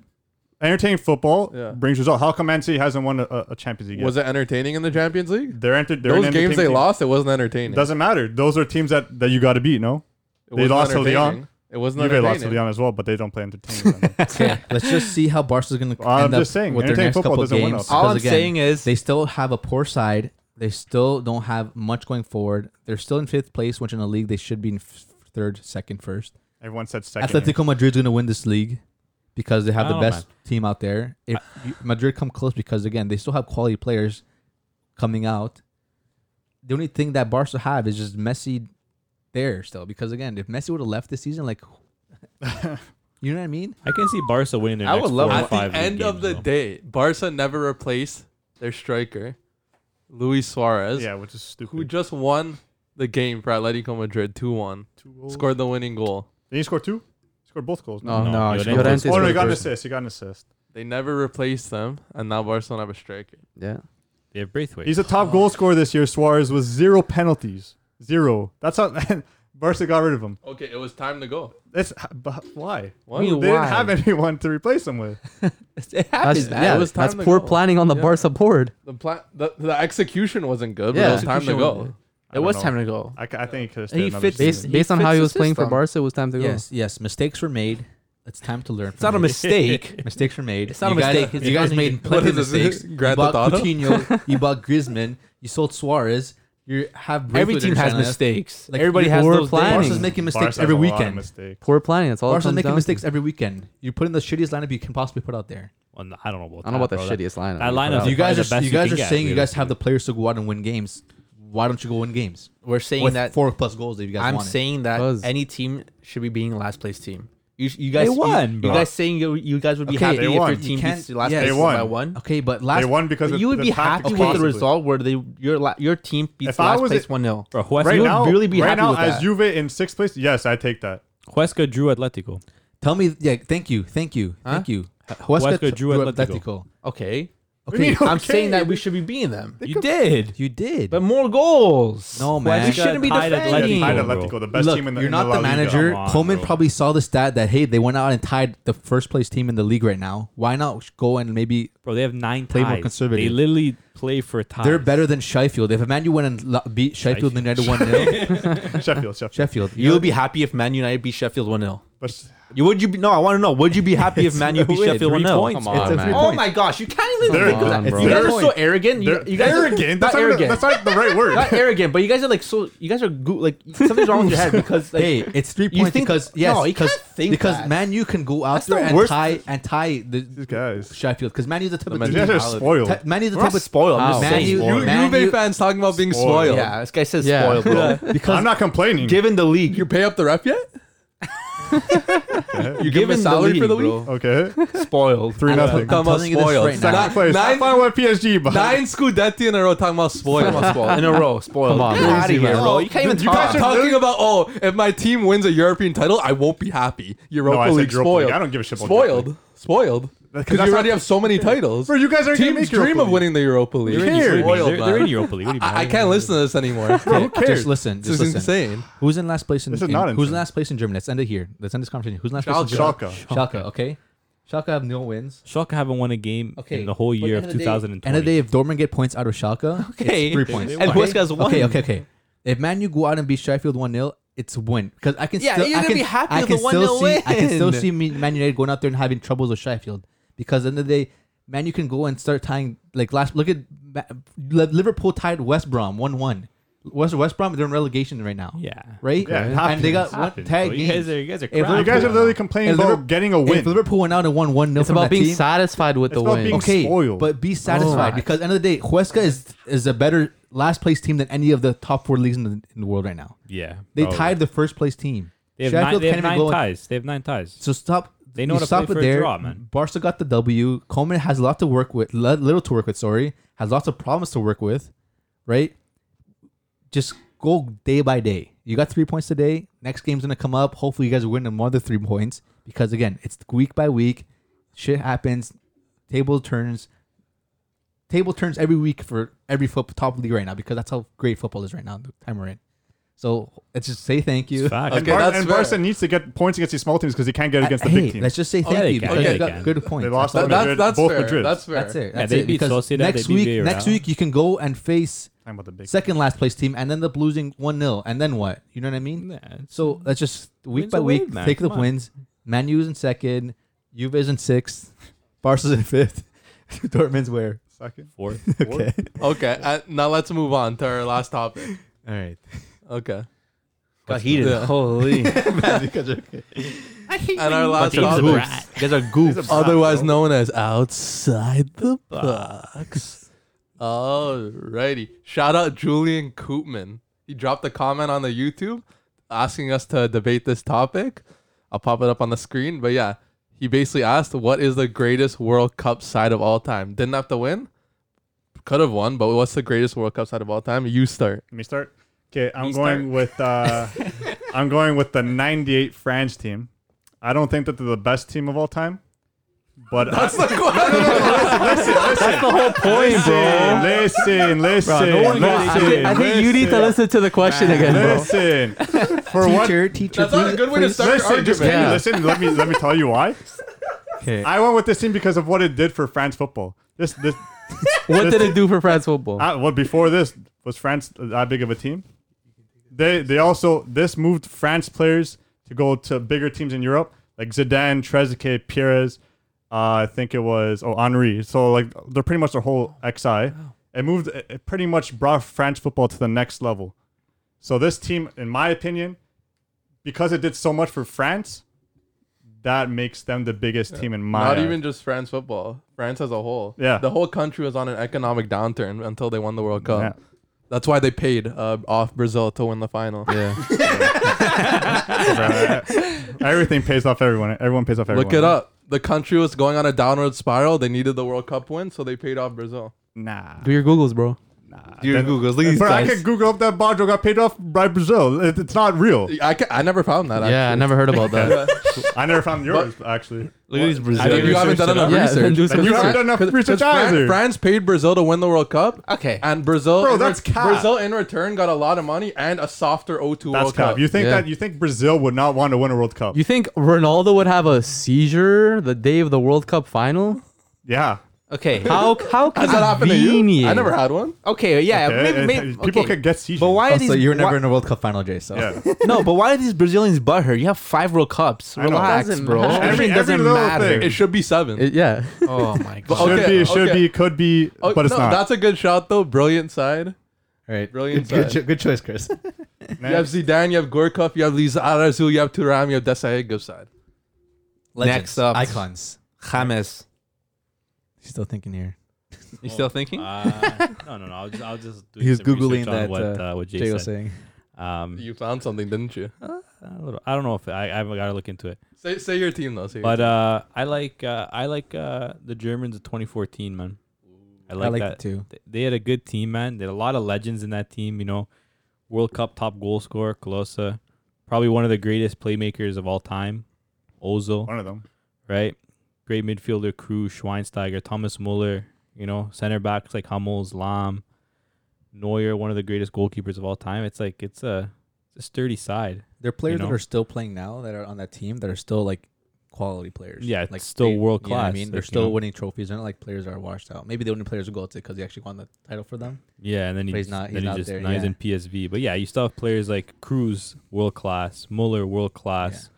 entertaining football Yeah. brings result. How come Man City hasn't won a, a a Champions League? Yet? Was it entertaining in the Champions League? they're enter- they're an Those games entertaining they team. lost, it wasn't entertaining. doesn't matter. Those are teams that, that you got to beat. No, It they wasn't lost to Lyon. entertaining. It wasn't Juve lost to entertaining. Leon as well, but they don't play entertaining. Okay, let's just see how Barca's going to I'm end up just saying, with their entertaining next football couple of doesn't win games. out. All I'm 'Cause again, saying is they still have a poor side. They still don't have much going forward. They're still in fifth place, which in the league they should be in f- third, second, first. Everyone said second. Atletico Madrid's going to win this league because they have I the Oh, don't know, best team out there. If you, Madrid come close, because again they still have quality players coming out. The only thing that Barca have is just Messi there still. Because again, if Messi would have left this season, like, you know what I mean? I can see Barca winning their I next would love four or At five the end games, of the though. day, Barca never replaced their striker, Luis Suarez, yeah, which is who stupid. just won the game for Atletico Madrid 2 1, scored the winning goal. Did he score two? He scored both goals. No, No, no, Llorente Llorente Oh no, he got scored an first. assist. He got an assist. They never replaced them, and now Barcelona have a striker. Yeah. They have Braithwaite. He's a top goal scorer this year. Suarez with zero penalties. Zero. That's how. Barca got rid of him. Okay, it was time to go. That's but why? Why? They Mean, didn't why? have anyone to replace him with. it That's, happens, man. yeah, It was that's time to poor go. planning on the Yeah. Barca board. The plan, the, the execution wasn't good, but Yeah. it was time to Execution go. I It don't was know. time to go. I, ca- I think he could have He stayed another fits- Based, season. He based on fits how he the was playing for system. Barca, it was time to go. Yes, yes. Mistakes were made. It's time to learn. It's not a mistake. Mistakes were made. It's not you a guys, mistake. It's you guys funny. made plenty of What is this, mistakes. you Grand bought Theft Auto? Coutinho. you bought Griezmann. You sold Suarez. You have Braithwaite Every team has in China. mistakes. Like, Everybody you has were those planning. days. Barca's making Barca mistakes has every a lot of weekend. mistakes. Poor planning. That's all. it Barca's comes making down mistakes To. every weekend. You put in the shittiest lineup you can possibly put out there. Well, no, I don't know about. I don't know about that, the bro. shittiest lineup. That we put Oh, lineup- out. you guys the are best you you guys can are get, saying you guys realistically. have the players to go out and win games. Why don't you go win games We're saying with that. four plus goals if you guys I'm want it? saying that Buzz. any team should be being last place team. You, sh- you guys, They won, You, you bro. guys saying you, you guys would be they Okay, happy if won. your You team can't- beats the last yes. place They won. by one. Okay, but They last won because But of you would the be tactics happy with the possibly. result where they your la, your team beats If the I last was place a- one 0 Bro, Huesca, Right You would now, really be right happy now, with as that. Juve in sixth place, yes, I take that. Huesca drew Atletico. Tell me, yeah. Thank you, thank you, thank you. Huesca Huesca drew Atletico. Okay, Okay, mean, I'm okay, saying that they- we should be beating them, You did. you did. but more goals. No, man. we shouldn't be Tied defending. Atletico. Yeah, tied Bro. Atletico, the best Look, team in the you're in not La the, Liga. manager. Come on, Coleman bro. probably saw the stat that hey, they went out and tied the first place team in the league right now. Why not go and maybe Bro, they have nine Play ties. more conservative. They literally play for ties. they're better than Sheffield? If Man U went and lo- beat Sheffield and United one 0 Sheffield, Sheffield. Sheffield, You'll be happy if Man United beat Sheffield one 0 But You would you be? No, I want to know. Would you be happy if Man U beat Wait, Sheffield one three 0 points, Come on, bro. man. Oh my gosh, you can't even. They're- do that. Come on, you guys bro. are so arrogant. You, they're- you guys Are, not arrogant. That's not, arrogant. The, that's not the right word. not arrogant, but you guys are like so. You guys are goo like something's wrong with your head because like hey, it's three You points think- because yes, No, you because can't think because that. Man U can go out That's there the and worst- tie and tie the These guys. Sheffield because Man U's the type of You team. guys are spoiled. Ti- Man U's the we're not type of spoiled. I'm How? just Man saying. U- Spoiled. You, Man Juve U- fans talking about being Spoiled. spoiled. Yeah, this guy says Yeah. spoiled, bro. I'm not complaining. Given the league, You pay up the ref yet? you give him a salary for the week? okay. Spoiled. Three nothing. Talking about telling you this spoiled. right now. Second place. Nine- Nine, I with PSG, but Nine scudetti in a row talking about Spoiled. spoiled. spoiled. In a row. Spoiled. Come on, Get out crazy, of here, man. bro. You can't even You guys talk. are talking about oh, if my team wins a European title, I won't be happy. Europa I said League Europa spoiled. League. I don't give a shit about Europa spoiled. Spoiled. That's- Because that's you not- already have so many titles. Bro, you guys aren't gonna Teams make Europa dream of League. winning the Europa League. They're in, Europa League. Spoiled, They're, they're in man. Europa League. What do you mean? I, I can't listen to this anymore. Bro, who cares? Just listen. This Just is listen. insane. Who's in last place in, This is in- not Who's in insane. last place in Germany? Let's end it here. Let's end this conversation. Who's in last place in Schalke. Germany? Schalke. Okay. Schalke have no wins. Schalke haven't won a game Okay, in the whole but year end of the day- 2020. End of the day, if Dortmund get points out of Schalke, Okay. it's three points. And Huesca's one. Okay, okay, okay. If Man U go out and beat Sheffield 1 0, it's a win. Because I can Yeah, still, you're I gonna can, be happy I with can the 1-0 still see, I can still win. see Me- Man United going out there and having troubles with Sheffield. Because at the end of the day, Man U can go and start tying. Like last, look at Ma- Li- Liverpool tied West Brom 1 1. West, West Brom, they're in relegation right now. Yeah. Right? Yeah, it and they got happens. one Happens, tag Bro, you guys games. are you guys are If crap. You guys are literally complaining If about Liverpool- getting a If win. Liverpool went out and won 1 0 It's from about that being team, satisfied with It's the about win. being Okay. okay, spoiled. but be satisfied Oh. because at the end of the day, Huesca is is a better last place team than any of the top four leagues in the, in the world right now. Oh, yeah. They bro. tied the first place team. They have nine, Sheffield they have can't even nine go- ties. They have nine ties. So stop. They know you how to stop play it for a there. draw, man. Barca got the W. Coleman has a lot to work with, li- little to work with. Sorry, has lots of problems to work with, right? Just go day by day. You got three points today. Next game's gonna come up. Hopefully, you guys win another three points because again, it's week by week. Shit happens. Table turns. Table turns every week for every football top league right now because that's how great football is right now. The time we're in. So let's just say thank you. It's fact. And, Okay, Bar- that's and fair. Barca needs to get points against these small teams because he can't get against the hey, big teams. Let's just say thank they you. can. because Okay, you they got can. good points. They lost That's on all. That's, that's both fair. Madrids. That's fair. That's it. That's they it. beat Because Sociedad, next they beat week, Villarreal. next week you can go and face Talking about the big second last place team and end up losing one 0 and then what? You know what I mean? Nah, it's- So let's just week Wins by are week wins, man. take the Come on. wins. Man U's in second, Juve's in sixth, Barca's in fifth, Dortmund's where? second. fourth. Okay. Okay, uh, now let's move on to our last topic. All right. Okay. Got heated. Yeah. Holy. Man, you guys are okay. And our But last he's a topic, brat. You guys are goofs. otherwise known as outside the box. Alrighty. Shout out Julian Koopman. He dropped a comment on the YouTube asking us to debate this topic. I'll pop it up on the screen. But yeah, he basically asked, "What is the greatest World Cup side of all time?" Didn't have to win. Could have won, but what's the greatest World Cup side of all time? You start. Let me start. Okay, I'm going with uh, I'm going with the '98 France team. I don't think that they're the best team of all time, but that's I, listen, listen, listen, no one listen, gets I think, I think you need to listen to the question again, bro. listen. For what? teacher, teacher, That's not a please, good way to please. start your Listen, just argument. can you Yeah. listen. Let me let me tell you why. Okay. I went with this team because of what it did for France football. This this What this did team- it do for France football? Uh, well, before this, was France that big of a team? They they also this moved France players to go to bigger teams in Europe, like Zidane, Trezeguet, Pires. Uh, I think it was oh Henri. So like they're pretty much their whole XI. It moved. It it pretty much brought France football to the next level. So this team, in my opinion, because it did so much for France, that makes them the biggest team in my. Not eyes. even just France football. France as a whole. Yeah. The whole country was on an economic downturn until they won the World Cup. Yeah. That's why they paid uh, off Brazil to win the final. Yeah. everything pays off everyone. Everyone pays off everyone. Look it up. The country was going on a downward spiral. They needed the World Cup win, so they paid off Brazil. Nah. Do your Googles, bro. Do your Googles. Look I can Google up that Baggio got paid off by Brazil. It, it's not real. I, ca I never found that. Yeah, I actually. never heard about that. I never found yours, actually. Look at these I mean, you Brazilians. haven't done enough Yeah, then research. do some you haven't research. done enough Because research Fran- either. France paid Brazil to win the World Cup, Okay. and Brazil, Bro, in re- that's cap. Brazil in return got a lot of money and a softer 0-2 That's cap. World Cup. You think Yeah. that you think Brazil would not want to win a World Cup? You think Ronaldo would have a seizure the day of the World Cup final? yeah. Okay. How how Has that happened to you? I convenient. never had one. Okay. Yeah. Uh, Okay, may- it- may- it- people okay. could get seizures. But why are these? Also, you were why- never in a World Cup final, Jay. So Yeah. no, but why are these Brazilians butt her? You have five World Cups. know. Relax, Doesn't bro. matter. Every- Everything every doesn't little matter. thing. It should be seven. It- yeah. Oh my god. okay, should be, should okay. be, could be, Oh, but it's no, not. that's a good shot though. Brilliant side. All right. Brilliant Good, side. cho- good choice, Chris. You have Zidane, you have Gorkov, you have Lizarazu, you have Turam, you have Desai. Good side. Next up. icons. James. Still thinking here. You still thinking? Uh, no, no, no. I'll just, I'll just do He's some research Googling on that, what, uh, uh, what Jay, Jay said. was saying. Um, You found something, didn't you? a little, I don't know if I, I haven't got to look into it, Say, say your team though. Say your but uh, I like uh, I like uh, the Germans of 2014, man. I like, I like that. it too. Th- They had a good team, man. They had a lot of legends in that team. You know, World Cup top goal scorer Colosa, probably one of the greatest playmakers of all time, Ozil. one of them. right? Great midfielder crew, Schweinsteiger, Thomas Muller, you know, center backs like Hummels, Lam, Neuer, one of the greatest goalkeepers of all time. It's like it's a, it's a sturdy side. There are players know? that are still playing now that are on that team that are still like quality players. Yeah, it's like still they- world you know what class, I mean, like, they're you still know? winning trophies. They're not like players that are washed out. Maybe the only players who go to because he actually won the title for them. Yeah, and then he But he's just- not- then he's he not just there, now he's yeah. in PSV. But yeah, you still have players like Cruz, world class, Muller, world class,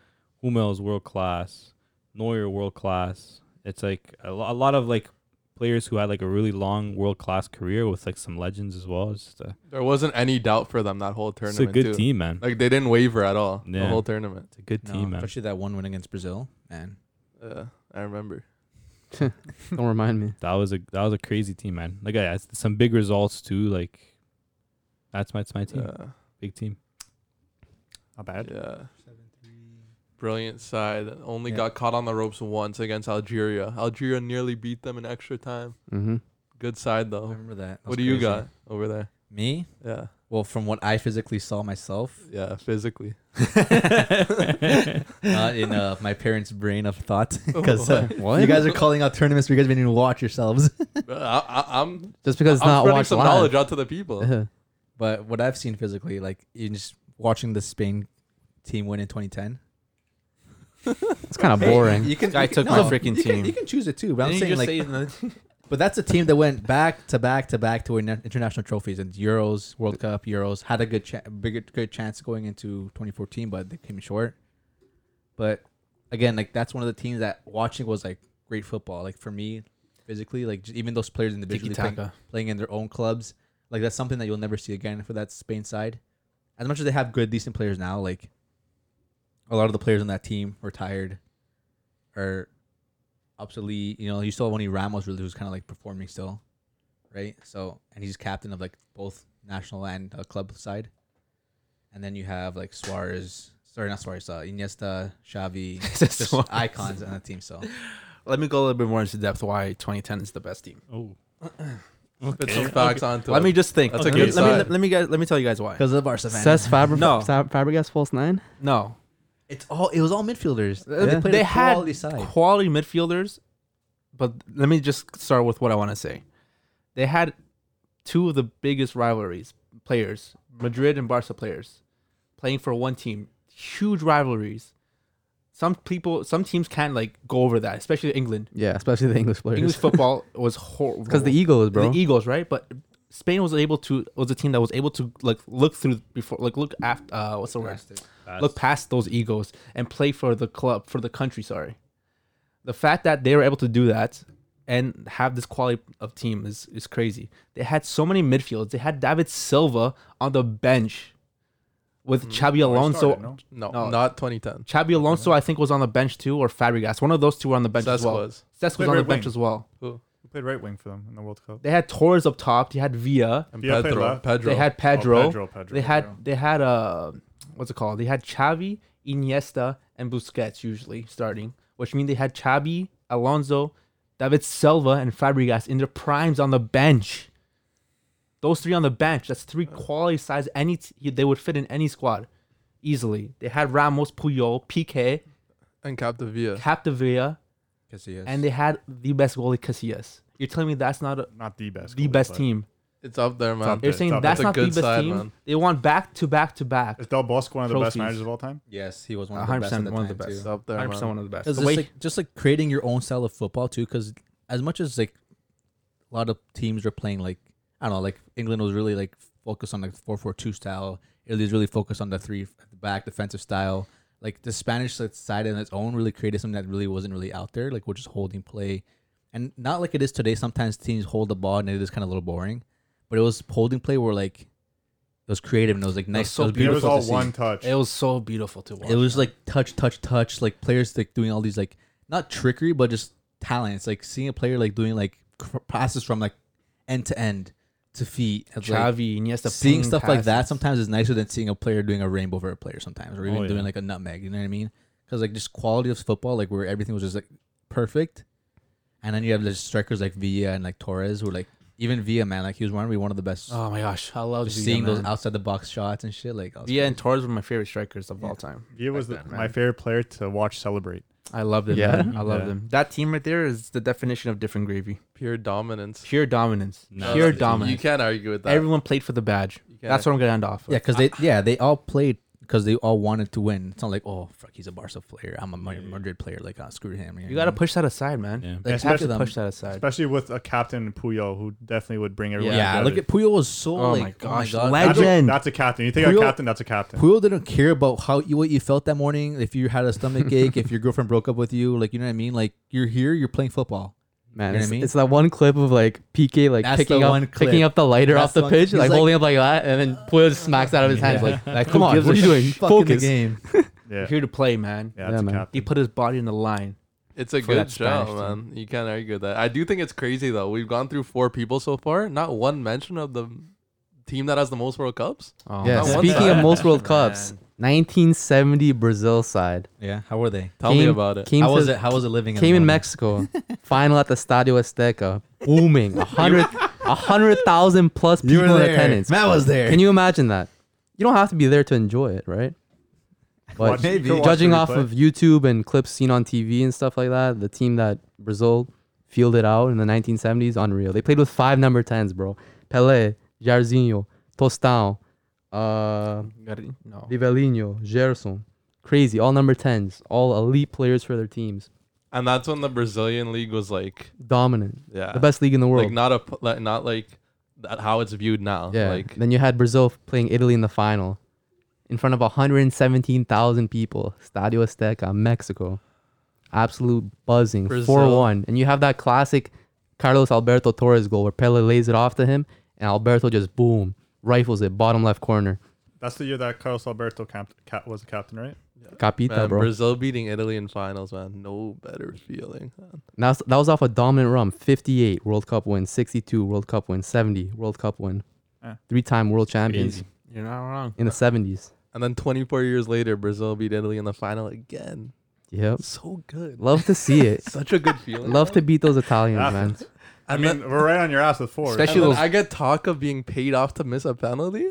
Hummels, world class, Neuer, world class. It's like a, lo- a lot of like players who had like a really long world class career with like some legends as well. It's, just a, team. There wasn't any doubt for them that whole it's tournament. a good too. team, man. Like they didn't waver at all the Yeah. whole tournament. It's a good No, team, man. especially that one win against Brazil. Man, Uh, I remember. Don't remind me. that was a that was a crazy team, man. Like I asked some big results too. Like that's my that's my team, Uh, big team. Not bad. yeah. Brilliant side. Only Yeah. got caught on the ropes once against Algeria. Algeria nearly beat them in extra time. Mm-hmm. Good side I though. remember that. That was What do you crazy. got over there? Me? Yeah. Well, from what I physically saw myself Yeah. Physically. not in uh, my parents' brain of thought, because uh, What? you guys are calling out tournaments where you guys didn't even watch yourselves. Uh, I, I, I'm Just because it's I'm not spreading watched some live. knowledge out to the people. Yeah. But what I've seen physically, like in just watching the Spain team win in 2010, It's kind of boring. You can. Guy you can- took my freaking you can- team. you can choose it too, but I'm saying like, like, but that's a team that went back to back to back to win international trophies and Euros, World Cup, Euros had a good, cha- bigger, good chance going into 2014, but they came short. But again, like that's one of the teams that watching was like great football. Like for me, physically, like just, even those players individually playing, Tiki-taka. playing in their own clubs, like that's something that you'll never see again for that Spain side. As much as they have good, decent players now, like a lot of the players on that team retired or obsolete. You know, you still have only Ramos really who's kind of like performing still, right? So, and he's captain of like both national and uh, club side. And then you have like Suarez, sorry, not Suarez, uh, Iniesta, Xavi, Just just Suarez. icons on that team. So, let me go a little bit more into depth why 2010 is the best team. oh, Put some facts onto Let it. me just think. That's That's a a good let, me, side. let, me guys, let me tell you guys why. because of our Cesc Fabregas, No. Fabregas false nine. No, it's all it was all midfielders. Yeah. Uh, played they a had quality side. quality midfielders, but let me just start with what I want to say. They had two of the biggest rivalries players, Madrid and Barca players. playing for one team, huge rivalries. Some people, some teams can't like go over that, especially England. Yeah, especially the English players. English football was horrible Because the Eagles, bro. the Eagles, right? But Spain was able to was a team that was able to like look through before, like look after uh, what's the word? Look past those egos and play for the club for the country. Sorry, the fact that they were able to do that and have this quality of team is is crazy. They had so many midfields. They had David Silva on the bench with Chabi Alonso. Mm-hmm. started, no? No, No. not 2010. Chabi Alonso, I think, was on the bench too, or Fabregas. One of those two were on the bench as Cesc well. was. Cesc was Played on the right bench wing. as well. He played right wing for them in the World Cup. They had Torres up top. You had Villa. And Yeah, I played Pedro. left. Pedro. They had Pedro. Oh, Pedro, Pedro, They had Pedro. they had uh what's it called? They had Xavi, Iniesta, and Busquets usually starting, which means they had Xavi, Alonso, David Silva, and Fabregas in their primes on the bench. Those three on the bench. That's three Oh. quality size. Any t- they would fit in any squad easily. They had Ramos, Puyol, Piqué, and Capdevia. Capdevila, and they had the best goalie Casillas. You're telling me that's not a, Not the best. the goalie, best but team? It's up there, man. up You're there. saying It's that's a not the good best side, team. man. They won back to back to back. Is Del Bosque one of the best Trophies. managers of all time? Yes, he was one of the 100 best. at percent the one of the time, best. too. It's up there, 100 percent man. one of the best. It's The just way- like just like creating your own style of football too, because as much as like a lot of teams are playing like I don't know, like England was really like focused on like four four two style. Italy's really focused on the three at the back defensive style. Like the Spanish side on its own really created something that really wasn't really out there, like we're just holding play, and not like it is today. Sometimes teams hold the ball and it is kind of a little boring, but it was holding play where like it was creative and it was like nice. so it was It was beautiful all to see. one touch. it was so beautiful to watch. It was like touch, touch, touch. Like players like doing all these like not trickery, but just talents. Like seeing a player like doing like cr- passes from like end to end to feet. and, like, Xavi, Iniesta, seeing ping stuff like that passes. sometimes is nicer than seeing a player doing a rainbow for a player sometimes, or even Oh, yeah. doing like a nutmeg. You know what I mean? Because like just quality of football, like where everything was just like perfect, and then you have the strikers like Villa and like Torres, who like even Villa man, like he was one of one of the best. Oh my gosh, I love just seeing those out. outside the box shots and shit, like that was Villa and Torres were my favorite strikers of all time. He was the, Back then, my man. favorite player to watch celebrate. I love them. Yeah? man. I love Yeah. them. That team right there is the definition of different gravy. Pure dominance. Pure dominance. No, Pure that's- You dominance. can't argue with that. Everyone played for the badge. You can't. That's what I'm gonna end off. Yeah, With. because they yeah they all played because they all wanted to win. It's not like oh fuck he's a Barca player. I'm a Ma- Madrid player. Like ah screw him. know You gotta what push that aside, man. Yeah. I mean? You Like, have half to of them- push that aside. Especially with a captain Puyol, who definitely would bring everyone. Yeah, together. look at Puyol was so Oh like my gosh, oh my legend. god. That's a- Jen. That's a captain. You think a Puyol- captain? That's a captain. Puyol didn't care about how you what you felt that morning. If you had a stomach ache, if your girlfriend broke up with you, like you know what I mean. Like you're here, you're playing football. Man, You know what I it's, mean? it's that one clip of like PK like That's picking the up one clip. picking up the lighter That's off the the one- pitch, he's like, like- holding up like that, and then Puyo just smacks it out of his hands like, like come Who on, gives what are a you doing? fuck in the Focus. game. Yeah, We're here to play, man. yeah, that's Yeah, man. a He captain. put his body in the line. It's a for good that Spanish show, team. man. You can't argue with that. I do think it's crazy though. We've gone through four people so far. Not one mention of the team that has the most World Cups. Oh, Yeah, Not one speaking of side. most World Cups, 1970 Brazil side Yeah, how were they? Tell me Came- about it. came how was to- it? How was it living? came the in moment? Mexico, final at the Stadio Azteca, booming, a hundred, a hundred thousand plus You people in were there. attendance. Matt was there. Can you imagine that? You don't have to be there to enjoy it, right? But Watch- you could Maybe. watch judging the off replay. of YouTube and clips seen on TV and stuff like that, the team that Brazil fielded out in the 1970s, unreal. They played with five number 10s, bro. Pelé, Jairzinho, Tostão, uh, no. Rivelinho, Gerson. Crazy, all number 10s, all elite players for their teams. And that's when the Brazilian league was like, Dominant. yeah, The best league in the world. Uh, Like not a p- like, not like that how it's viewed now. yeah. Like then you had Brazil playing Italy in the final in front of 117,000 people. Stadio Azteca, Mexico. Absolute buzzing. Brazil. 4 1. And you have that classic Carlos Alberto Torres goal where Pele lays it off to him and Alberto just boom, rifles it, bottom left corner. That's the year that Carlos Alberto camp, cap, was a captain, right? Capita, man, bro. Brazil beating Italy in finals, man. No better feeling. man. Now s- that was off a dominant run. 58 World Cup win, 62 World Cup win, 70 World Cup win. Yeah. Three time world champions You're not wrong. in the 70s. And then 24 years later, Brazil beat Italy in the final again. Yep. So good. Love to see it. Such a good feeling. Love to man. beat those Italians, Yeah. man. I And mean, then- we're right on your ass with four. Especially and then those- I get talk of being paid off to miss a penalty.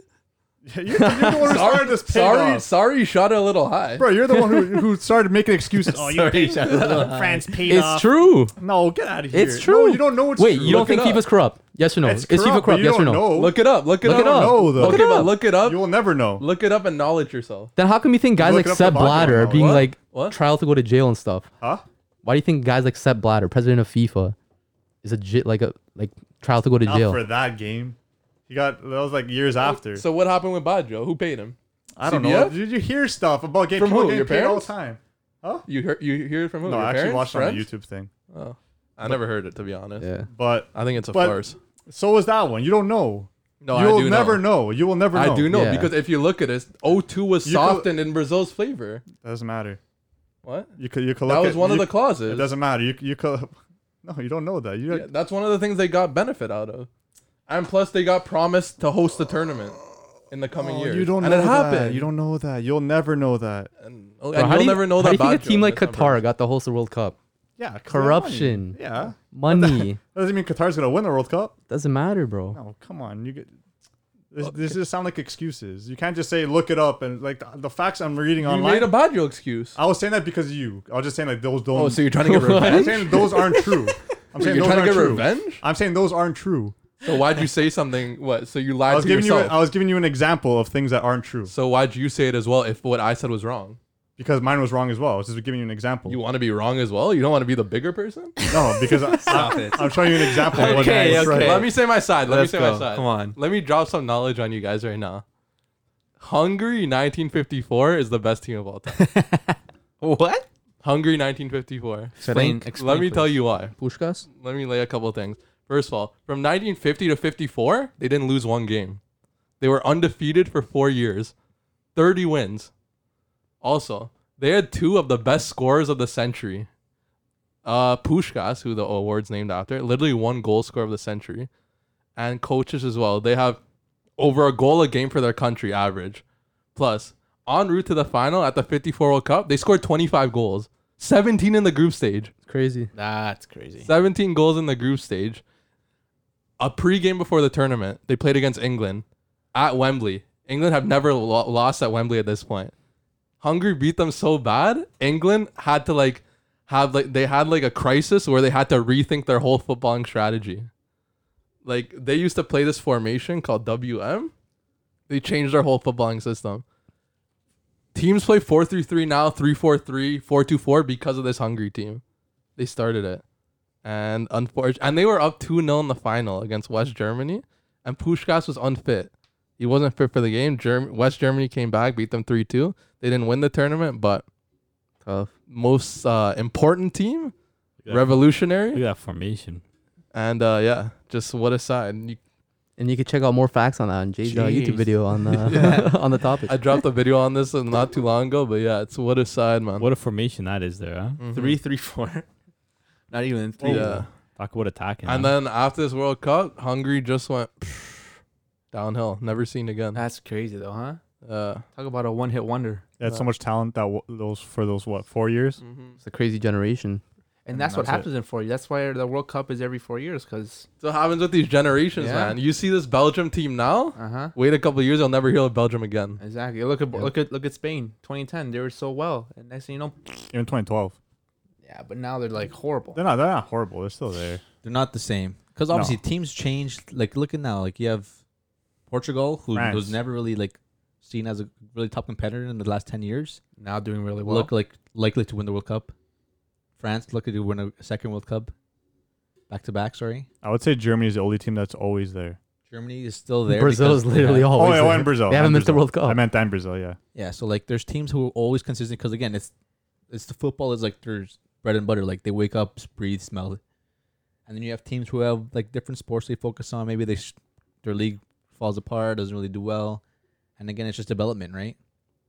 You're, you're the one who started this pig Sorry, off. sorry, you shot it a little high. Bro, you're the one who, who started making excuses. Oh, you Sorry, you shot it a little high. France paid It's off. true. No, get out of here. It's true. No, you don't know it's Wait, true. you don't Look it think up. FIFA's corrupt? Yes or no? it's Is corrupt, FIFA but corrupt? you Yes or don't no? know. Look it up. Look it Look up. it up. No, though. Look Look okay, it but up. look it up. You will never know. Look it up and knowledge yourself. Then how come you think guys look like it up Sepp the Bible, Blatter are bro. being What? like What? trial to go to jail and stuff? Huh? Why do you think guys like Sepp Blatter, president of FIFA, is a j- like a like trial to go to Not jail? for that game. He got that was like years after. So what happened with Baggio? Who paid him? I don't know. CBF? Did you hear stuff about getting From people who? getting Your paid all the parents? time? You heard, you hear it from who? No, Your I actually parents? watched it on Friends? the YouTube thing. Oh, I never heard it to be honest. yeah. But I think it's a But- farce. so was that one. You don't know. No, you I will do never know. know. You will never know. I do know Yeah. because if you look at it, O2 was You soft could- and in Brazil's favor. Doesn't matter. What? You could you could That look was at- one of you- the clauses. It doesn't matter. You you could no. You don't know that. You Yeah, that's one of the things they got benefit out of. And plus, they got promised to host the tournament in the coming Oh, years. You don't and know it happened. that. You don't know that. You'll never know that. And, oh, Bro, and how you'll do you, never how know that. do you think a Baggio team like in this Qatar number. got the host of World Cup? Yeah. 'cause they have money. Corruption, Yeah. money That doesn't mean Qatar's gonna win the World Cup. doesn't matter, bro. No, come on. You get this, this just sound like excuses. You can't just say look it up and like the, the facts I'm reading You online. made a Baggio excuse. I was saying that because of you. I was just saying like those don't. Oh, so you're trying to get I'm revenge? saying those aren't true. I'm saying you're those trying to aren't get true. revenge? I'm saying those aren't true. So why'd you say something? What? So you I lied was to giving you. yourself. I was giving you an example of things that aren't true so why'd you say it as well? If what I said was wrong, because mine was wrong as well. I was just giving you an example. you want to be wrong as well. You don't want to be the bigger person. no, because I, Stop it. am showing you an example. of what Okay, I was okay. right. Let me say my side. Let Let's me say go. my side. Come on. Let me drop some knowledge on you guys right now. Hungary 1954 is the best team of all time. What? Hungary 1954. Explain. Think- explain Let me please. tell you why. Pushkas? Let me lay a couple things. First of all, from 1950 to 54, they didn't lose one game. They were undefeated for four years, 30 wins. Also, they had two of the best scorers of the century. Uh, Pushkas, who the award's named after, literally one goal scorer of the century, and coaches as well. They have over a goal a game for their country average. Plus, en route to the final at the 54 World Cup, they scored 25 goals, 17 in the group stage. Crazy. That's crazy. 17 goals in the group stage. A pregame before the tournament, they played against England at Wembley. England have never lo- lost at Wembley at this point. Hungary beat them so bad, England had to like have like they had like a crisis where they had to rethink their whole footballing strategy. Like they used to play this formation called WM. They changed their whole footballing system. Teams play 4-3-3 now, 3-4-3, 4-2-4 because of this Hungary team. They started it. And unfortunately, and they were up 2 0 in the final against West Germany. And Pushkas was unfit. He wasn't fit for the game. Germ- West Germany came back, beat them 3 2. They didn't win the tournament, but Tough. most uh, important team, Yeah. Look revolutionary. at that formation. And uh, yeah, just what aside. You, And you can check out more facts on that on Jay's uh, Jeez. YouTube video on uh, on the topic. I dropped a video on this not too long ago, but yeah, it's what aside, man. Um, What a formation that is there, huh? mm. Mhm. Three, three, four. Not even three. Yeah. Talk about attacking. And huh? then after this World Cup, Hungary just went downhill. Never seen again. That's crazy though, huh? Uh, Talk about a one-hit wonder. They had so much talent that w- those for those what four years. Mm. It's a crazy generation. And And that's, what that's it. happens in four years. That's why the World Cup is every four years, because So it happens with these generations, Yeah. man. You see this Belgium team now. uh huh. Wait a couple of years, you'll never hear of Belgium again. Exactly. Look at Yeah. look at look at Spain. 2010, they were so well, and next thing you know, Even 2012. yeah. But now they're like horrible. They're not. They're not horrible. They're still there. They're not the same because No. obviously teams change. Like look at now, like you have Portugal, who France. was never really like seen as a really top competitor in the last ten years. Now doing really well. Look like likely to win the World Cup. France likely to win a second World Cup, back to back. Sorry, I would say Germany is the only team that's always there. Germany is still there. Brazil is because they literally have- always. oh, yeah, there. well, and Brazil. They haven't and missed the Brazil. World Cup. I meant and Brazil. Yeah. Yeah, so like there's teams who are always consistent because again, it's it's the football is like their bread and butter. Like they wake up, breathe, smell it, and then you have teams who have like different sports they focus on. Maybe they sh- their league falls apart, doesn't really do well, and again, it's just development, right?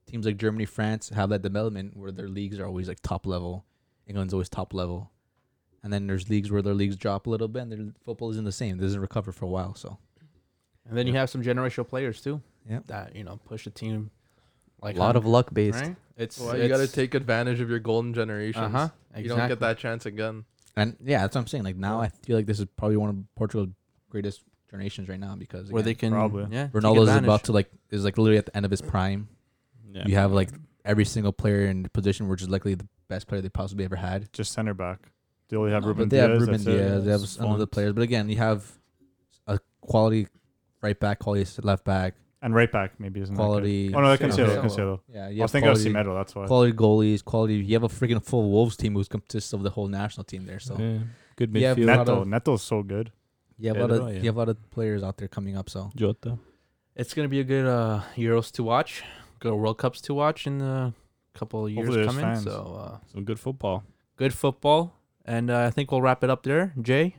Teams like Germany, France have that development where their leagues are always like top level. England's always top level, and then there's leagues where their leagues drop a little bit, and their football isn't the same. It doesn't recover for a while, so. and then you have some generational players too. Yeah. That you know push the team. A Like lot of luck based. right? It's Well, you got to take advantage of your golden generation. Uh huh. You don't get that chance again. And yeah, that's what I'm saying. Like now, I feel like this is probably one of Portugal's greatest their nations right now because where they again, can probably. yeah take Ronaldo's advantage. about to like is like literally at the end of his prime. Yeah. You have like every single player in the position, which is likely the best player they possibly ever had. Just center back. They only have No, Ruben Oh, but they Diaz. have Ruben that's it. Diaz. They have It's some other font. players, but again, you have a quality right back, quality left back, And right back maybe isn't that good? quality. Oh no, Cancelo. Cancelo. Cancelo. Cancelo. Yeah, I you was have thinking of quality, Semedo. That's why. quality goalies, quality. You have a freaking full Wolves team who consists of the whole national team there. So Yeah. Good You have midfield. Net- lot Neto. of- Neto's so good. you have a Yeah, lot they're of all, yeah. you have a lot of players out there coming up. So Jota. it's gonna be a good uh Euros to watch, good World Cups to watch in a couple of years Hopefully there's coming. fans. So uh, Some good football. good football, and uh, I think we'll wrap it up there. Jay,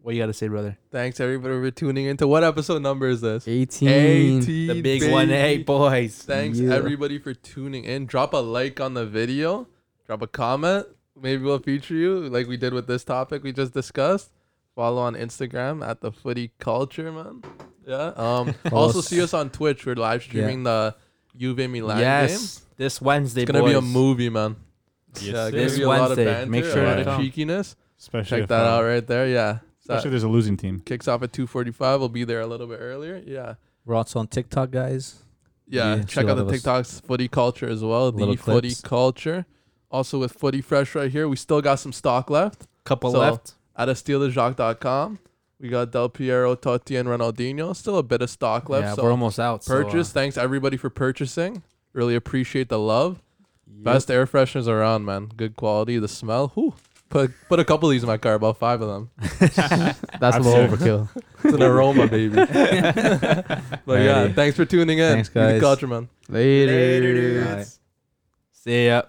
what you got to say, brother? Thanks everybody for tuning into what episode number is this? 18. 18. The big one, baby. eight boys. Thanks Yeah. everybody for tuning in. Drop a like on the video. Drop a comment. Maybe we'll feature you like we did with this topic we just discussed. Follow on Instagram at the Footy Culture, man. Yeah. Um. Follow also us. see us on Twitch. We're live streaming the Juve Milan game. Yes, this Wednesday, It's gonna boys. be a movie, man. uh, it's gonna This be a lot of Wednesday. banter, Make a sure lot to of come. cheekiness. Especially Check if, that uh, out right there. Yeah. So Especially if there's a losing team. kicks off at 2:45. We'll be there a little bit earlier. Yeah. we're also on TikTok, guys. Yeah, Yeah, see check a out lot the of us. TikToks Footy Culture as well. The Little Footy clips. Culture. Also with Footy Fresh right here, we still got some stock left couple So- left. at com. We got Del Piero, Totti, and Ronaldinho. Still a bit of stock left. yeah, so we're almost out. so, uh, purchase. Thanks everybody for purchasing. Really appreciate the love. Best air fresheners around, man. Good quality. The smell. Whew. Put put a couple of these in my car. About five of them. That's a little overkill. It's an aroma, baby. but yeah, Alrighty. thanks for tuning in. Thanks, Footy guys. Culture, man. Later. Bye. see ya.